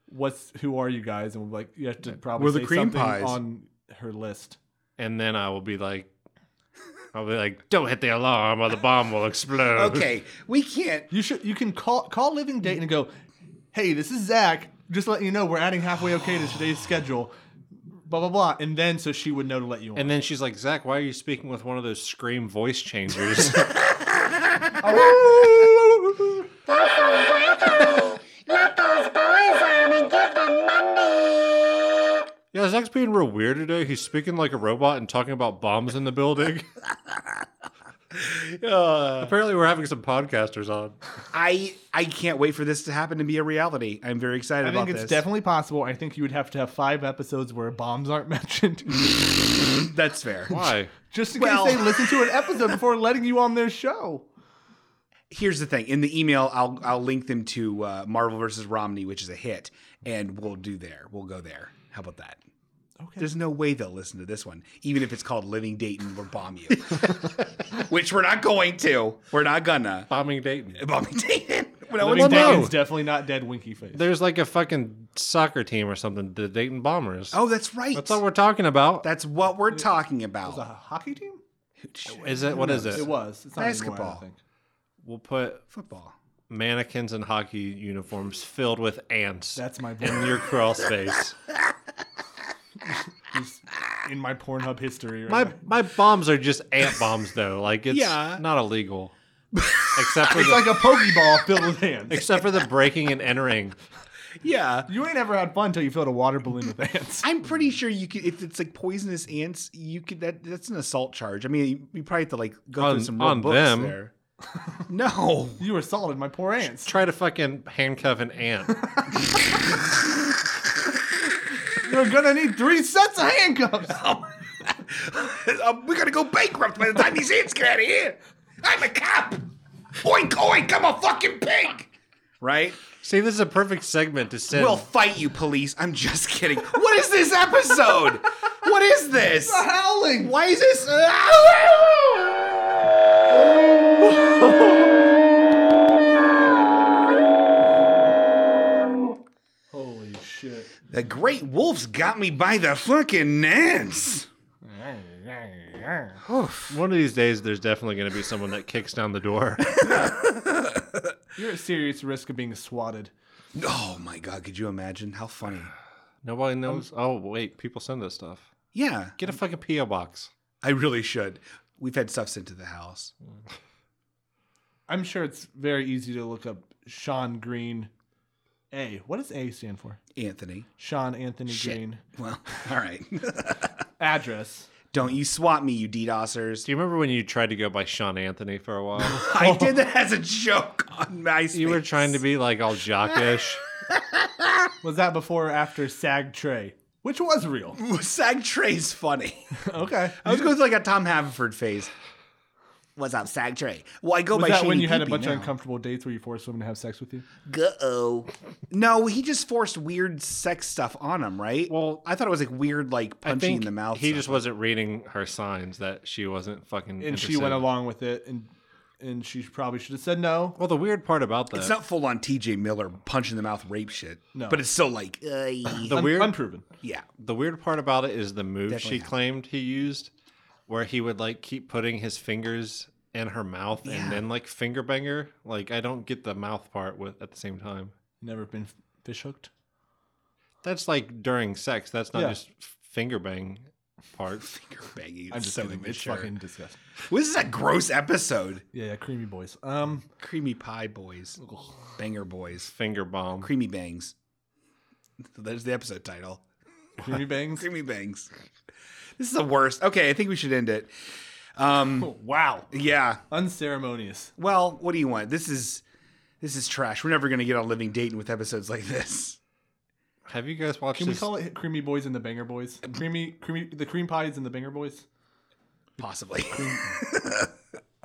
S3: What's who are you guys? And we're like you have to probably
S1: We're the
S3: say
S1: cream
S3: something
S1: pies.
S3: on her list.
S4: and then I will be like I'll be like, Don't hit the alarm or the bomb will explode.
S1: Okay, we can't.
S3: You should you can call call Living Dayton and go, hey, this is Zach. Just letting you know we're adding halfway okay to today's schedule. Blah blah blah, and then so she would know to let you on.
S4: And then she's like, Zach, why are you speaking with one of those scream voice changers?
S5: Let those boys on and give them money.
S4: yeah, Zach's being real weird today. He's speaking like a robot and talking about bombs in the building. Apparently, we're having some podcasters on.
S1: I I can't wait for this to happen to be a reality. I'm very excited
S3: I
S1: about
S3: think it's
S1: this.
S3: definitely possible. I think you would have to have five episodes where bombs aren't mentioned,
S1: That's fair.
S4: Why?
S3: just in
S1: Well-
S3: case they listen to an episode before letting you on their show.
S1: Here's the thing. In the email, I'll I'll link them to uh, Marvel versus Romney, which is a hit, and we'll do there. We'll go there. How about that? Okay. There's no way they'll listen to this one, even if it's called Living Dayton or Bomb You, which we're not going to. We're not gonna.
S4: Bombing Dayton.
S1: Bombing Dayton. No
S3: Living
S1: one's-
S3: Dayton's definitely not dead winky face.
S4: There's like a fucking soccer team or something, the Dayton Bombers.
S1: Oh, that's right.
S4: That's all we're talking about.
S1: That's what we're talking
S3: It was a
S1: about.
S3: hockey team.
S4: Is it? What is it?
S3: It was it's not anymore, I
S1: Basketball.
S3: don't think.
S4: We'll put
S1: Football.
S4: mannequins in hockey uniforms filled with ants
S3: That's my
S4: in
S3: porn,
S4: your crawl space.
S3: in my Pornhub history. Right
S4: my
S3: now.
S4: my bombs are just ant bombs though. Like it's
S1: Yeah.
S4: not illegal. Except for
S3: it's
S4: the,
S3: like a pokeball filled with ants.
S4: except for the breaking and entering.
S1: Yeah.
S3: You ain't ever had fun until you filled a water balloon with ants.
S1: I'm pretty sure you could if it's like poisonous ants, you could that that's an assault charge. I mean, you, you probably have to like go
S4: On-
S1: through some real
S4: on
S1: books
S4: them.
S1: there. No.
S3: You assaulted my poor ants.
S4: Try to fucking handcuff an ant.
S3: You're gonna need three sets of handcuffs.
S1: Um, we're gonna go bankrupt by the time these ants get out of here. I'm a cop. Oink oink, I'm a fucking pig. Right?
S4: See, this is a perfect segment to send.
S1: We'll fight you, police. I'm just kidding. What is this episode? what is this?
S3: Howling.
S1: Why is this?
S3: Holy shit.
S1: The great wolf's got me by the fucking nance.
S4: one of these days, there's definitely going to be someone that kicks down the door.
S3: You're at serious risk of being swatted.
S1: Oh my god, could you imagine? How funny.
S4: Nobody knows. Oh wait, people send us stuff.
S1: Yeah,
S4: Get a fucking PO box.
S1: I really should. We've had stuff sent to the house.
S3: I'm sure it's very easy to look up Sean Green. A. What does A stand for?
S1: Anthony.
S3: Sean Anthony
S1: Shit.
S3: Green.
S1: Well, all right.
S3: Address.
S1: Don't you swap me, you DDoSers.
S4: Do you remember when you tried to go by Sean Anthony for a while?
S3: Oh.
S1: I did that as a joke on MySpace.
S4: You were trying to be like all jockish.
S3: Was that before or after Sag Tray? Which was real.
S1: Sag Trey's funny.
S3: Okay.
S1: I was going through like a Tom Haverford phase. What's up, Sag Trey? Well, I go
S3: Was
S1: by
S3: that
S1: Shady
S3: when you had a
S1: Peepee
S3: bunch
S1: now.
S3: of uncomfortable dates where you forced women to have sex with you?
S1: Go. No, he just forced weird sex stuff on him, right? Well, I thought it was like weird, like
S4: I
S1: punching in
S4: think
S1: the mouth.
S4: He
S1: stuff.
S4: just wasn't reading her signs that she wasn't fucking.
S3: And she went along with it, and and she probably should have said no.
S4: Well, the weird part about that.
S1: It's not full on T.J. Miller punch in the mouth rape shit,
S3: No.
S1: but it's still like, "Ay."
S4: the
S3: Un-
S4: weird
S3: unproven.
S1: yeah,
S4: The weird part about it is the move
S1: Definitely
S4: she
S1: not.
S4: claimed he used, where he would like keep putting his fingers in her mouth
S1: Yeah.
S4: and then like finger bang her. Like I don't get the mouth part with at the same time.
S3: Never been f- fish hooked.
S4: That's like during sex. That's not
S3: Yeah.
S4: just f- finger bang part.
S1: finger banging.
S3: I'm
S1: It's
S3: just
S1: so
S3: kidding. It's
S1: immature.
S3: fucking disgusting.
S1: Well, this is a gross episode.
S3: Yeah, yeah, creamy boys. Um,
S1: Creamy pie boys, banger boys,
S4: Finger bomb.
S1: creamy bangs. So there's the episode title.
S3: creamy bangs.
S1: Creamy bangs. This is the worst. Okay, I think we should end it. Um,
S3: wow,
S1: yeah.
S3: unceremonious.
S1: Well, what do you want? This is this is trash. We're never gonna get on Living Dayton with episodes like this.
S4: Have you guys watched?
S3: Can
S4: this?
S3: we call it creamy boys and the banger boys? Creamy, creamy, the cream pies and the banger boys.
S1: Possibly.
S3: I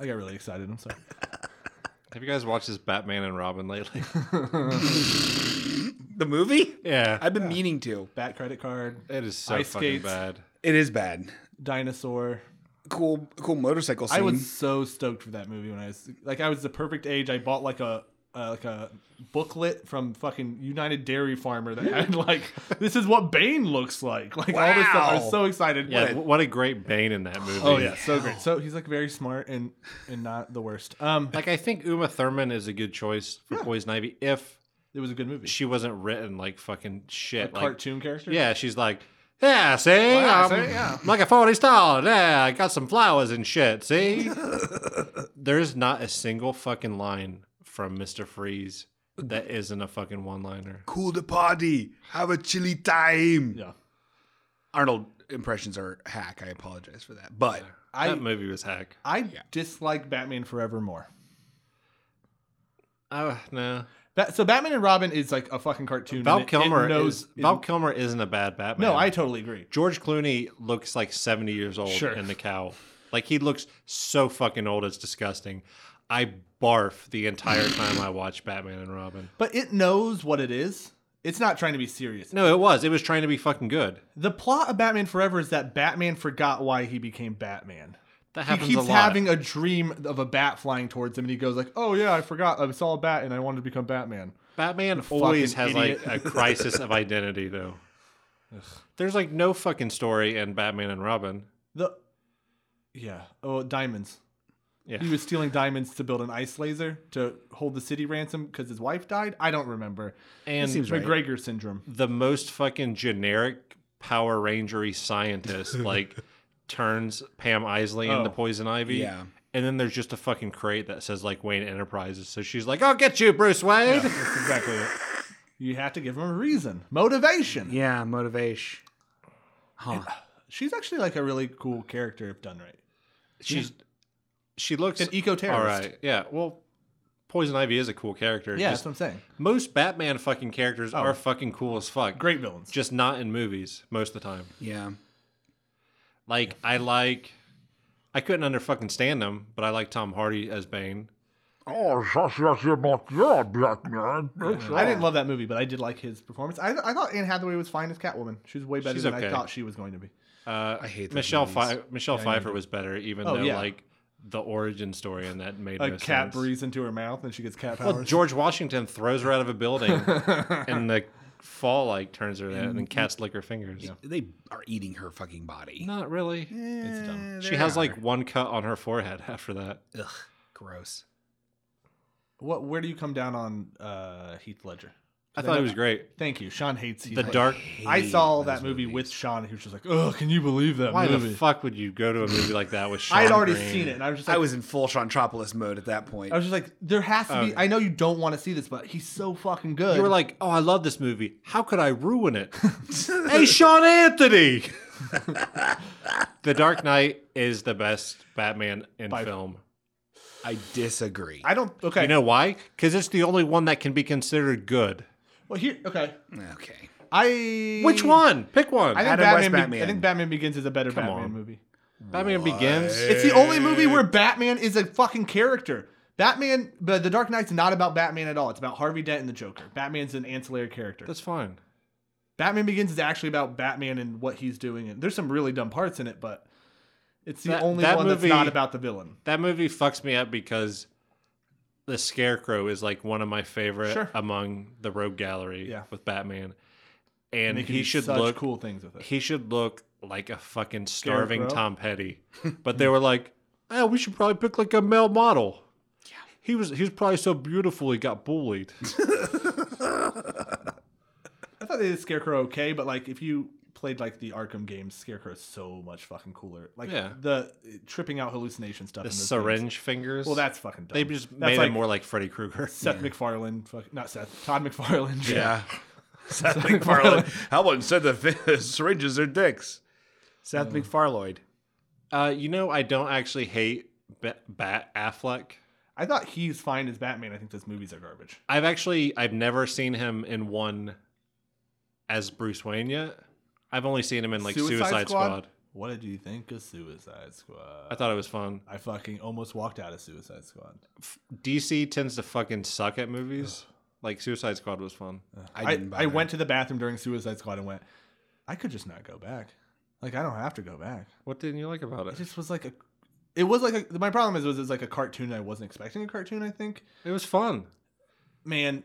S3: got really excited. I'm sorry.
S4: Have you guys watched this Batman and Robin lately?
S1: the movie?
S4: yeah,
S1: I've been meaning to.
S3: Bat credit card,
S4: it is so
S3: Ice
S4: fucking
S3: skates.
S4: bad.
S1: It is bad.
S3: dinosaur.
S1: Cool cool motorcycle scene.
S3: I was so stoked for that movie when I was like, I was the perfect age. I bought like a. Uh, like a booklet from fucking United Dairy Farmer that had like this is what Bane looks like like all this stuff. I
S1: Wow.
S3: was so excited.
S4: Yeah, what a, great Bane in that movie.
S3: Oh yeah, so great. So he's like very smart and and not the worst. Um,
S4: Like I think Uma Thurman is a good choice for Poison Ivy if
S3: it was a good movie.
S4: she wasn't written like fucking shit. like
S3: Cartoon character.
S4: Yeah, she's like, yeah, see,
S3: yeah,
S4: I'm
S3: see, yeah."
S4: like a forty star. Yeah, I got some flowers and shit. See, there's not a single fucking line from Mister Freeze that isn't a fucking one liner.
S1: cool to party. Have a chilly time.
S3: Yeah.
S1: Arnold impressions are hack. I apologize for that. But
S3: I-
S4: that movie was hack.
S3: I dislike Batman Forever more.
S4: Oh no,
S3: Ba- so Batman and Robin is like a fucking cartoon.
S4: Val
S3: and it- it
S4: Kilmer
S3: knows-
S4: is Val Kilmer isn't a bad Batman.
S3: no, I totally agree.
S4: George Clooney looks like 70 years old
S3: Sure.
S4: in the cowl. Like he looks so fucking old, it's disgusting. I barf the entire time I watch Batman and Robin.
S3: But it knows what it is. It's not trying to be serious.
S4: No, it was. It was trying to be fucking good.
S3: The plot of Batman Forever is that Batman forgot why he became Batman.
S4: That
S3: He
S4: happens
S3: keeps
S4: a lot.
S3: having a dream of a bat flying towards him, and he goes like, "Oh yeah, I forgot. I saw a bat, and I wanted to become Batman."
S4: Batman
S3: fucking
S4: always has
S3: idiot.
S4: like a crisis of identity, though. There's like no fucking story in Batman and Robin.
S3: The yeah, oh diamonds.
S4: Yeah.
S3: He was stealing diamonds to build an ice laser to hold the city ransom because his wife died. I don't remember.
S4: And
S1: seems right.
S3: McGregor syndrome.
S4: the most fucking generic Power Rangery scientist like turns Pam Isley into
S3: Oh,
S4: Poison Ivy.
S1: yeah.
S4: And then there's just a fucking crate that says like Wayne Enterprises. So she's like, "I'll get you, Bruce Wayne."
S3: That's exactly it. You have to give him a reason, motivation.
S1: yeah, motivation. Huh.
S3: She's actually like a really cool character if done right.
S4: She's she looks
S3: An eco-terrorist.
S4: All right, yeah. Well, Poison Ivy is a cool character.
S3: Yeah,
S4: Just-
S3: that's what I'm saying.
S4: most Batman fucking characters are fucking cool as fuck.
S3: Oh. Great villains.
S4: just not in movies most of the time.
S1: Yeah.
S4: Like I like, I couldn't under fucking stand them, but I like Tom Hardy as Bane.
S12: Oh, that's that's about your black man. It's,
S3: I didn't love that movie, but I did like his performance. I, I thought Anne Hathaway was fine as Catwoman. She was way better
S4: She's
S3: than I
S4: okay.
S3: thought she was going to be.
S4: Uh,
S1: I hate those
S4: Michelle
S1: movies.
S4: Pfeiffer. Michelle Pfeiffer was better, even
S3: Oh,
S4: though
S3: yeah.
S4: like the origin story and that made
S3: A
S4: no
S3: cat
S4: sense.
S3: breathes into her mouth and she gets cat powers.
S4: Well, George Washington throws her out of a building, and the fall like turns her that, and then
S3: Mm-hmm.
S4: cats lick her fingers.
S1: They are eating her fucking body.
S4: Not really.
S3: it's dumb.
S4: She has like one cut on her forehead after that.
S1: Ugh, gross.
S3: What? Where do you come down on uh, Heath Ledger?
S4: I thought it was great.
S3: Thank you. Sean hates Heath
S4: The
S3: Ledger.
S4: dark.
S3: I saw
S1: Hate
S3: that
S1: those
S3: movie
S1: movies.
S3: with Sean, who was just like, "Oh, can you believe that
S4: Why
S3: movie?"
S4: the fuck would you go to a movie like that with? Sean
S3: I had already
S4: Green?
S3: seen it, and I was just like,
S1: I was in full Shantropolis mode at that point.
S3: I was just like, there has to be.
S4: Oh,
S3: I know you don't want to see this, but he's so fucking good.
S4: You were like, "Oh, I love this movie. How could I ruin it?" hey, Sean Anthony. The Dark Knight is the best Batman in film.
S1: I disagree.
S3: I don't. Okay.
S4: You know why? Because it's the only one that can be considered good.
S3: Well, here. Okay.
S1: Okay.
S3: I.
S4: Which one? Pick one.
S3: I think
S1: Adam West
S3: Batman, Be-
S1: Batman.
S3: I think Batman Begins is a better Batman
S4: on.
S3: movie.
S4: Batman Begins.
S3: It's the only movie where Batman is a fucking character. Batman, but The Dark Knight's not about Batman at all. It's about Harvey Dent and the Joker. Batman's an ancillary character.
S4: That's fine.
S3: Batman Begins is actually about Batman and what he's doing. And there's some really dumb parts in it, but it's the
S4: That-
S3: only
S4: that
S3: one
S4: movie-
S3: that's not about the villain.
S4: That movie fucks me up because the Scarecrow is like one of my favorite
S3: Sure.
S4: among the Rogue Gallery
S3: Yeah.
S4: with Batman, and
S3: they can
S4: he
S3: do
S4: should
S3: such
S4: look
S3: cool things with it.
S4: He should look like a fucking starving
S3: Scarecrow?
S4: Tom Petty. But they were like, "Oh, we should probably pick like a male model." Yeah. He was he was probably so beautiful he got bullied.
S3: I thought they did Scarecrow okay, but like if you played like the Arkham games, Scarecrow's so much fucking cooler. Like
S4: Yeah.
S3: the tripping out hallucination stuff.
S4: the
S3: in those
S4: syringe
S3: games.
S4: fingers.
S3: Well, that's fucking dumb.
S4: They just
S3: That's
S4: made
S3: like
S4: him more like Freddy Krueger.
S3: Seth MacFarlane. Fuck, not Seth. Todd McFarlane.
S1: Yeah. Seth MacFarlane. How about instead the fi- syringes are dicks? Seth MacFarlane.
S4: Uh, you know, I don't actually hate Bat, Bat Affleck.
S3: I thought he's fine as Batman. I think those movies are garbage.
S4: I've actually I've never seen him in one as Bruce Wayne yet. I've only seen him in like Suicide, Squad.
S3: What did you think of Suicide Squad?
S4: I thought it was fun.
S3: I fucking almost walked out of Suicide Squad.
S4: DC tends to fucking suck at movies. Like Suicide Squad was fun.
S3: I I, went to the bathroom during Suicide Squad and went. I could just not go back. Like I don't have to go back.
S4: What didn't you like about
S3: It
S4: it?
S3: just was like a. It was like a, my problem is was it's like a cartoon. I wasn't expecting a cartoon. I think
S4: It was fun.
S3: man,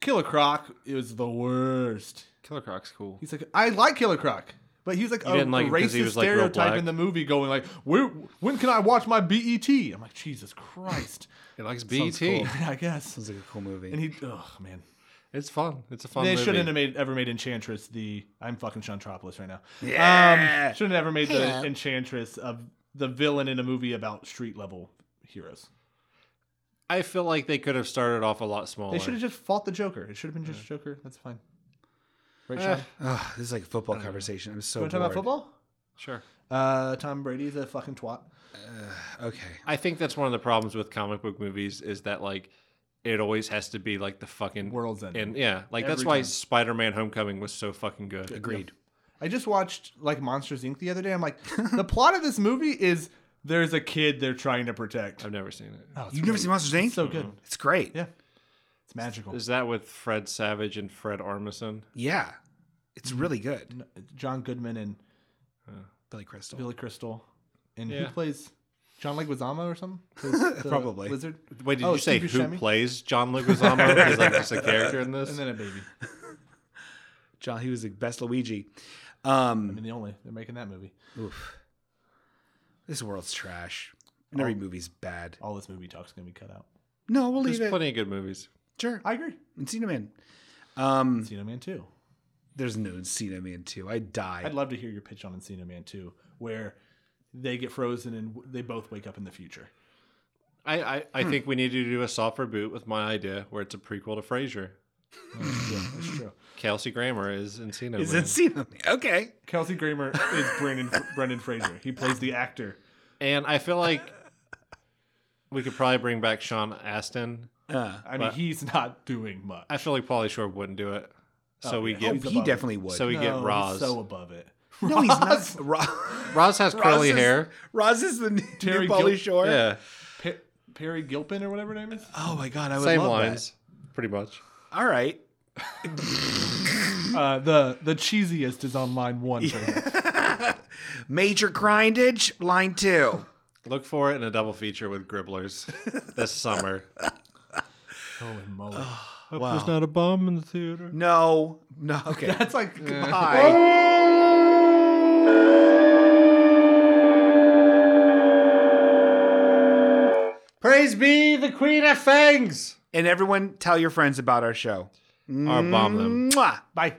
S3: Killer Croc it was the worst.
S4: Killer Croc's cool.
S3: He's like, I like Killer Croc, but he's like
S4: You
S3: a
S4: didn't like it 'cause
S3: racist
S4: he was, like, real
S3: stereotype
S4: black?
S3: in the movie, going like, Where, when can I watch my BET? I'm like, Jesus Christ.
S4: He likes E BET.
S3: Sounds cool. I guess.
S1: Sounds like a cool movie.
S3: And he, oh man,
S4: It's fun. It's a fun.
S3: they
S4: movie.
S3: shouldn't have made ever made Enchantress the. I'm fucking Chantropolis right now.
S1: Yeah.
S3: um, shouldn't have ever made
S6: Hello.
S3: the Enchantress of the villain in a movie about street level heroes.
S4: I feel like they could have started off a lot smaller.
S3: They should have just fought the Joker. It should have been just Joker. That's fine. Right,
S4: Ah.
S3: Sean?
S1: Ugh, this is like a football conversation. I'm so
S3: you want to talk about
S1: bored.
S3: football?
S4: Sure.
S3: Uh, Tom Brady's a fucking twat.
S1: Okay.
S4: I think that's one of the problems with comic book movies is that like it always has to be like the fucking
S3: World's End.
S4: And yeah, like that's
S3: Every
S4: why
S3: time.
S4: Spider-Man: Homecoming was so fucking good.
S1: Agreed.
S3: I just watched like Monsters Inc. the other day. I'm like, the plot of this movie is there's a kid they're trying to protect.
S4: I've never seen it.
S3: Oh, it's,
S1: You've never seen Monsters Inc.?
S4: Mm-hmm.
S3: so good.
S1: It's great.
S3: Yeah. It's magical.
S4: Is that with Fred Savage and Fred Armisen?
S1: Yeah. It's
S3: Mm.
S1: really good.
S3: John Goodman and
S1: Billy Crystal.
S3: Billy Crystal, and
S4: Yeah.
S3: who plays John Leguizamo or something? Plays the
S1: Probably.
S3: lizard.
S4: Wait, did
S3: Oh,
S4: you say
S3: Steve
S4: who
S3: Buscemi?
S4: plays John Leguizamo? Is like just a character in this?
S3: And then a baby.
S1: John, he was the best Luigi.
S3: I
S1: Um,
S3: mean, the only they're making that movie.
S1: oof. This world's trash. And
S3: Oh.
S1: every movie's bad.
S3: All this movie talk's gonna be cut out.
S1: No, we'll
S4: There's
S1: leave it.
S4: plenty of good movies.
S1: Sure.
S3: I agree.
S1: Encino Man. Um,
S3: Encino Man Two.
S1: there's no Encino Man 2. I died.
S3: I'd love to hear your pitch on Encino Man Two, where they get frozen and w- they both wake up in the future.
S4: I I,
S1: Hmm.
S4: I think we need to do a soft reboot with my idea where it's a prequel to Frasier.
S3: That's true.
S4: Kelsey Grammer is Encino
S1: Is
S4: Man.
S1: Encino Man. Okay.
S3: Kelsey Grammer is Brandon Brendan Fraser. He plays the actor.
S4: and I feel like we could probably bring back Sean Astin.
S1: Uh,
S3: I mean, he's not doing much.
S4: I feel like Pauly Shore wouldn't do it.
S1: Oh,
S4: So we
S3: yeah.
S4: get
S3: He's
S1: he
S3: above
S1: definitely would.
S4: so we get
S3: he's
S4: Roz.
S3: so above it.
S1: no, he's not. Roz,
S4: Roz has curly
S1: is,
S4: hair.
S1: Roz is the new,
S3: Terry
S1: new Pauly
S3: Gil-
S1: Shore.
S4: Yeah,
S3: Pe- Perry Gilpin or whatever her name is.
S1: Oh my god, I would
S4: same
S1: love
S4: lines, pretty much.
S1: that. All right.
S3: Uh, the the cheesiest is on line one. for him.
S1: Major grindage, line two.
S4: Look for it in a double feature with Gribblers this summer.
S3: Holy moly!
S1: Wow.
S4: not a bomb in the theater.
S1: No, no. Okay.
S3: That's like
S1: Goodbye.
S4: Praise be the Queen of Fangs.
S1: And everyone, tell your friends about our show.
S4: Or bomb them.
S1: Mwah.
S3: Bye.